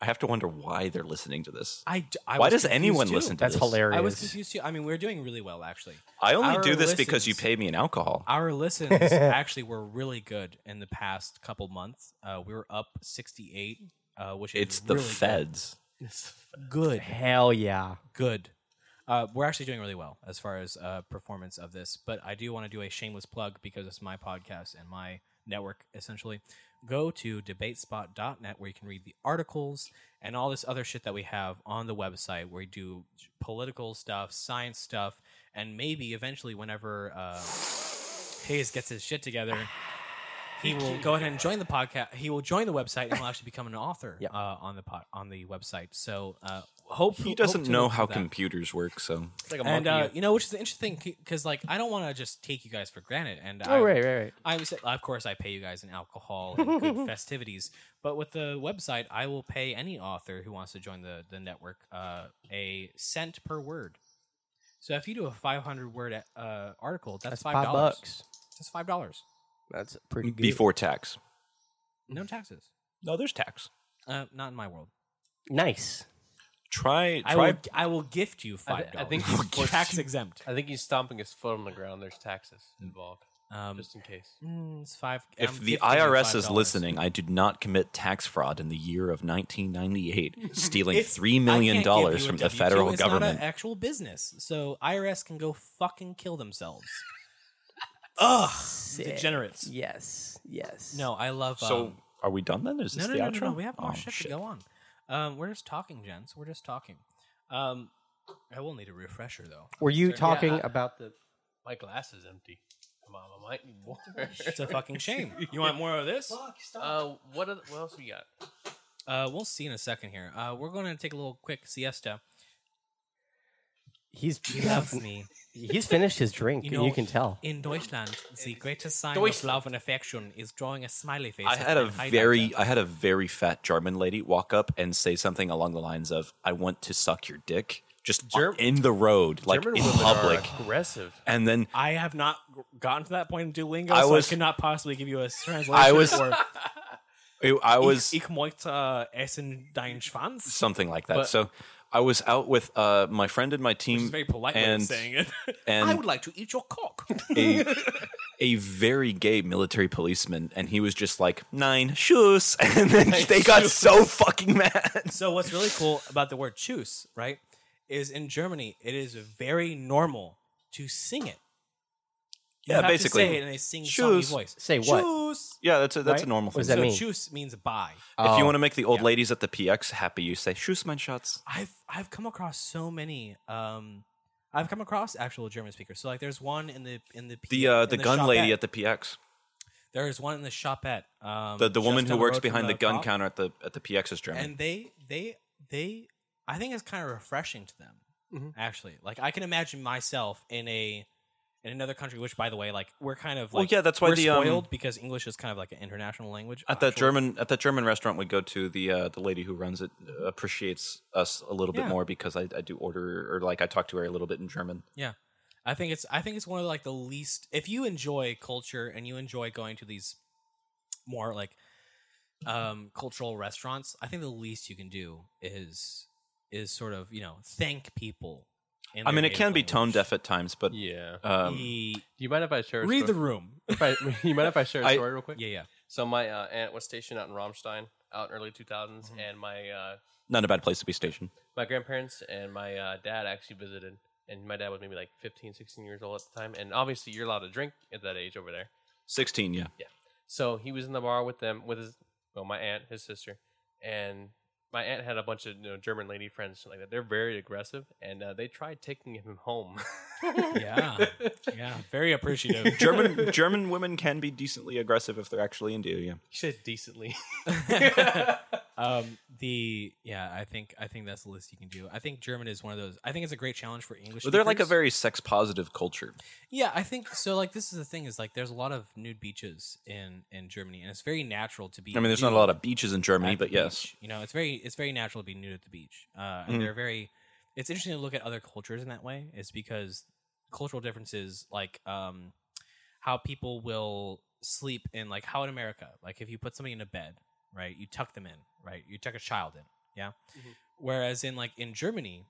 [SPEAKER 1] I have to wonder why they're listening to this.
[SPEAKER 2] I, d- I
[SPEAKER 1] why
[SPEAKER 2] was
[SPEAKER 1] does
[SPEAKER 2] confused
[SPEAKER 1] anyone
[SPEAKER 2] too.
[SPEAKER 1] listen to
[SPEAKER 3] That's
[SPEAKER 1] this?
[SPEAKER 3] hilarious.
[SPEAKER 2] I was confused too. I mean, we are doing really well actually.
[SPEAKER 1] I only
[SPEAKER 2] Our
[SPEAKER 1] do this because you
[SPEAKER 2] listens-
[SPEAKER 1] pay me in alcohol.
[SPEAKER 2] Our listens actually were really good in the past couple months. Uh, we were up 68, uh, which is
[SPEAKER 1] It's the
[SPEAKER 2] really
[SPEAKER 1] feds.
[SPEAKER 2] Good, good.
[SPEAKER 3] Hell yeah.
[SPEAKER 2] good. Uh, we're actually doing really well as far as uh, performance of this, but I do want to do a shameless plug because it's my podcast and my network essentially. Go to debatespot.net where you can read the articles and all this other shit that we have on the website where we do political stuff, science stuff, and maybe eventually whenever uh, Hayes gets his shit together. He will go ahead and join the podcast. He will join the website and will actually become an author
[SPEAKER 3] Yeah.
[SPEAKER 2] uh, on the pod, on the website. So uh, hope
[SPEAKER 1] He
[SPEAKER 2] hope
[SPEAKER 1] doesn't
[SPEAKER 2] to
[SPEAKER 1] know
[SPEAKER 2] look
[SPEAKER 1] how
[SPEAKER 2] for that.
[SPEAKER 1] computers work, so
[SPEAKER 4] It's like a
[SPEAKER 2] and
[SPEAKER 4] monkey.
[SPEAKER 2] uh, you know, which is interesting because like I don't want to just take you guys for granted. And I,
[SPEAKER 3] Oh, right, right, right.
[SPEAKER 2] I was, of course, I pay you guys in alcohol and good festivities, but with the website, I will pay any author who wants to join the the network uh, a cent per word. So if you do a 500 word uh, article, that's, five dollars.
[SPEAKER 3] bucks.
[SPEAKER 2] That's five dollars.
[SPEAKER 3] That's pretty good.
[SPEAKER 1] before tax.
[SPEAKER 2] No taxes.
[SPEAKER 1] No, there's tax.
[SPEAKER 2] Uh, not in my world.
[SPEAKER 3] Nice.
[SPEAKER 1] Try,
[SPEAKER 2] I
[SPEAKER 1] try.
[SPEAKER 2] will. I will gift you
[SPEAKER 4] I,
[SPEAKER 2] five
[SPEAKER 4] th- I
[SPEAKER 2] dollars.
[SPEAKER 4] think he's for-
[SPEAKER 2] tax exempt.
[SPEAKER 4] I think he's stomping his foot on the ground. There's taxes involved,
[SPEAKER 2] Um,
[SPEAKER 4] just in case.
[SPEAKER 2] mm, it's five. I'm
[SPEAKER 1] if the
[SPEAKER 2] gifting you
[SPEAKER 1] IRS is
[SPEAKER 2] $5.
[SPEAKER 1] listening, I did not commit tax fraud in the year of 1998, stealing three
[SPEAKER 2] I
[SPEAKER 1] million
[SPEAKER 2] can't give
[SPEAKER 1] dollars
[SPEAKER 2] you a
[SPEAKER 1] from the
[SPEAKER 2] W2.
[SPEAKER 1] federal
[SPEAKER 2] it's
[SPEAKER 1] government.
[SPEAKER 2] Not an actual business, so IRS can go fucking kill themselves. Ugh, degenerates.
[SPEAKER 3] Yes. Yes.
[SPEAKER 2] No, I love. Um,
[SPEAKER 1] so, are we done then? Is this
[SPEAKER 2] no, no,
[SPEAKER 1] the
[SPEAKER 2] no,
[SPEAKER 1] outro?
[SPEAKER 2] no, no, we have more
[SPEAKER 1] Oh,
[SPEAKER 2] shit, to go on. Um, we're just talking, gents. We're just talking. Um, I will need a refresher though.
[SPEAKER 3] Were you
[SPEAKER 2] Sorry.
[SPEAKER 3] talking
[SPEAKER 4] Yeah.
[SPEAKER 3] about the.
[SPEAKER 4] My glass is empty. Come on, I might need more.
[SPEAKER 2] It's a fucking shame. You want more of this?
[SPEAKER 4] Uh, what, other, what else we got?
[SPEAKER 2] Uh, we'll see in a second here. Uh, we're going to take a little quick siesta.
[SPEAKER 3] He's
[SPEAKER 2] He loves me.
[SPEAKER 3] He's finished his drink.
[SPEAKER 2] You
[SPEAKER 3] You,
[SPEAKER 2] know,
[SPEAKER 3] can tell.
[SPEAKER 2] In Deutschland, the greatest sign of
[SPEAKER 4] Deutschland.
[SPEAKER 2] love and affection is drawing a smiley face.
[SPEAKER 1] I
[SPEAKER 2] with
[SPEAKER 1] had
[SPEAKER 2] red
[SPEAKER 1] a
[SPEAKER 2] highlighter.
[SPEAKER 1] very I had a very fat German lady walk up and say something along the lines of "I want to suck your dick," just
[SPEAKER 4] Germ-
[SPEAKER 1] in the road, like
[SPEAKER 4] German
[SPEAKER 1] in
[SPEAKER 4] women are
[SPEAKER 1] public.
[SPEAKER 4] aggressive.
[SPEAKER 1] And then
[SPEAKER 2] I have not g- gotten to that point in Duolingo,
[SPEAKER 1] I
[SPEAKER 2] so
[SPEAKER 1] was-
[SPEAKER 2] I cannot possibly give you a translation.
[SPEAKER 1] I was-
[SPEAKER 2] Or,
[SPEAKER 1] I- I was
[SPEAKER 2] Ich, ich möchte äh, essen dein Schwanz.
[SPEAKER 1] something like that.
[SPEAKER 4] But-
[SPEAKER 1] so I was out with uh, my friend and my team.
[SPEAKER 2] Which is a very polite way
[SPEAKER 1] and,
[SPEAKER 2] of saying it.
[SPEAKER 1] and
[SPEAKER 2] I would like to eat your cock.
[SPEAKER 1] a, a very gay military policeman, and he was just like nine shoes, and then they got so fucking mad.
[SPEAKER 2] so what's really cool about the word choose, right, is in Germany it is very normal to sing it. You
[SPEAKER 1] Yeah,
[SPEAKER 2] have to
[SPEAKER 1] basically.
[SPEAKER 2] say it in a sing-songy
[SPEAKER 1] Tschüss.
[SPEAKER 2] voice.
[SPEAKER 3] Say what?
[SPEAKER 2] Tschüss.
[SPEAKER 1] Yeah, that's a, that's
[SPEAKER 3] Right?
[SPEAKER 1] a normal
[SPEAKER 3] What
[SPEAKER 1] thing.
[SPEAKER 3] does that
[SPEAKER 2] so
[SPEAKER 3] mean?
[SPEAKER 2] choose means buy.
[SPEAKER 1] If you
[SPEAKER 3] Oh.
[SPEAKER 1] want to make the old ladies at the PX happy, you say shoes mein Schatz.
[SPEAKER 2] I've I've come across so many. Um, I've come across actual German speakers. So like, there's one in the in the
[SPEAKER 1] The uh,
[SPEAKER 2] in
[SPEAKER 1] the, gun lady
[SPEAKER 2] shopette.
[SPEAKER 1] at the PX,
[SPEAKER 2] There is one in the shop at um,
[SPEAKER 1] the the
[SPEAKER 2] just
[SPEAKER 1] woman
[SPEAKER 2] down
[SPEAKER 1] who
[SPEAKER 2] the
[SPEAKER 1] works
[SPEAKER 2] road from
[SPEAKER 1] behind the, gun
[SPEAKER 2] co-op.
[SPEAKER 1] counter at the at the PX is German.
[SPEAKER 2] and they they they I think it's kind of refreshing to them actually. Like I can imagine myself in a in another country, which by the way, like we're kind of like
[SPEAKER 1] Well, yeah, that's why
[SPEAKER 2] we're
[SPEAKER 1] the, um,
[SPEAKER 2] spoiled because English is kind of like an international language.
[SPEAKER 1] at that
[SPEAKER 2] Actual-
[SPEAKER 1] German at that German restaurant we go to, the uh, the lady who runs it uh, appreciates us a little
[SPEAKER 2] Yeah.
[SPEAKER 1] bit more because I, I do order or like I talk to her a little bit in German.
[SPEAKER 2] Yeah. I think it's I think it's one of like the least if you enjoy culture and you enjoy going to these more like um cultural restaurants, I think the least you can do is is sort of, you know, thank people. in
[SPEAKER 1] I
[SPEAKER 2] their
[SPEAKER 1] mean, it
[SPEAKER 2] native
[SPEAKER 1] can be tone
[SPEAKER 2] language.
[SPEAKER 1] deaf at times, but
[SPEAKER 4] Yeah.
[SPEAKER 1] um,
[SPEAKER 2] Ye-
[SPEAKER 4] Do you mind if I share? A
[SPEAKER 2] read the
[SPEAKER 4] story?
[SPEAKER 2] room.
[SPEAKER 4] If I, you mind if I share a
[SPEAKER 1] I-
[SPEAKER 4] story real quick?
[SPEAKER 2] Yeah, yeah.
[SPEAKER 4] So my uh, aunt was stationed out in Ramstein out in early 2000s, and my uh,
[SPEAKER 1] not a bad place to be stationed.
[SPEAKER 4] my grandparents and my uh, dad actually visited and my dad was maybe like 15 16 years old at the time and obviously you're allowed to drink at that age over there
[SPEAKER 1] Sixteen, yeah.
[SPEAKER 4] so he was in the bar with them with his well my aunt his sister and my aunt had a bunch of you know, german lady friends something like that they're very aggressive and uh, they tried taking him home
[SPEAKER 2] Yeah. Yeah. Very appreciative.
[SPEAKER 1] German German women can be decently aggressive if they're actually into you. Yeah.
[SPEAKER 4] he said decently
[SPEAKER 2] um the yeah, I think I think that's the list you can do. I think German is one of those I think it's a great challenge for English.
[SPEAKER 1] But they're like a
[SPEAKER 2] speakers.
[SPEAKER 1] very sex positive culture.
[SPEAKER 2] Yeah, I think so. Like this is the thing is like there's a lot of nude beaches in in Germany, and it's very natural to be.
[SPEAKER 1] I mean, there's not a
[SPEAKER 2] nude
[SPEAKER 1] lot of beaches in Germany,
[SPEAKER 2] at the
[SPEAKER 1] but yes. Mm-hmm.
[SPEAKER 2] beach. you know it's very it's very natural to be nude at the beach. Uh, and they're very. It's interesting to look at other cultures in that way. It's because cultural differences, like um, how people will sleep in, like how in America, like if you put somebody in a bed, right, you tuck them in, right, you tuck a child in, yeah. Whereas in like in Germany,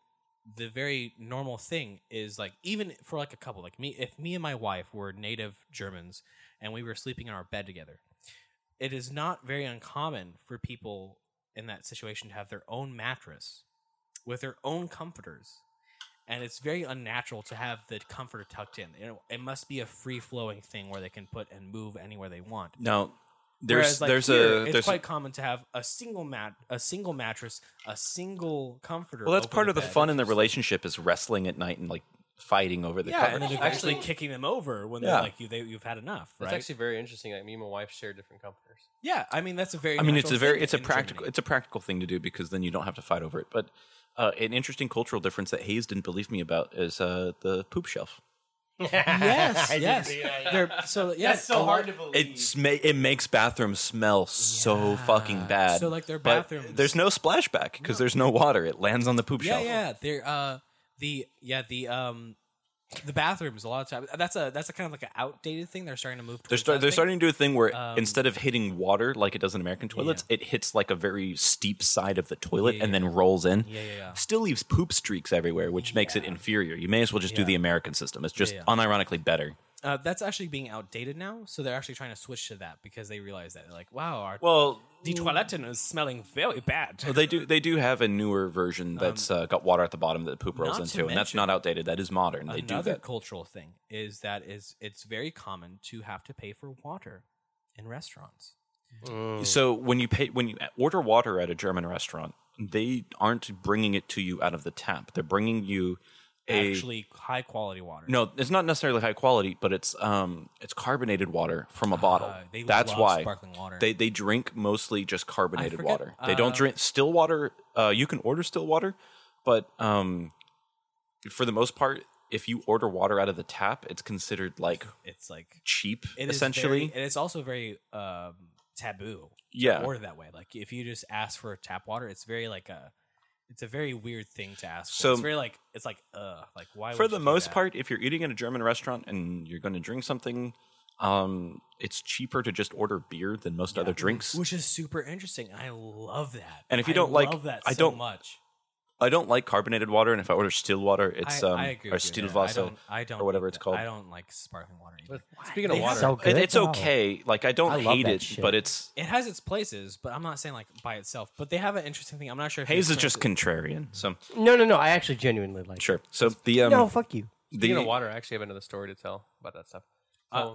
[SPEAKER 2] the very normal thing is like even for like a couple like me if me and my wife were native germans and we were sleeping in our bed together it is not very uncommon for people in that situation to have their own mattress with their own comforters and it's very unnatural to have the comforter tucked in you know, it must be a free flowing thing where they can put and move anywhere they want
[SPEAKER 1] Now, there's
[SPEAKER 2] Whereas, like,
[SPEAKER 1] there's
[SPEAKER 2] here,
[SPEAKER 1] a
[SPEAKER 2] it's
[SPEAKER 1] there's
[SPEAKER 2] quite common to have a single mat a single mattress a single comforter
[SPEAKER 1] well that's
[SPEAKER 2] over
[SPEAKER 1] part of the
[SPEAKER 2] bed.
[SPEAKER 1] fun in the relationship is wrestling at night and like fighting over the
[SPEAKER 2] yeah,
[SPEAKER 1] cover.
[SPEAKER 2] and then actually kicking them over when they're
[SPEAKER 1] Yeah.
[SPEAKER 2] like you, they, you've had enough,
[SPEAKER 4] it's
[SPEAKER 2] right?
[SPEAKER 4] actually very interesting like me and my wife share different comforters
[SPEAKER 2] yeah, I mean that's a very.
[SPEAKER 1] I mean, it's
[SPEAKER 2] natural
[SPEAKER 1] a very
[SPEAKER 2] thing
[SPEAKER 1] it's a
[SPEAKER 2] in
[SPEAKER 1] practical
[SPEAKER 2] Germany.
[SPEAKER 1] it's a practical thing to do because then you don't have to fight over it. But uh, an interesting cultural difference that Hayes didn't believe me about is uh, the poop shelf.
[SPEAKER 2] yes, yes. They're- so yes,
[SPEAKER 4] That's so
[SPEAKER 2] a
[SPEAKER 4] hard
[SPEAKER 2] lot-
[SPEAKER 4] to believe.
[SPEAKER 1] It's ma- it makes bathrooms smell so fucking bad.
[SPEAKER 2] So, like, their
[SPEAKER 1] But
[SPEAKER 2] bathrooms-
[SPEAKER 1] there's no splashback because there's no water. It lands on the poop
[SPEAKER 2] Yeah,
[SPEAKER 1] shelf.
[SPEAKER 2] yeah. They're uh the yeah the um the bathrooms a lot of times that's a that's a kind of like an outdated thing. They're starting to move.
[SPEAKER 1] They're,
[SPEAKER 2] towards
[SPEAKER 1] start,
[SPEAKER 2] that
[SPEAKER 1] they're
[SPEAKER 2] thing.
[SPEAKER 1] starting to do a thing where
[SPEAKER 2] Um,
[SPEAKER 1] instead of hitting water like it does in American toilets, it hits like a very steep side of the toilet and then rolls in.
[SPEAKER 2] Yeah, yeah, yeah.
[SPEAKER 1] Still leaves poop streaks everywhere, which makes it inferior. You may as well just do the American system. It's just unironically better.
[SPEAKER 2] Uh, that's actually being outdated now. So they're actually trying to switch to that because they realize that they're like, wow, our
[SPEAKER 1] Well, mm.
[SPEAKER 2] the toiletten is smelling very bad.
[SPEAKER 1] they do they do have a newer version that's uh, got water at the bottom that the poop rolls
[SPEAKER 2] Um, not
[SPEAKER 1] into, and
[SPEAKER 2] to
[SPEAKER 1] that's
[SPEAKER 2] mention-
[SPEAKER 1] not outdated. That is modern. They do
[SPEAKER 2] Another
[SPEAKER 1] that.
[SPEAKER 2] cultural thing is that is it's very common to have to pay for water in restaurants.
[SPEAKER 1] So when you pay when you order water at a German restaurant, they aren't bringing it to you out of the tap. They're bringing you a
[SPEAKER 2] Actually, high quality water.
[SPEAKER 1] No, it's not necessarily high quality, but it's um it's carbonated water from a bottle.
[SPEAKER 2] Ah, Uh, they
[SPEAKER 1] That's
[SPEAKER 2] love
[SPEAKER 1] why
[SPEAKER 2] sparkling water.
[SPEAKER 1] They they drink mostly just carbonated
[SPEAKER 2] forget,
[SPEAKER 1] water. They don't
[SPEAKER 2] uh,
[SPEAKER 1] drink still water. Uh, you can order still water, but um for the most part, if you order water out of the tap, it's considered like
[SPEAKER 2] It's like
[SPEAKER 1] cheap,
[SPEAKER 2] it is
[SPEAKER 1] essentially.
[SPEAKER 2] very- and it's also very um, taboo. to
[SPEAKER 1] Yeah.
[SPEAKER 2] order that way. Like if you just ask for tap water, it's very like a, it's a very weird thing to ask. for.
[SPEAKER 1] So-
[SPEAKER 2] it's very like it's like uh like why
[SPEAKER 1] for
[SPEAKER 2] would
[SPEAKER 1] the
[SPEAKER 2] you do
[SPEAKER 1] most
[SPEAKER 2] that?
[SPEAKER 1] part, if you're eating at a German restaurant and you're going to drink something, um, it's cheaper to just order beer than most other drinks.
[SPEAKER 2] which is super interesting. I love that.
[SPEAKER 1] And if you
[SPEAKER 2] I
[SPEAKER 1] don't like-
[SPEAKER 2] love that
[SPEAKER 1] I
[SPEAKER 2] so
[SPEAKER 1] don't-
[SPEAKER 2] much.
[SPEAKER 1] I don't like carbonated water, and if I order still water, it's
[SPEAKER 2] I,
[SPEAKER 1] um,
[SPEAKER 2] I agree
[SPEAKER 1] or
[SPEAKER 2] with you
[SPEAKER 1] still
[SPEAKER 2] there. I
[SPEAKER 1] Wasser
[SPEAKER 2] don't, I don't
[SPEAKER 1] or whatever
[SPEAKER 2] like
[SPEAKER 1] it's
[SPEAKER 2] that.
[SPEAKER 1] called.
[SPEAKER 2] I don't like sparkling water either.
[SPEAKER 4] Speaking of
[SPEAKER 3] They
[SPEAKER 4] water,
[SPEAKER 3] sell
[SPEAKER 1] It-
[SPEAKER 3] good
[SPEAKER 1] it's
[SPEAKER 3] water.
[SPEAKER 1] okay. Like I don't
[SPEAKER 3] I love
[SPEAKER 1] hate
[SPEAKER 3] that
[SPEAKER 1] it,
[SPEAKER 3] shit.
[SPEAKER 1] but it's
[SPEAKER 2] It has its places, but I'm not saying like by itself. But they have an interesting thing. I'm not sure. if
[SPEAKER 1] Hayes
[SPEAKER 2] you've
[SPEAKER 1] is just
[SPEAKER 2] noticed-
[SPEAKER 1] contrarian. So
[SPEAKER 3] No, no, no. I actually genuinely like.
[SPEAKER 1] sure. So the
[SPEAKER 3] It.
[SPEAKER 1] um,
[SPEAKER 3] no, fuck you.
[SPEAKER 4] speaking
[SPEAKER 1] the
[SPEAKER 4] of water, I actually have another story to tell about that stuff.
[SPEAKER 2] Uh,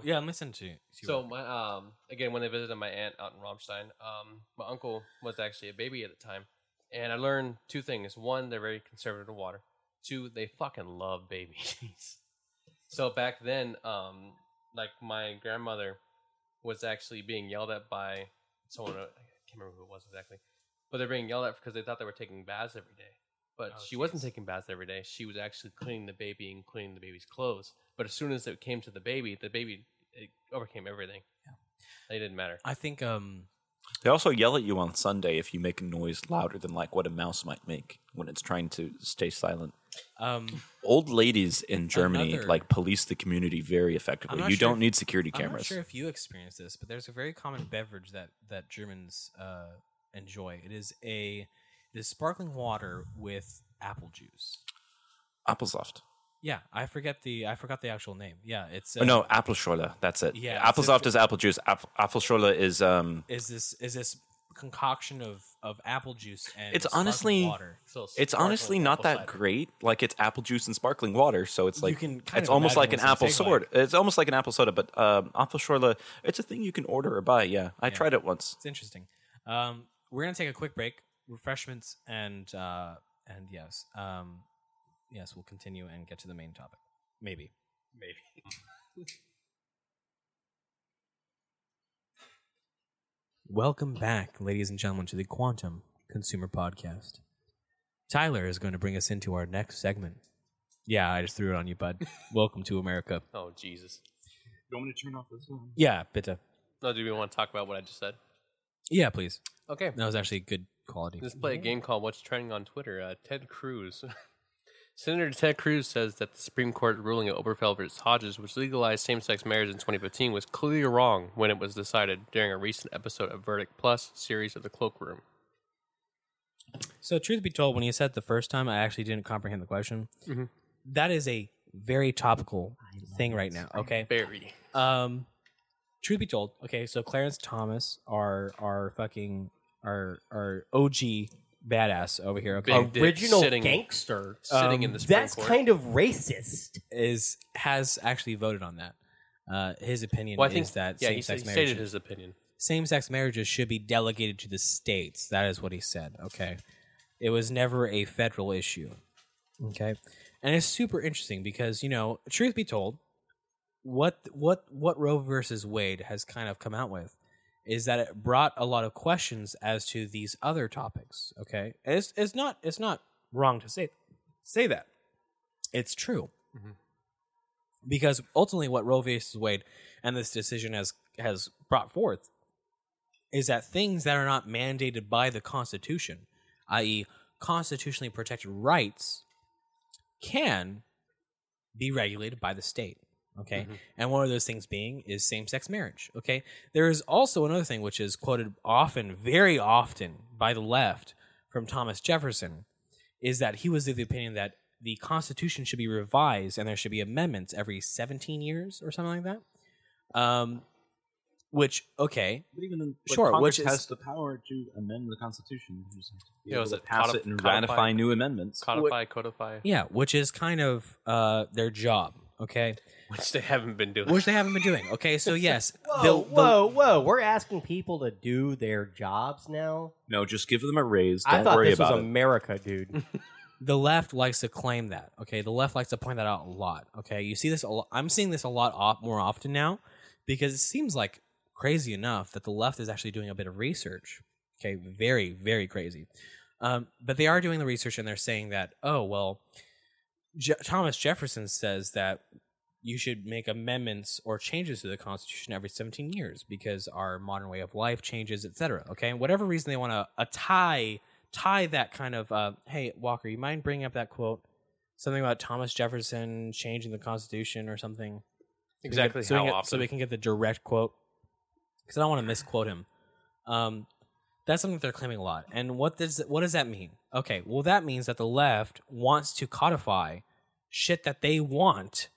[SPEAKER 4] So-
[SPEAKER 2] yeah, I'm listening to you.
[SPEAKER 4] So my um again when I visited my aunt out in Ramstein, um my uncle was actually a baby at the time, and I learned two things. One, they're very conservative of water. Two, they fucking love babies. so back then, um like my grandmother was actually being yelled at by someone uh, I can't remember who it was exactly, but they're being yelled at because they thought they were taking baths every day. But
[SPEAKER 2] Oh,
[SPEAKER 4] she wasn't
[SPEAKER 2] jeez.
[SPEAKER 4] taking baths every day. She was actually cleaning the baby and cleaning the baby's clothes. But as soon as it came to the baby, the baby it overcame everything. Yeah, it didn't matter.
[SPEAKER 2] I think um
[SPEAKER 1] they also yell at you on Sunday if you make a noise louder than like what a mouse might make when it's trying to stay silent.
[SPEAKER 2] um
[SPEAKER 1] Old ladies in Germany
[SPEAKER 2] Another-
[SPEAKER 1] like police the community very effectively.
[SPEAKER 2] not
[SPEAKER 1] You
[SPEAKER 2] sure
[SPEAKER 1] don't
[SPEAKER 2] if-
[SPEAKER 1] need security
[SPEAKER 2] I'm not
[SPEAKER 1] cameras.
[SPEAKER 2] sure if you experienced this, but there's a very common beverage that that Germans uh, enjoy. It is a it is sparkling water with apple juice.
[SPEAKER 1] Applesoft.
[SPEAKER 2] Yeah, I forget the I forgot the actual name. Yeah, it's uh,
[SPEAKER 1] Oh, no, Appelschorle. That's it.
[SPEAKER 2] Yeah, it's
[SPEAKER 1] Applesoft
[SPEAKER 2] a-
[SPEAKER 1] is apple juice. App- Appelschorle is um.
[SPEAKER 2] Is this is this concoction of of apple juice and
[SPEAKER 1] It's
[SPEAKER 2] sparkling
[SPEAKER 1] honestly-
[SPEAKER 2] water?
[SPEAKER 4] So
[SPEAKER 1] It's
[SPEAKER 4] sparkling
[SPEAKER 1] honestly not
[SPEAKER 4] apple
[SPEAKER 1] that
[SPEAKER 4] cider.
[SPEAKER 1] great. Like it's apple juice and sparkling water, so it's
[SPEAKER 2] You
[SPEAKER 1] like
[SPEAKER 2] can kind
[SPEAKER 1] it's
[SPEAKER 2] of
[SPEAKER 1] almost like an
[SPEAKER 2] imagine what
[SPEAKER 1] apple
[SPEAKER 2] it's gonna
[SPEAKER 1] soda.
[SPEAKER 2] taste
[SPEAKER 1] It's almost like an apple soda, but um, Apfelschorle, it's a thing you can order or buy. Yeah, I tried it once.
[SPEAKER 2] It's interesting. Um, we're gonna take a quick break, refreshments, and uh, and yes, um, yes, we'll continue and get to the main topic. Maybe, maybe. Welcome back, ladies and gentlemen, to the Quantum Consumer Podcast. Tyler is going to bring us into our next segment. Yeah, I just threw it on you, bud. Welcome to America.
[SPEAKER 4] Oh Jesus!
[SPEAKER 8] You want me to turn off this one?
[SPEAKER 2] Yeah, bitte.
[SPEAKER 4] No, do we want to talk about what I just said?
[SPEAKER 2] Yeah, please.
[SPEAKER 4] Okay,
[SPEAKER 2] That was actually good quality.
[SPEAKER 4] let's play a game called "What's Trending on Twitter." Uh, Ted Cruz, Senator Ted Cruz says that the Supreme Court ruling of Obergefell versus Hodges, which legalized same-sex marriage in 2015, was clearly wrong when it was decided during a recent episode of Verdict Plus series of The Cloakroom.
[SPEAKER 2] So, truth be told, when you said it the first time, I actually didn't comprehend the question.
[SPEAKER 4] Mhm.
[SPEAKER 2] That is a very topical thing right now. Okay.
[SPEAKER 4] Barry.
[SPEAKER 2] Um, truth be told, okay. So Clarence Thomas, our our fucking our our OG badass over here, okay,
[SPEAKER 4] Big dick
[SPEAKER 3] Original
[SPEAKER 4] sitting,
[SPEAKER 3] gangster.
[SPEAKER 4] sitting
[SPEAKER 2] Um,
[SPEAKER 4] in the Supreme
[SPEAKER 3] That's
[SPEAKER 4] Court.
[SPEAKER 3] kind of racist.
[SPEAKER 2] is has actually voted on that. Uh, his opinion
[SPEAKER 4] well, I
[SPEAKER 2] is
[SPEAKER 4] think
[SPEAKER 2] that
[SPEAKER 4] yeah, he,
[SPEAKER 2] same
[SPEAKER 4] sa- he
[SPEAKER 2] sex
[SPEAKER 4] stated
[SPEAKER 2] marriage
[SPEAKER 4] his opinion.
[SPEAKER 2] same sex marriages should be delegated to the states. That is what he said. Okay. It was never a federal issue. Okay. And it's super interesting because, you know, truth be told, what what what Roe versus Wade has kind of come out with is that it brought a lot of questions as to these other topics. Okay. And it's it's not it's not wrong to say say that. It's true because ultimately what Roe v. Wade and this decision has has brought forth is that things that are not mandated by the Constitution, i.e., constitutionally protected rights, can be regulated by the state. Okay, and one of those things being is same-sex marriage. Okay, there is also another thing which is quoted often, very often, by the left from Thomas Jefferson, is that he was of the opinion that the Constitution should be revised and there should be amendments every 17 years or something like that. Um, which okay,
[SPEAKER 8] But even then,
[SPEAKER 2] like, Sure, Congress which is-
[SPEAKER 8] has
[SPEAKER 2] has
[SPEAKER 8] the power to amend the Constitution. You just have to
[SPEAKER 4] Yeah, able was to it
[SPEAKER 8] pass
[SPEAKER 4] pass codif-
[SPEAKER 8] it and
[SPEAKER 4] codify-
[SPEAKER 8] ratify new amendments.
[SPEAKER 4] Codify, codify,
[SPEAKER 2] yeah, which is kind of uh, their job. Okay,
[SPEAKER 4] which they haven't been doing.
[SPEAKER 2] which they haven't been doing. Okay, so yes,
[SPEAKER 3] Whoa,
[SPEAKER 2] they'll- they'll-
[SPEAKER 3] whoa, whoa! We're asking people to do their jobs now.
[SPEAKER 8] No, just give them a raise.
[SPEAKER 3] I
[SPEAKER 8] Don't
[SPEAKER 3] thought
[SPEAKER 8] worry
[SPEAKER 3] this was
[SPEAKER 8] about it.
[SPEAKER 3] America, dude.
[SPEAKER 2] the left likes to claim that. Okay, the left likes to point that out a lot. Okay, you see this. A lot. I'm seeing this a lot op- more often now because it seems like crazy enough that the left is actually doing a bit of research. Okay, very very crazy, um, but they are doing the research and they're saying that oh well, Je- Thomas Jefferson says that you should make amendments or changes to the Constitution every 17 years because our modern way of life changes, etc. Okay, and whatever reason they want to uh, tie tie that kind of uh, hey Walker, you mind bringing up that quote? Something about Thomas Jefferson changing the Constitution or something. So we can
[SPEAKER 4] Exactly
[SPEAKER 2] get- so we
[SPEAKER 4] how
[SPEAKER 2] can get-
[SPEAKER 4] often?
[SPEAKER 2] So we can get the direct quote because I don't want to misquote him. Um, that's something they're claiming a lot. And what does what does that mean? Okay, well that means that the left wants to codify shit that they want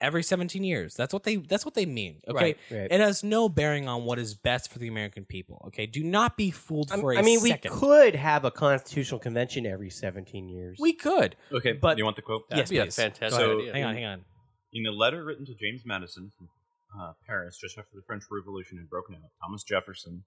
[SPEAKER 2] every 17 years. That's what they that's what they mean. Okay.
[SPEAKER 3] Right, right.
[SPEAKER 2] It has no bearing on what is best for the American people. Okay. Do not be fooled
[SPEAKER 3] I'm-
[SPEAKER 2] for a
[SPEAKER 3] I mean,
[SPEAKER 2] second.
[SPEAKER 3] we could have a constitutional convention every 17 years.
[SPEAKER 2] We could.
[SPEAKER 1] Okay,
[SPEAKER 2] But-
[SPEAKER 1] but you want the quote?
[SPEAKER 2] yes,
[SPEAKER 4] be a
[SPEAKER 2] please.
[SPEAKER 4] fantastic
[SPEAKER 2] Go ahead.
[SPEAKER 1] idea.
[SPEAKER 2] Hang on, hang on.
[SPEAKER 1] In a letter written to James Madison from uh, Paris just after the French Revolution had broken out, Thomas Jefferson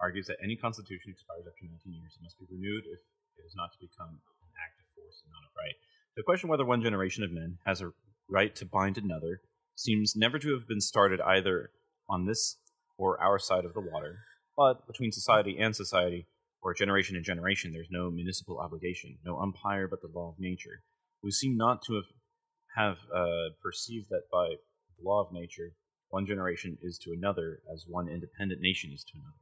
[SPEAKER 1] argues that any constitution expires after 19 years and must be renewed if it is not to become an act of force and not of right. The question whether one generation of men has a right to bind another seems never to have been started either on this or our side of the water, but between society and society, or generation and generation, there's no municipal obligation, no umpire but the law of nature. We seem not to have have uh, perceived that by the law of nature, one generation is to another as one independent nation is to another.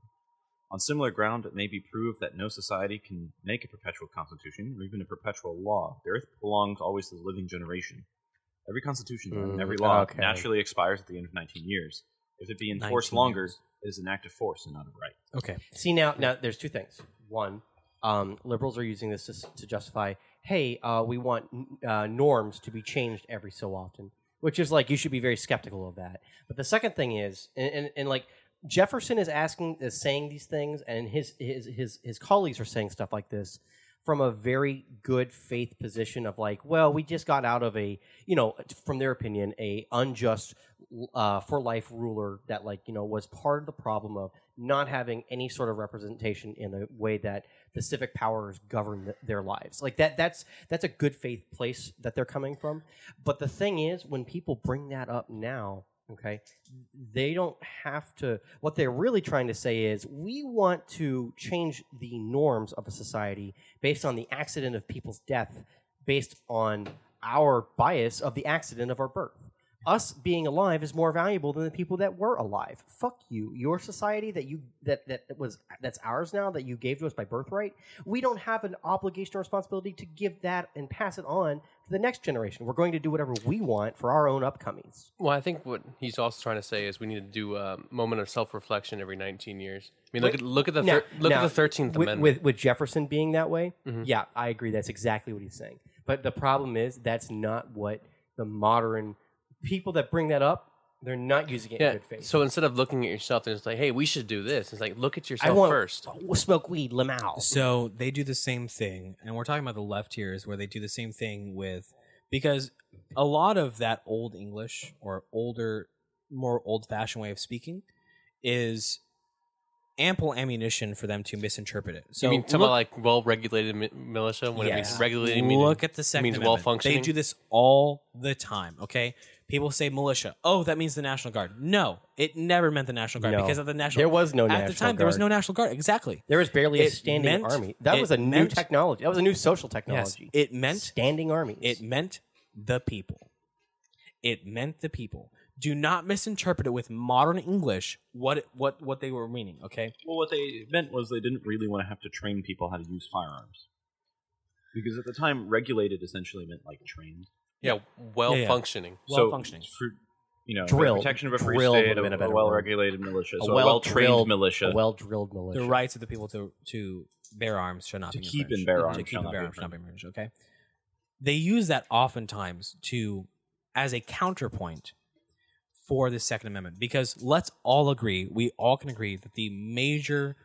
[SPEAKER 1] On similar ground, it may be proved that no society can make a perpetual constitution or even a perpetual law. The earth belongs always to the living generation. Every constitution and
[SPEAKER 3] Mm,
[SPEAKER 1] every law
[SPEAKER 3] okay.
[SPEAKER 1] naturally expires at the end of 19 years. If it be enforced
[SPEAKER 2] 19
[SPEAKER 1] longer,
[SPEAKER 2] years.
[SPEAKER 1] it is an act of force and not of right.
[SPEAKER 2] Okay.
[SPEAKER 3] See now, now there's two things. One, um, liberals are using this to, s- to justify, hey, uh, we want uh, norms to be changed every so often, which is like you should be very skeptical of that. But the second thing is, and, and, and like Jefferson is asking, is saying these things, and his his his his colleagues are saying stuff like this from a very good faith position of like, well, we just got out of a, you know, from their opinion, a unjust uh, for life ruler that like you know was part of the problem of not having any sort of representation in the way that the civic powers govern th- their lives. Like that that's that's a good faith place that they're coming from. But the thing is when people bring that up now, okay, they don't have to what they're really trying to say is we want to change the norms of a society based on the accident of people's death based on our bias of the accident of our birth us being alive is more valuable than the people that were alive. Fuck you. Your society that you that that was that's ours now that you gave to us by birthright. We don't have an obligation or responsibility to give that and pass it on to the next generation. We're going to do whatever we want for our own upcomings.
[SPEAKER 4] Well, I think what he's also trying to say is we need to do a moment of self reflection every 19 years. I mean, look
[SPEAKER 3] Wait,
[SPEAKER 4] at look at the
[SPEAKER 3] Now-
[SPEAKER 4] thir- look
[SPEAKER 3] now,
[SPEAKER 4] at the 13th
[SPEAKER 3] with,
[SPEAKER 4] Amendment. Mm-hmm.
[SPEAKER 3] with with Jefferson being that way. Yeah, I agree. That's exactly what he's saying. But the problem is that's not what the modern people that bring that up. They're not using it
[SPEAKER 4] yeah.
[SPEAKER 3] in good faith.
[SPEAKER 4] So instead of looking at yourself and it's like, hey, we should do this, it's like look at
[SPEAKER 3] I
[SPEAKER 4] yourself
[SPEAKER 3] want
[SPEAKER 4] first.
[SPEAKER 3] smoke weed, Lamau.
[SPEAKER 2] So they do the same thing, and we're talking about the left here is where they do the same thing with because a lot of that old English or older, more old fashioned way of speaking is ample ammunition for them to misinterpret it. So
[SPEAKER 4] you mean talking
[SPEAKER 2] look-
[SPEAKER 4] about like well regulated mi- militia when it
[SPEAKER 2] Yes.
[SPEAKER 4] means regulated meaning-
[SPEAKER 2] Look at the second
[SPEAKER 4] means well
[SPEAKER 2] Amendment.
[SPEAKER 4] functioning.
[SPEAKER 2] They do this all the time. Okay, people say militia. Oh, that means the National Guard. No, it never meant the National Guard
[SPEAKER 3] No.
[SPEAKER 2] because at the National
[SPEAKER 3] There was no
[SPEAKER 2] at the
[SPEAKER 3] National
[SPEAKER 2] time there was no
[SPEAKER 3] Guard.
[SPEAKER 2] National Guard. Exactly.
[SPEAKER 3] There was barely a
[SPEAKER 2] It
[SPEAKER 3] standing
[SPEAKER 2] meant-
[SPEAKER 3] army. That
[SPEAKER 2] it
[SPEAKER 3] was a new
[SPEAKER 2] meant-
[SPEAKER 3] technology. That was a new social
[SPEAKER 2] Yes,
[SPEAKER 3] technology.
[SPEAKER 2] it meant
[SPEAKER 3] standing armies.
[SPEAKER 2] It meant the people. It meant the people. Do not misinterpret it with modern English what it, what what they were meaning. Okay,
[SPEAKER 1] Well, what they meant was they didn't really want to have to train people how to use firearms. Because at the time, regulated essentially meant like trained.
[SPEAKER 4] yeah, well
[SPEAKER 2] Yeah, yeah.
[SPEAKER 4] functioning.
[SPEAKER 2] well functioning.
[SPEAKER 1] For, you know,
[SPEAKER 3] Drilled.
[SPEAKER 1] the protection of a free
[SPEAKER 3] Drilled
[SPEAKER 1] state,
[SPEAKER 3] would've
[SPEAKER 1] a,
[SPEAKER 3] been a better
[SPEAKER 1] well regulated militia, so a well trained
[SPEAKER 3] well-drilled-
[SPEAKER 1] militia.
[SPEAKER 3] A well drilled militia.
[SPEAKER 2] The rights of the people to to bear arms shall not
[SPEAKER 1] To
[SPEAKER 2] be
[SPEAKER 1] keep
[SPEAKER 2] infringed.
[SPEAKER 1] and bear arms
[SPEAKER 2] to
[SPEAKER 1] shall
[SPEAKER 2] keep and
[SPEAKER 1] not
[SPEAKER 2] bear
[SPEAKER 1] be
[SPEAKER 2] arms shall not be infringed. Okay, they use that oftentimes to as a counterpoint for the Second Amendment because let's all agree we all can agree that the major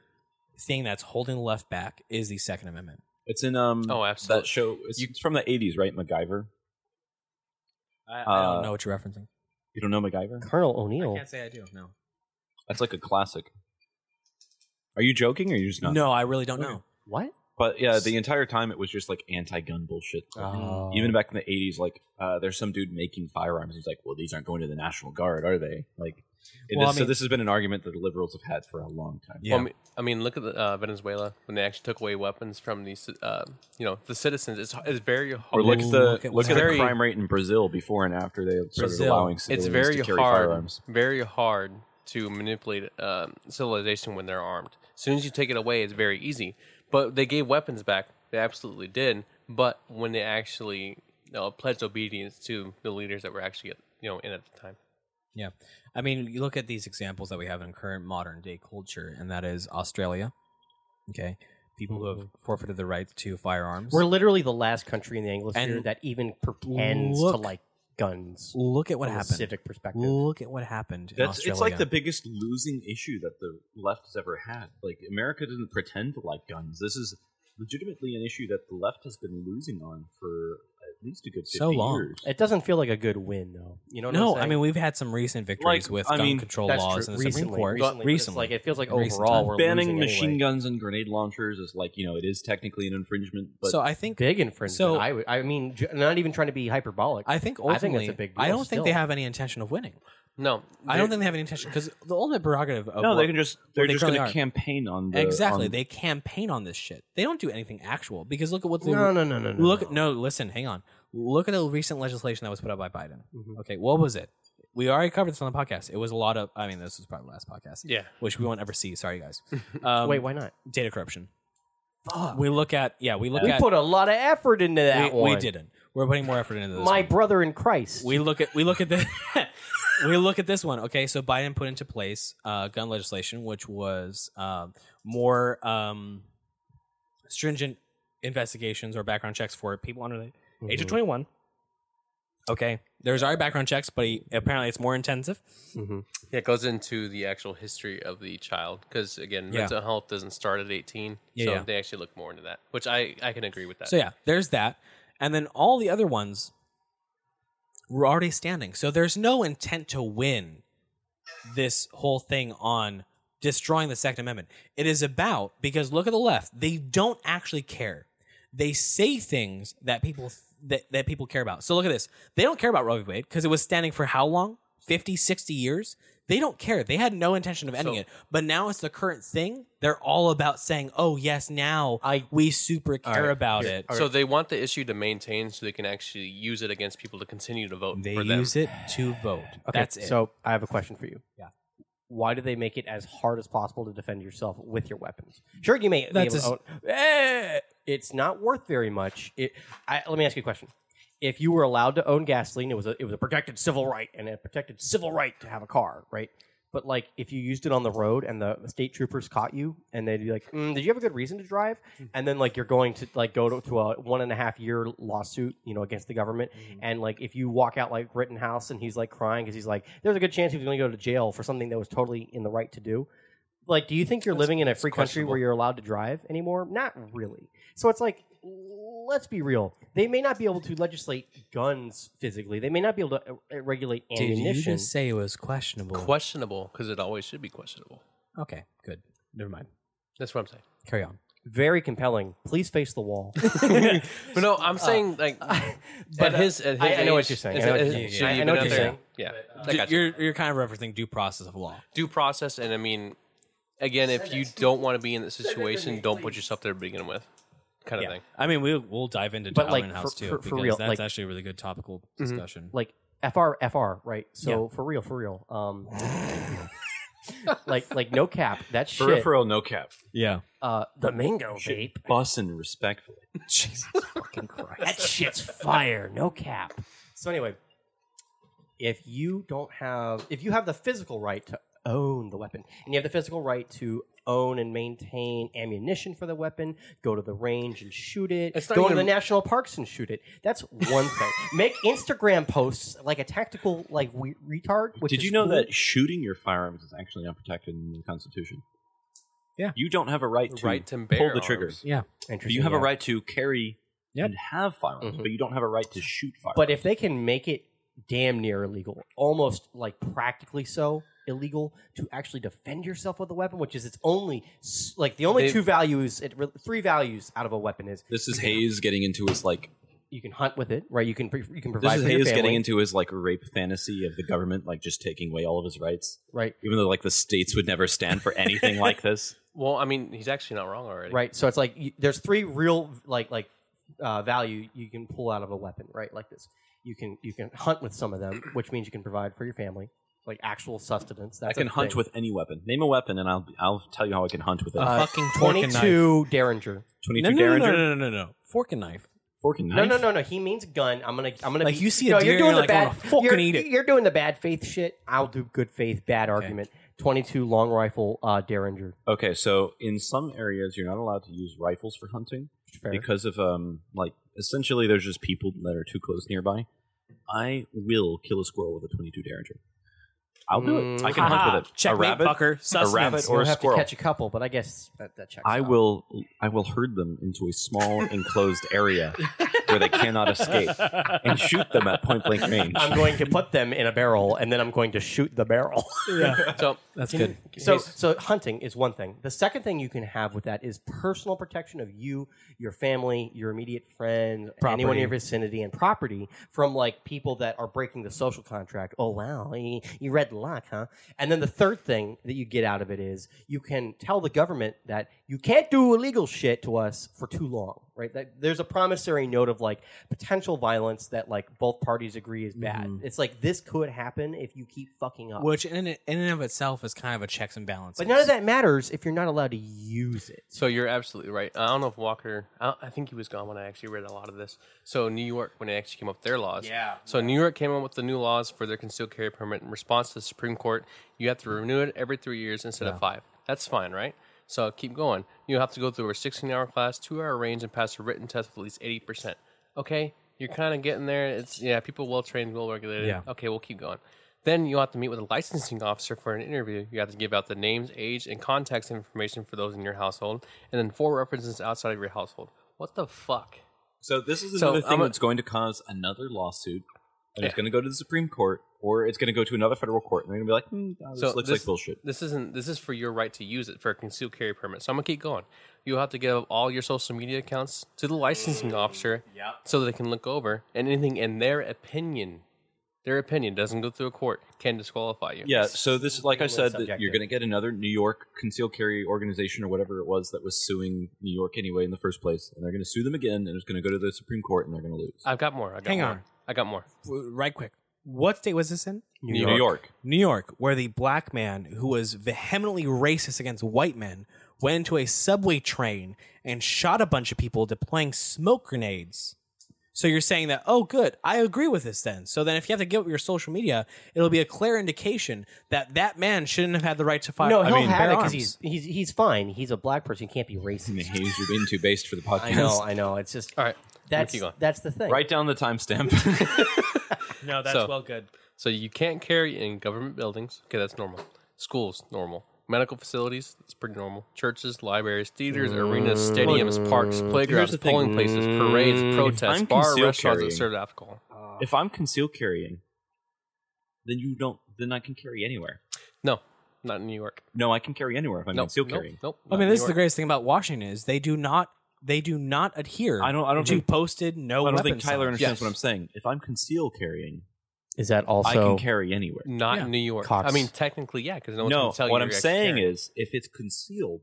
[SPEAKER 2] thing that's holding the left back is the Second Amendment.
[SPEAKER 1] it's in um
[SPEAKER 4] Oh, absolutely.
[SPEAKER 1] that show. It's, it's from the 80s, right? MacGyver.
[SPEAKER 2] I, I
[SPEAKER 1] Uh,
[SPEAKER 2] don't know what you're referencing.
[SPEAKER 1] You don't know MacGyver?
[SPEAKER 3] Colonel
[SPEAKER 2] I
[SPEAKER 3] O'Neill.
[SPEAKER 2] can't say I do. No.
[SPEAKER 1] That's like a classic. Are you joking or are you just
[SPEAKER 2] No,
[SPEAKER 1] not?
[SPEAKER 2] I really don't know.
[SPEAKER 3] What?
[SPEAKER 1] But yeah, the entire time it was just like anti-gun bullshit.
[SPEAKER 3] Oh.
[SPEAKER 1] Even back in the '80s, like uh, there's some dude making firearms. He's like, "Well, these aren't going to the National Guard, are they?" Like,
[SPEAKER 9] It
[SPEAKER 2] Well,
[SPEAKER 9] is-
[SPEAKER 2] I
[SPEAKER 9] so
[SPEAKER 2] mean-
[SPEAKER 9] this has been an argument that the liberals have had for a long time.
[SPEAKER 4] Well, I, mean, I mean, look at the, uh, Venezuela when they actually took away weapons from the, ci- uh, you know, the citizens. It's, it's very hard.
[SPEAKER 9] Or look at the
[SPEAKER 2] look
[SPEAKER 9] look
[SPEAKER 2] at
[SPEAKER 9] at,
[SPEAKER 2] what's
[SPEAKER 9] the
[SPEAKER 4] happening.
[SPEAKER 9] crime rate in Brazil before and after they started
[SPEAKER 2] Brazil.
[SPEAKER 9] allowing
[SPEAKER 4] it's
[SPEAKER 9] civilians
[SPEAKER 4] very
[SPEAKER 9] to carry
[SPEAKER 4] hard,
[SPEAKER 9] firearms.
[SPEAKER 4] very hard to manipulate um, civilization when they're armed. As soon as you take it away, it's very easy. But they gave weapons back; they absolutely did. But when they actually you know, pledged obedience to the leaders that were actually you know in at the time,
[SPEAKER 2] Yeah. I mean, you look at these examples that we have in current modern day culture, and that is Australia. Okay. People who have
[SPEAKER 3] Mm-hmm.
[SPEAKER 2] forfeited their rights to firearms.
[SPEAKER 3] We're literally the last country in the Anglosphere
[SPEAKER 2] And
[SPEAKER 3] that even pretends to
[SPEAKER 2] look-
[SPEAKER 3] like guns.
[SPEAKER 2] look at what
[SPEAKER 3] from a
[SPEAKER 2] happened.
[SPEAKER 3] civic perspective.
[SPEAKER 2] Look at what happened. in
[SPEAKER 9] That's it's like
[SPEAKER 2] Australia.
[SPEAKER 9] the biggest losing issue that the left has ever had. Like America didn't pretend to like guns. This is legitimately an issue that the left has been losing on for at least a good 50
[SPEAKER 2] So long.
[SPEAKER 9] years.
[SPEAKER 3] It doesn't feel like a good win, though. You know? What
[SPEAKER 2] No,
[SPEAKER 3] I'm
[SPEAKER 2] I mean we've had some recent victories
[SPEAKER 9] Like,
[SPEAKER 2] with
[SPEAKER 9] I
[SPEAKER 2] gun
[SPEAKER 9] mean,
[SPEAKER 2] control
[SPEAKER 3] that's
[SPEAKER 2] laws
[SPEAKER 3] true.
[SPEAKER 2] in the Supreme
[SPEAKER 3] Recently,
[SPEAKER 2] Court.
[SPEAKER 3] recently, but it's like- it feels like
[SPEAKER 2] In recent
[SPEAKER 3] overall
[SPEAKER 2] time.
[SPEAKER 3] we're-
[SPEAKER 9] Banning
[SPEAKER 3] losing
[SPEAKER 9] machine
[SPEAKER 3] anyway.
[SPEAKER 9] guns and grenade launchers is like, you know, it is technically an infringement, but
[SPEAKER 2] so I think
[SPEAKER 3] big infringement.
[SPEAKER 2] So-
[SPEAKER 3] I, would- I mean, j- not even trying to be hyperbolic.
[SPEAKER 2] I think
[SPEAKER 3] I
[SPEAKER 2] ultimately
[SPEAKER 3] think that's a big deal
[SPEAKER 2] I don't think they
[SPEAKER 3] still.
[SPEAKER 2] have any intention of winning.
[SPEAKER 4] no,
[SPEAKER 2] I don't
[SPEAKER 4] they-
[SPEAKER 2] think they have any intention because the ultimate prerogative of
[SPEAKER 9] no,
[SPEAKER 2] what-
[SPEAKER 9] they can just they're
[SPEAKER 2] uh, they
[SPEAKER 9] just going to
[SPEAKER 2] currently are.
[SPEAKER 9] campaign on the
[SPEAKER 2] exactly
[SPEAKER 9] on-
[SPEAKER 2] they campaign on this shit. They don't do anything actual because look at what the
[SPEAKER 3] no, no, no, no, no.
[SPEAKER 2] look no listen hang on look at the recent legislation that was put out by Biden.
[SPEAKER 3] Mm-hmm.
[SPEAKER 2] Okay, what was it? We already covered this on the podcast. It was a lot of I mean this was probably the last podcast.
[SPEAKER 4] Yeah.
[SPEAKER 2] which we won't ever see. Sorry guys. Um,
[SPEAKER 3] Wait, why not?
[SPEAKER 2] data corruption. We look at yeah we look
[SPEAKER 3] We
[SPEAKER 2] at
[SPEAKER 3] put a lot of effort into that
[SPEAKER 2] we,
[SPEAKER 3] one.
[SPEAKER 2] we didn't. We're putting more effort into this.
[SPEAKER 3] My
[SPEAKER 2] one.
[SPEAKER 3] brother in Christ.
[SPEAKER 2] we look at we look at the we look at this one. Okay, so Biden put into place uh, gun legislation, which was um more um, stringent investigations or background checks for people under the age of twenty one. Okay, there's already background checks, but he, apparently it's more intensive.
[SPEAKER 4] Yeah, it goes into the actual history of the child because again,
[SPEAKER 2] Yeah.
[SPEAKER 4] mental health doesn't start at eighteen,
[SPEAKER 2] Yeah,
[SPEAKER 4] so
[SPEAKER 2] yeah.
[SPEAKER 4] they actually look more into that, which I I can agree with that.
[SPEAKER 2] So yeah, there's that, and then all the other ones were already standing. So there's no intent to win this whole thing on destroying the Second Amendment. It is about because look at the left; they don't actually care. They say things that people that, that people care about. So look at this; they don't care about Roe v. Wade because it was standing for how long? 50, 60 years. They don't care. They had no intention of ending
[SPEAKER 4] So-
[SPEAKER 2] it, but now it's the current thing. They're all about saying, "Oh yes, now
[SPEAKER 3] I-
[SPEAKER 2] we super care
[SPEAKER 3] right,
[SPEAKER 2] about
[SPEAKER 3] here-
[SPEAKER 2] it."
[SPEAKER 4] So they want the issue to maintain so they can actually use it against people to continue to vote
[SPEAKER 2] They
[SPEAKER 4] for them.
[SPEAKER 2] use it to vote.
[SPEAKER 3] Okay,
[SPEAKER 2] That's it.
[SPEAKER 3] So I have a question for you.
[SPEAKER 2] Yeah.
[SPEAKER 3] Why do they make it as hard as possible to defend yourself with your weapons? Sure, you may. be
[SPEAKER 2] That's
[SPEAKER 3] able to own- Eh, it's not worth very much. It, I, let me ask you a question. If you were allowed to own gasoline, it was a, it was a protected civil right, and a protected civil right to have a car, right? But like, if you used it on the road and the state troopers caught you, and they'd be like, mm, "Did you have a good reason to drive?"
[SPEAKER 2] Hmm.
[SPEAKER 3] And then like you're going to like go to, to a one and a half year lawsuit, you know, against the government.
[SPEAKER 2] Hmm.
[SPEAKER 3] And like, if you walk out like Rittenhouse and he's like crying because he's like, "There's a good chance he was going to go to jail for something that was totally in the right to do." Like, do you think you're living in a free country where you're allowed to drive anymore? Not really. So it's like, let's be real. They may not be able to legislate guns physically. They may not be able to uh, regulate
[SPEAKER 2] Did you
[SPEAKER 3] ammunition.
[SPEAKER 2] just say it was questionable?
[SPEAKER 4] questionable because it always should be questionable.
[SPEAKER 2] okay, good. Never mind.
[SPEAKER 4] That's what I'm saying.
[SPEAKER 2] Carry on.
[SPEAKER 3] Very compelling. Please face the wall.
[SPEAKER 4] But no, I'm saying like, but his, Uh, at his
[SPEAKER 3] I- I know what
[SPEAKER 4] age-
[SPEAKER 3] you're saying.
[SPEAKER 4] is
[SPEAKER 3] I know
[SPEAKER 4] it-
[SPEAKER 3] what you're
[SPEAKER 4] is-
[SPEAKER 3] saying.
[SPEAKER 4] should he
[SPEAKER 3] I- I
[SPEAKER 4] have been
[SPEAKER 3] know what
[SPEAKER 4] out
[SPEAKER 3] you're
[SPEAKER 4] there?
[SPEAKER 3] saying.
[SPEAKER 4] Yeah, I
[SPEAKER 2] You're,
[SPEAKER 4] got you.
[SPEAKER 2] you're kind of referencing due process of law.
[SPEAKER 4] due process, and I mean, again, if you don't want to be in that situation, don't put yourself there to begin with, kind of
[SPEAKER 3] Yeah.
[SPEAKER 4] thing.
[SPEAKER 2] I mean, we we'll dive into
[SPEAKER 3] But,
[SPEAKER 2] Tower
[SPEAKER 3] like,
[SPEAKER 2] and House
[SPEAKER 3] for-
[SPEAKER 2] too
[SPEAKER 3] for- for
[SPEAKER 2] because
[SPEAKER 3] real,
[SPEAKER 2] that's
[SPEAKER 3] like- Mm-hmm.
[SPEAKER 2] actually a really good topical discussion.
[SPEAKER 3] like fr fr right so for real for real um like like no cap that shit
[SPEAKER 9] peripheral no cap.
[SPEAKER 2] yeah,
[SPEAKER 3] uh the mango vape
[SPEAKER 9] Bussin' respectfully.
[SPEAKER 2] Jesus fucking
[SPEAKER 3] that
[SPEAKER 2] Christ.
[SPEAKER 3] shit's fire no cap so anyway if you don't have if you have the physical right to own the weapon and you have the physical right to own and maintain ammunition for the weapon go to the range and shoot it
[SPEAKER 4] It's not
[SPEAKER 3] go to the
[SPEAKER 4] even-
[SPEAKER 3] national parks and shoot it that's one thing make instagram posts like a tactical like we- retard which
[SPEAKER 9] Did
[SPEAKER 3] is
[SPEAKER 9] you know
[SPEAKER 3] cool.
[SPEAKER 9] that shooting your firearms is actually not protected in the Constitution?
[SPEAKER 2] Yeah.
[SPEAKER 9] You don't have a right to,
[SPEAKER 4] Right to
[SPEAKER 9] pull
[SPEAKER 4] bear
[SPEAKER 9] the trigger.
[SPEAKER 4] arms.
[SPEAKER 2] Yeah,
[SPEAKER 9] But
[SPEAKER 3] Interesting,
[SPEAKER 9] you have a
[SPEAKER 3] yeah.
[SPEAKER 9] right to carry
[SPEAKER 2] Yep.
[SPEAKER 9] and have firearms,
[SPEAKER 4] Mm-hmm.
[SPEAKER 3] Mhm.
[SPEAKER 9] but you don't have a right to shoot firearms.
[SPEAKER 3] But if they can make it damn near illegal, almost like practically so illegal to actually defend yourself with a weapon, which is its only s- like the only
[SPEAKER 4] They-
[SPEAKER 3] two values, it, re- three values out of a weapon is
[SPEAKER 9] this is Hayes getting into his like
[SPEAKER 3] you can hunt with it, right? You can pre- you can
[SPEAKER 1] This
[SPEAKER 3] provide
[SPEAKER 1] is
[SPEAKER 3] for your
[SPEAKER 1] Hayes getting
[SPEAKER 3] family,
[SPEAKER 1] into his like rape fantasy of the government, like just taking away all of his rights,
[SPEAKER 3] right?
[SPEAKER 1] even though like the states would never stand for anything like this.
[SPEAKER 4] Well, I mean, he's actually not wrong already.
[SPEAKER 3] Right. So it's like you, there's three real like like uh, value you can pull out of a weapon, right? Like this, you can you can hunt with some of them, which means you can provide for your family, like actual sustenance. That's
[SPEAKER 1] I can
[SPEAKER 3] a
[SPEAKER 1] hunt
[SPEAKER 3] thing.
[SPEAKER 1] with any weapon. Name a weapon, and I'll I'll tell you how I can hunt with it.
[SPEAKER 3] Uh,
[SPEAKER 2] fucking fork and knife.
[SPEAKER 3] twenty-two Derringer.
[SPEAKER 1] Twenty
[SPEAKER 2] No,
[SPEAKER 1] two
[SPEAKER 2] no, no,
[SPEAKER 1] Derringer,
[SPEAKER 2] no, no, no, no, no. Fork and knife.
[SPEAKER 1] fork and knife.
[SPEAKER 3] No, no, no, no. He means gun. I'm gonna, I'm gonna.
[SPEAKER 2] Like,
[SPEAKER 3] be,
[SPEAKER 2] you see a
[SPEAKER 3] no,
[SPEAKER 2] deer,
[SPEAKER 3] you're doing
[SPEAKER 2] you're
[SPEAKER 3] the
[SPEAKER 2] like,
[SPEAKER 3] bad.
[SPEAKER 2] "I'm gonna fucking
[SPEAKER 3] you're,
[SPEAKER 2] eat it."
[SPEAKER 3] You're doing the bad faith shit. I'll do good faith, bad argument. Twenty-two long rifle uh, Derringer.
[SPEAKER 1] Okay, so in some areas you're not allowed to use rifles for hunting
[SPEAKER 3] Fair.
[SPEAKER 1] because of um like essentially there's just people that are too close nearby. I will kill a squirrel with a 22 Derringer. I'll do it. I can
[SPEAKER 2] Haha,
[SPEAKER 1] hunt with it.
[SPEAKER 2] checkmate,
[SPEAKER 1] a rabbit,
[SPEAKER 2] fucker.
[SPEAKER 1] a
[SPEAKER 2] Sustenance.
[SPEAKER 1] rabbit,
[SPEAKER 3] We'll
[SPEAKER 1] or a
[SPEAKER 3] have
[SPEAKER 1] squirrel.
[SPEAKER 3] to catch a couple, but I guess that, that checks.
[SPEAKER 1] I
[SPEAKER 3] out.
[SPEAKER 1] will. I will herd them into a small enclosed area where they cannot escape and shoot them at point blank range.
[SPEAKER 3] I'm going to put them in a barrel, and then I'm going to shoot the barrel.
[SPEAKER 4] So
[SPEAKER 2] That's good.
[SPEAKER 3] So, so hunting is one thing. The second thing you can have with that is personal protection of you, your family, your immediate friends, anyone in your vicinity, and property from like people that are breaking the social contract. Oh wow, you, you read the lock, huh? And then the third thing that you get out of it is you can tell the government that you can't do illegal shit to us for too long, right? That, there's a promissory note of like potential violence that like both parties agree is bad. It's like this could happen if you keep fucking up.
[SPEAKER 2] Which in, in and of itself is kind of a checks and balances.
[SPEAKER 3] But none of that matters if you're not allowed to use it.
[SPEAKER 4] So you're absolutely right. I don't know if Walker. I, I think he was gone when I actually read a lot of this. So New York, when they actually came up with their laws. Yeah. So New York came up with the new laws for their concealed carry permit in response to the Supreme Court. You have to renew it every three years instead of five. That's fine, right? So keep going. You have to go through a 16-hour class, two-hour range, and pass a written test with at least 80 percent. Okay, you're kind of getting there. It's yeah, people well trained, well regulated.
[SPEAKER 2] Yeah.
[SPEAKER 4] Okay, we'll keep going. Then you'll have to meet with a licensing officer for an interview. You have to give out the names, age, and contact information for those in your household, and then four references outside of your household. What the fuck?
[SPEAKER 1] So this is
[SPEAKER 4] So
[SPEAKER 1] another thing
[SPEAKER 4] I'm a-
[SPEAKER 1] that's going to cause another lawsuit, and it's going to go to the Supreme Court, or it's going to go to another federal court, and they're going to be like, hmm, "This looks like bullshit."
[SPEAKER 4] This isn't. This is for your right to use it for a concealed carry permit. So I'm gonna keep going. You'll have to give up all your social media accounts to the licensing officer, so they can look over and anything in their opinion. Their opinion doesn't go through a court can disqualify you.
[SPEAKER 1] Yeah. So this, like I said, that you're
[SPEAKER 3] subjective.
[SPEAKER 1] going to get another New York concealed carry organization or whatever it was that was suing New York anyway in the first place, and they're going to sue them again, and it's going to go to the Supreme Court, and they're going to lose.
[SPEAKER 4] I've got more. I got
[SPEAKER 2] Hang
[SPEAKER 4] more.
[SPEAKER 2] on.
[SPEAKER 4] I got more.
[SPEAKER 2] right quick. What state was this in?
[SPEAKER 1] New York.
[SPEAKER 2] New York, where the black man who was vehemently racist against white men went into a subway train and shot a bunch of people deploying smoke grenades. So you're saying that, oh, good, I agree with this then. So then if you have to give up your social media, it'll be a clear indication that that man shouldn't have had the right to fire.
[SPEAKER 3] No,
[SPEAKER 2] I
[SPEAKER 3] he'll
[SPEAKER 2] mean,
[SPEAKER 3] have
[SPEAKER 2] bear
[SPEAKER 3] it because
[SPEAKER 2] arms.
[SPEAKER 3] he's, he's he's fine. He's a black person. He can't be racist.
[SPEAKER 1] Hayes, you're being too based for the podcast.
[SPEAKER 3] I know, I know. It's just
[SPEAKER 4] All right.
[SPEAKER 3] That's
[SPEAKER 4] keep going.
[SPEAKER 3] that's the thing.
[SPEAKER 1] Write down the timestamp.
[SPEAKER 2] No, that's
[SPEAKER 4] So-
[SPEAKER 2] well good.
[SPEAKER 4] So you can't carry in government buildings. Okay, that's normal. Schools, normal. Medical facilities, it's pretty normal. Churches, libraries, theaters, arenas, stadiums, parks, playgrounds,
[SPEAKER 1] Mm. the thing. Mm.
[SPEAKER 4] polling places, parades, protests,
[SPEAKER 1] I'm
[SPEAKER 4] bar,
[SPEAKER 1] concealed
[SPEAKER 4] restaurants
[SPEAKER 1] carrying-
[SPEAKER 4] that serve alcohol.
[SPEAKER 1] if I'm concealed carrying, then you don't. Then I can carry anywhere.
[SPEAKER 4] No, not in New York.
[SPEAKER 1] No, I can carry anywhere if I'm
[SPEAKER 4] No,
[SPEAKER 1] concealed
[SPEAKER 4] nope,
[SPEAKER 1] carrying.
[SPEAKER 4] nope,
[SPEAKER 2] I
[SPEAKER 4] not
[SPEAKER 2] mean,
[SPEAKER 4] in
[SPEAKER 2] Oh, this
[SPEAKER 4] New
[SPEAKER 2] is the
[SPEAKER 4] York.
[SPEAKER 2] greatest thing about Washington is they do not they do not adhere.
[SPEAKER 1] I don't- I don't
[SPEAKER 2] to
[SPEAKER 1] think-
[SPEAKER 2] posted no.
[SPEAKER 1] I don't think
[SPEAKER 2] weapons
[SPEAKER 1] Tyler
[SPEAKER 2] signs.
[SPEAKER 1] understands what I'm saying. If I'm concealed carrying,
[SPEAKER 3] Is that
[SPEAKER 1] I can
[SPEAKER 3] also
[SPEAKER 1] carry anywhere.
[SPEAKER 4] Not in New York.
[SPEAKER 3] Cox.
[SPEAKER 4] I mean, technically, yeah, because no one's
[SPEAKER 1] No,
[SPEAKER 4] going to tell you.
[SPEAKER 1] what I'm saying is, if it's concealed,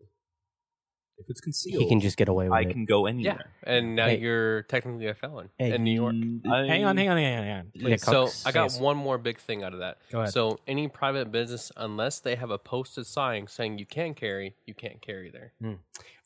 [SPEAKER 1] if it's concealed,
[SPEAKER 3] he can just get away with
[SPEAKER 1] I
[SPEAKER 3] it?
[SPEAKER 1] can go
[SPEAKER 4] Yeah,
[SPEAKER 1] anywhere.
[SPEAKER 4] and now
[SPEAKER 3] Hey.
[SPEAKER 4] you're technically a felon
[SPEAKER 3] Hey.
[SPEAKER 4] in New York.
[SPEAKER 1] Mm,
[SPEAKER 2] Hang on, hang on, hang on, hang on.
[SPEAKER 3] Yeah,
[SPEAKER 4] Please. so
[SPEAKER 3] Cox,
[SPEAKER 4] I got
[SPEAKER 3] yes.
[SPEAKER 4] one more big thing out of that.
[SPEAKER 2] Go ahead.
[SPEAKER 4] So any private business, unless they have a posted sign saying you can carry, you can't carry there.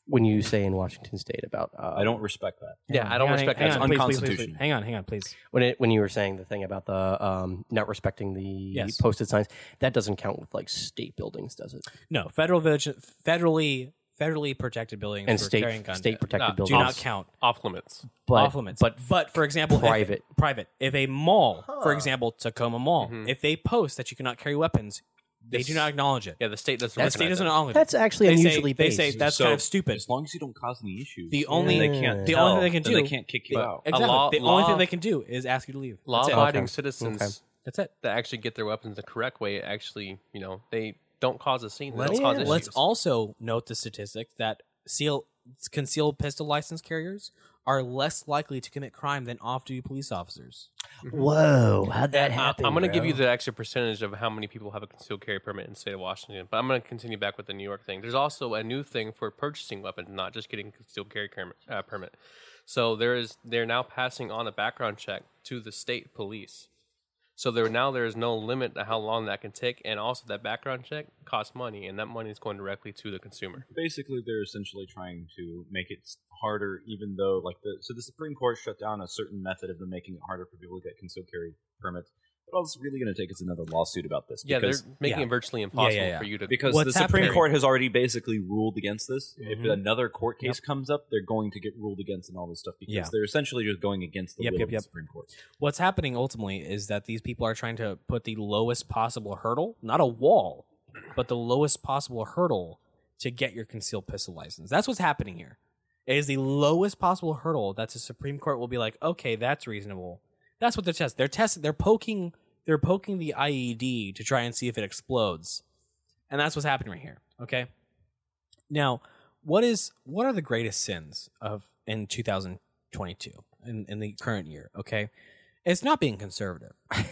[SPEAKER 3] when you say in Washington State about uh,
[SPEAKER 1] I don't respect that.
[SPEAKER 4] Yeah, I don't respect
[SPEAKER 2] hang
[SPEAKER 4] that.
[SPEAKER 2] on, please, please, please,
[SPEAKER 1] unconstitutional.
[SPEAKER 2] please. Hang on, hang on, please.
[SPEAKER 3] when it when you were saying the thing about the um, not respecting the
[SPEAKER 2] Yes.
[SPEAKER 3] posted signs that doesn't count with like state buildings, does it?
[SPEAKER 2] No, federal village, federally federally protected buildings
[SPEAKER 3] And
[SPEAKER 2] for carrying
[SPEAKER 3] state
[SPEAKER 2] guns
[SPEAKER 3] state protected
[SPEAKER 4] Nah, do
[SPEAKER 2] do
[SPEAKER 3] buildings
[SPEAKER 2] not count.
[SPEAKER 4] Off limits.
[SPEAKER 3] But,
[SPEAKER 2] off limits.
[SPEAKER 3] But
[SPEAKER 2] but for example, if-
[SPEAKER 3] private.
[SPEAKER 2] private. If a mall, for example, Tacoma Mall,
[SPEAKER 3] Mm-hmm.
[SPEAKER 2] if they post that you cannot carry weapons, they do not acknowledge it.
[SPEAKER 4] Yeah, the state doesn't.
[SPEAKER 2] the state doesn't acknowledge it.
[SPEAKER 3] that's actually
[SPEAKER 2] They say-
[SPEAKER 3] unusually
[SPEAKER 2] they
[SPEAKER 3] based.
[SPEAKER 2] say that's
[SPEAKER 1] So,
[SPEAKER 2] kind of stupid.
[SPEAKER 1] As long as you don't cause any issues,
[SPEAKER 2] The only
[SPEAKER 1] they can't.
[SPEAKER 2] the
[SPEAKER 1] tell,
[SPEAKER 2] only thing they can
[SPEAKER 1] then they
[SPEAKER 2] do
[SPEAKER 1] can't kick you out.
[SPEAKER 2] Exactly.
[SPEAKER 4] law-
[SPEAKER 2] the only
[SPEAKER 4] law-
[SPEAKER 2] thing they can do is ask you to leave. That's it.
[SPEAKER 4] Law-abiding
[SPEAKER 3] Okay.
[SPEAKER 4] citizens.
[SPEAKER 3] Okay.
[SPEAKER 4] That's it. That actually get their weapons the correct way. Actually, you know, they don't cause a scene. They
[SPEAKER 2] Let's,
[SPEAKER 4] don't cause issues.
[SPEAKER 2] let's also note the statistic that seal, concealed pistol license carriers are less likely to commit crime than off-duty police officers.
[SPEAKER 3] Whoa, how'd that
[SPEAKER 4] I-
[SPEAKER 3] happen?
[SPEAKER 4] Uh, I'm going to give you
[SPEAKER 3] bro?
[SPEAKER 4] the extra percentage of how many people have a concealed carry permit in the state of Washington, but I'm going to continue back with the New York thing. There's also a new thing for purchasing weapons, not just getting a concealed carry permit. Uh, permit. So there is they're now passing on a background check to the state police. So there now there is no limit to how long that can take, and also that background check costs money, and that money is going directly to the consumer.
[SPEAKER 1] basically they're essentially trying to make it harder even though like the so the supreme court shut down a certain method of them making it harder for people to get concealed carry permits but all it's really going to take is another lawsuit about this
[SPEAKER 4] Yeah, they're
[SPEAKER 1] because,
[SPEAKER 4] making
[SPEAKER 2] yeah.
[SPEAKER 4] it virtually impossible
[SPEAKER 2] yeah.
[SPEAKER 4] for you to
[SPEAKER 1] because
[SPEAKER 2] What's
[SPEAKER 1] the supreme
[SPEAKER 2] happening-
[SPEAKER 1] court has already basically ruled against this if
[SPEAKER 2] Mhm.
[SPEAKER 1] another court case comes up they're going to get ruled against and all this stuff because
[SPEAKER 2] Yeah.
[SPEAKER 1] they're essentially just going against the
[SPEAKER 2] Yep,
[SPEAKER 1] will
[SPEAKER 2] yep,
[SPEAKER 1] of
[SPEAKER 2] yep.
[SPEAKER 1] the supreme court
[SPEAKER 2] What's happening ultimately is that these people are trying to put the lowest possible hurdle, not a wall, but the lowest possible hurdle to get your concealed pistol license. That's what's happening here. It is the lowest possible hurdle that the Supreme Court will be like, okay, that's reasonable. That's what they're testing. They're testing. They're poking. They're poking the IED to try and see if it explodes, and that's what's happening right here. Okay. Now, what is what are the greatest sins of in 2022 in, in the current year? Okay, it's not being conservative.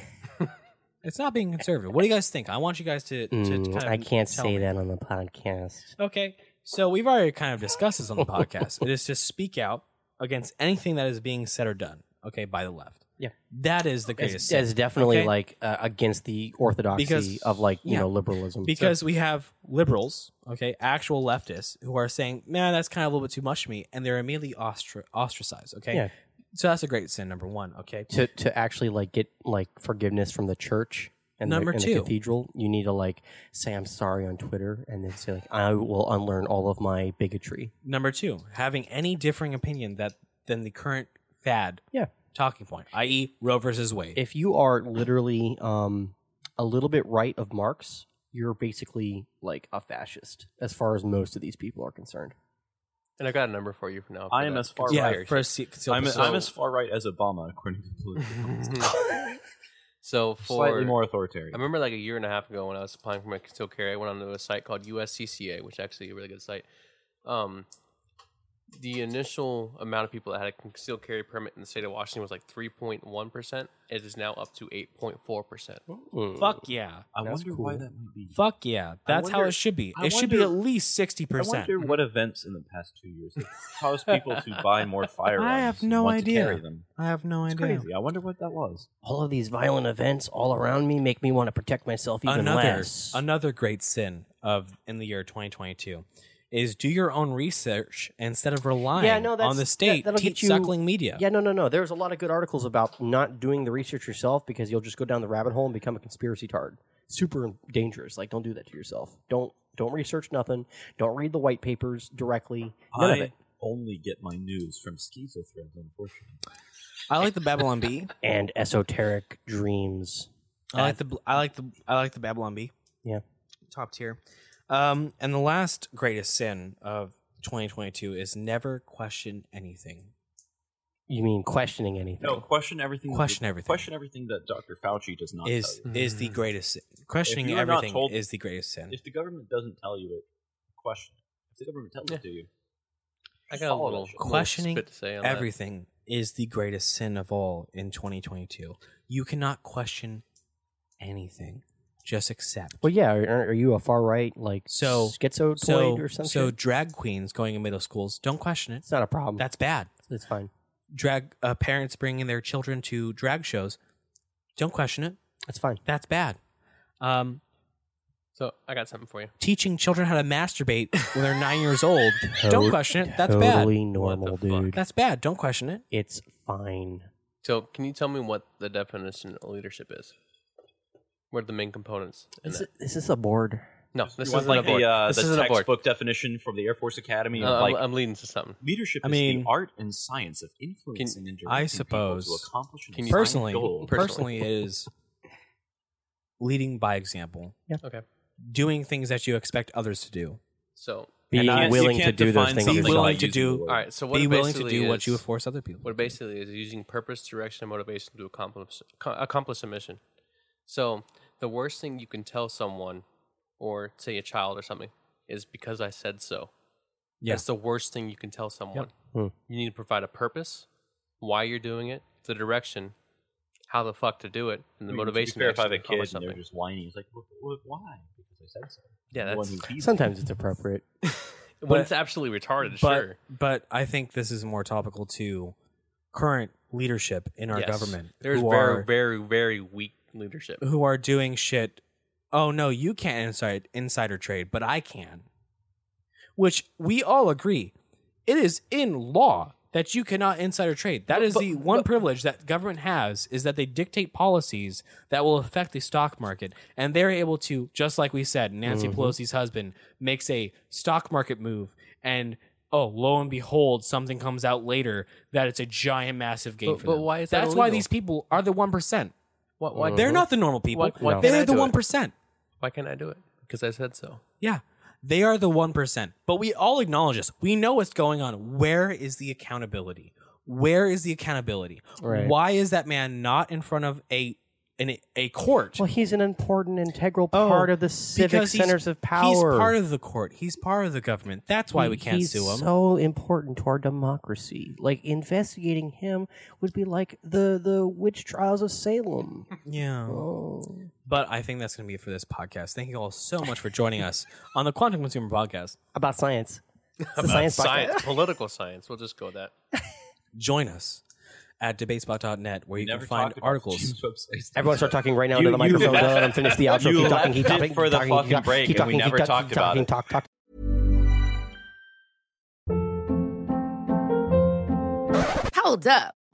[SPEAKER 2] it's not being conservative. What do you guys think? I want you guys to. to
[SPEAKER 3] Mm,
[SPEAKER 2] kind of
[SPEAKER 3] I can't
[SPEAKER 2] tell
[SPEAKER 3] say
[SPEAKER 2] me.
[SPEAKER 3] that on the podcast.
[SPEAKER 2] Okay. So we've already kind of discussed this on the podcast. It is to speak out against anything that is being said or done, okay, by the left.
[SPEAKER 3] Yeah.
[SPEAKER 2] That is the greatest
[SPEAKER 3] It's,
[SPEAKER 2] sin.
[SPEAKER 3] it's definitely
[SPEAKER 2] okay?
[SPEAKER 3] like uh, against the orthodoxy
[SPEAKER 2] Because-
[SPEAKER 3] of like you
[SPEAKER 2] yeah.
[SPEAKER 3] know liberalism.
[SPEAKER 2] because we have liberals, okay, actual leftists who are saying, "Man, that's kind of a little bit too much to me," and they're immediately ostra- ostracized, okay?
[SPEAKER 3] Yeah.
[SPEAKER 2] So that's a great sin number 1, okay?
[SPEAKER 3] to to actually like get like forgiveness from the church and
[SPEAKER 2] Number
[SPEAKER 3] the, and
[SPEAKER 2] two.
[SPEAKER 3] the cathedral, you need to like say I'm sorry on Twitter and then say like I will unlearn all of my bigotry.
[SPEAKER 2] Number 2, having any differing opinion that than the current fad
[SPEAKER 3] Yeah.
[SPEAKER 2] talking point, i.e. Roe versus Wade.
[SPEAKER 3] If you are literally um, a little bit right of Marx, you're basically like a fascist as far as most of these people are concerned.
[SPEAKER 4] And I got a number for you for now.
[SPEAKER 1] I am as far
[SPEAKER 2] yeah,
[SPEAKER 1] right.
[SPEAKER 2] for a se- concealed
[SPEAKER 1] I'm,
[SPEAKER 2] pistol.
[SPEAKER 1] I'm as far right as obama according to political
[SPEAKER 4] so for
[SPEAKER 1] slightly more authoritarian
[SPEAKER 4] I remember like a year and a half ago when I was applying for my concealed carry, I went onto a site called USCCA, which is actually a really good site. Um, the initial amount of people that had a concealed carry permit in the state of Washington was like 3.1%. It is now up to 8.4%.
[SPEAKER 2] Fuck yeah.
[SPEAKER 1] i
[SPEAKER 3] That's
[SPEAKER 1] wonder why
[SPEAKER 3] cool.
[SPEAKER 1] that might be
[SPEAKER 2] Fuck yeah.
[SPEAKER 1] Mm-hmm. I
[SPEAKER 2] That's how
[SPEAKER 1] wonder-
[SPEAKER 2] it should be. It
[SPEAKER 1] I
[SPEAKER 2] should be at
[SPEAKER 1] wonder-
[SPEAKER 2] least 60%.
[SPEAKER 1] I wonder what events in the past two years have caused people to buy more firearms.
[SPEAKER 2] I have
[SPEAKER 1] and
[SPEAKER 2] no
[SPEAKER 1] want to
[SPEAKER 2] idea.
[SPEAKER 1] carry them.
[SPEAKER 2] I have no
[SPEAKER 1] It's
[SPEAKER 2] idea.
[SPEAKER 1] crazy. I wonder what that was.
[SPEAKER 3] All of these violent events all around me make me want to protect myself even
[SPEAKER 2] another
[SPEAKER 3] less.
[SPEAKER 2] another great sin of in the year 2022 is do your own research instead of relying
[SPEAKER 3] yeah, no, that's,
[SPEAKER 2] on the
[SPEAKER 3] that-
[SPEAKER 2] state
[SPEAKER 3] that'll get you-
[SPEAKER 2] suckling media.
[SPEAKER 3] Yeah, no, no, no. There's a lot of good articles about not doing the research yourself because you'll just go down the rabbit hole and become a conspiracy tard. Super dangerous. Like, don't do that to yourself. Don't don't research nothing. Don't read the white papers directly. None
[SPEAKER 1] I
[SPEAKER 3] of it.
[SPEAKER 1] only get my news from schizo threads, unfortunately.
[SPEAKER 2] I like the Babylon Bee.
[SPEAKER 3] And esoteric dreams.
[SPEAKER 2] I like the I like the I like the Babylon Bee.
[SPEAKER 3] Yeah.
[SPEAKER 2] Top tier. Um, and the last greatest sin of 2022 is never question anything.
[SPEAKER 3] You mean questioning anything?
[SPEAKER 1] No, question everything.
[SPEAKER 2] Question everything.
[SPEAKER 1] Question everything that Dr. Fauci does not
[SPEAKER 2] Is
[SPEAKER 1] tell you.
[SPEAKER 2] is the greatest sin. questioning
[SPEAKER 1] you are not
[SPEAKER 2] everything
[SPEAKER 1] told-
[SPEAKER 2] is the greatest sin.
[SPEAKER 1] If the government doesn't tell you it, question it. If the government tells it to you,
[SPEAKER 4] I got a
[SPEAKER 1] Follow
[SPEAKER 4] little
[SPEAKER 1] that shit.
[SPEAKER 4] little
[SPEAKER 2] questioning
[SPEAKER 4] spit to say on that.
[SPEAKER 2] everything is the greatest sin of all in 2022. You cannot question anything. Just accept.
[SPEAKER 3] Well, yeah. Are, are you a far right like
[SPEAKER 2] So-
[SPEAKER 3] schizoid
[SPEAKER 2] so,
[SPEAKER 3] or something?
[SPEAKER 2] so drag queens going in middle schools, don't question it.
[SPEAKER 3] it's not a problem.
[SPEAKER 2] That's bad.
[SPEAKER 3] it's fine.
[SPEAKER 2] Drag uh, parents bringing their children to drag shows, don't question it.
[SPEAKER 3] That's fine.
[SPEAKER 2] That's bad. Um,
[SPEAKER 4] So I got something for you.
[SPEAKER 2] teaching children how to masturbate when they're nine years old, don't question it. That's bad.
[SPEAKER 3] Totally normal,
[SPEAKER 4] What the fuck?
[SPEAKER 3] dude.
[SPEAKER 2] That's bad. Don't question it.
[SPEAKER 3] It's fine.
[SPEAKER 4] So can you tell me what the definition of leadership is? What are the main components? In
[SPEAKER 3] Is,
[SPEAKER 4] that?
[SPEAKER 3] is this a board?
[SPEAKER 4] No, this
[SPEAKER 1] You want,
[SPEAKER 4] isn't
[SPEAKER 1] like
[SPEAKER 4] a board.
[SPEAKER 1] the, uh,
[SPEAKER 4] this
[SPEAKER 1] the
[SPEAKER 4] isn't a Uh, board.
[SPEAKER 1] textbook definition from the Air Force Academy.
[SPEAKER 4] No,
[SPEAKER 1] of,
[SPEAKER 4] I'm,
[SPEAKER 1] like,
[SPEAKER 4] I'm leading to something.
[SPEAKER 1] leadership
[SPEAKER 2] I
[SPEAKER 1] is
[SPEAKER 2] mean-
[SPEAKER 1] the art and science of influencing and directing
[SPEAKER 2] I
[SPEAKER 1] people
[SPEAKER 2] suppose-
[SPEAKER 1] to accomplish an
[SPEAKER 4] Can you-
[SPEAKER 1] assigned
[SPEAKER 2] personally,
[SPEAKER 1] goal.
[SPEAKER 2] personally is leading by example,
[SPEAKER 4] Okay.
[SPEAKER 2] doing things that you expect others to do.
[SPEAKER 4] So
[SPEAKER 3] Being
[SPEAKER 1] I- you
[SPEAKER 3] willing to
[SPEAKER 1] can't
[SPEAKER 3] do those
[SPEAKER 1] define
[SPEAKER 3] things.
[SPEAKER 2] Be
[SPEAKER 1] something
[SPEAKER 3] yourself.
[SPEAKER 2] willing
[SPEAKER 1] by
[SPEAKER 2] to
[SPEAKER 1] using
[SPEAKER 2] do-
[SPEAKER 1] the word.
[SPEAKER 4] All right. So what
[SPEAKER 2] Be
[SPEAKER 4] it
[SPEAKER 2] willing to
[SPEAKER 4] basically
[SPEAKER 2] do what you
[SPEAKER 4] is-
[SPEAKER 2] would force other people.
[SPEAKER 4] What it
[SPEAKER 2] to do.
[SPEAKER 4] basically is using purpose, direction, and motivation to accomplish co- accomplish a mission. So the worst thing you can tell someone, or say a child or something, is because I said so.
[SPEAKER 3] Yeah.
[SPEAKER 4] That's the worst thing you can tell someone.
[SPEAKER 3] Hmm.
[SPEAKER 4] You need to provide a purpose, why you're doing it, the direction, how the fuck to do it, and the
[SPEAKER 1] To
[SPEAKER 4] motivation. to
[SPEAKER 1] be fair, if I have
[SPEAKER 4] actually
[SPEAKER 1] a kid
[SPEAKER 4] accomplish
[SPEAKER 1] and they're
[SPEAKER 4] something.
[SPEAKER 1] just whiny, it's like, "Well, well, why? Because I said so.
[SPEAKER 4] Yeah,
[SPEAKER 1] The one
[SPEAKER 4] that's-
[SPEAKER 1] who feeds
[SPEAKER 3] Sometimes it's appropriate.
[SPEAKER 4] when it's absolutely retarded,
[SPEAKER 2] but
[SPEAKER 4] sure.
[SPEAKER 2] but I think this is more topical to current leadership in our
[SPEAKER 4] Yes.
[SPEAKER 2] government.
[SPEAKER 4] There's
[SPEAKER 2] who
[SPEAKER 4] very,
[SPEAKER 2] are-
[SPEAKER 4] very, very weak leadership.
[SPEAKER 2] who are doing shit. Oh no, you can't inside insider trade, but I can. Which we all agree, it is in law that you cannot insider trade. That is
[SPEAKER 4] but-
[SPEAKER 2] the one
[SPEAKER 4] but-
[SPEAKER 2] privilege that government has is that they dictate policies that will affect the stock market, and they're able to, just like we said, Nancy
[SPEAKER 4] Mm-hmm.
[SPEAKER 2] Pelosi's husband makes a stock market move, and oh, lo and behold, something comes out later that it's a giant, massive game
[SPEAKER 4] But-
[SPEAKER 2] for
[SPEAKER 4] but
[SPEAKER 2] them.
[SPEAKER 4] why is that
[SPEAKER 2] That's why
[SPEAKER 4] illegal?
[SPEAKER 2] these people are the one percent.
[SPEAKER 4] Why, why,
[SPEAKER 2] They're not the normal people.
[SPEAKER 4] Why- why No. can't I
[SPEAKER 2] They're the
[SPEAKER 4] do it?
[SPEAKER 2] one percent.
[SPEAKER 4] Why can't I do it? Because I said so.
[SPEAKER 2] Yeah, they are the one percent. But we all acknowledge this. We know what's going on. Where is the accountability? Where is the accountability?
[SPEAKER 3] Right.
[SPEAKER 2] Why is that man not in front of a an, a court?
[SPEAKER 3] Well, he's an important, integral
[SPEAKER 2] Oh,
[SPEAKER 3] part of the civic
[SPEAKER 2] Because he's-
[SPEAKER 3] centers of power.
[SPEAKER 2] He's part of the court. He's part of the government. That's why we
[SPEAKER 3] He-
[SPEAKER 2] can't
[SPEAKER 3] he's
[SPEAKER 2] sue him.
[SPEAKER 3] So important to our democracy. Like investigating him would be like the the witch trials of Salem.
[SPEAKER 2] yeah.
[SPEAKER 3] Oh.
[SPEAKER 2] But I think that's going to be it for this podcast. Thank you all so much for joining us on the Quantum Consumer Podcast.
[SPEAKER 3] About science. It's the
[SPEAKER 4] About
[SPEAKER 3] science, podcast.
[SPEAKER 4] science, political science. We'll just go with that.
[SPEAKER 2] Join us at debatespot.net where you
[SPEAKER 1] Never
[SPEAKER 2] can find
[SPEAKER 1] talk about
[SPEAKER 2] articles.
[SPEAKER 1] James Web's face.
[SPEAKER 3] Everyone start talking right now
[SPEAKER 1] You-
[SPEAKER 3] into the
[SPEAKER 1] you-
[SPEAKER 3] microphone. Don't let them finish the outro.
[SPEAKER 1] you
[SPEAKER 3] keep
[SPEAKER 1] left
[SPEAKER 3] talking, keep
[SPEAKER 1] it
[SPEAKER 3] talking,
[SPEAKER 1] for
[SPEAKER 3] keep
[SPEAKER 1] the
[SPEAKER 3] talking,
[SPEAKER 1] fucking
[SPEAKER 3] keep talking,
[SPEAKER 1] break,
[SPEAKER 3] keep
[SPEAKER 1] and we
[SPEAKER 3] talking,
[SPEAKER 1] never
[SPEAKER 3] keep
[SPEAKER 1] talked
[SPEAKER 3] talking,
[SPEAKER 1] about it.
[SPEAKER 3] Talk, talk,
[SPEAKER 5] Hold up.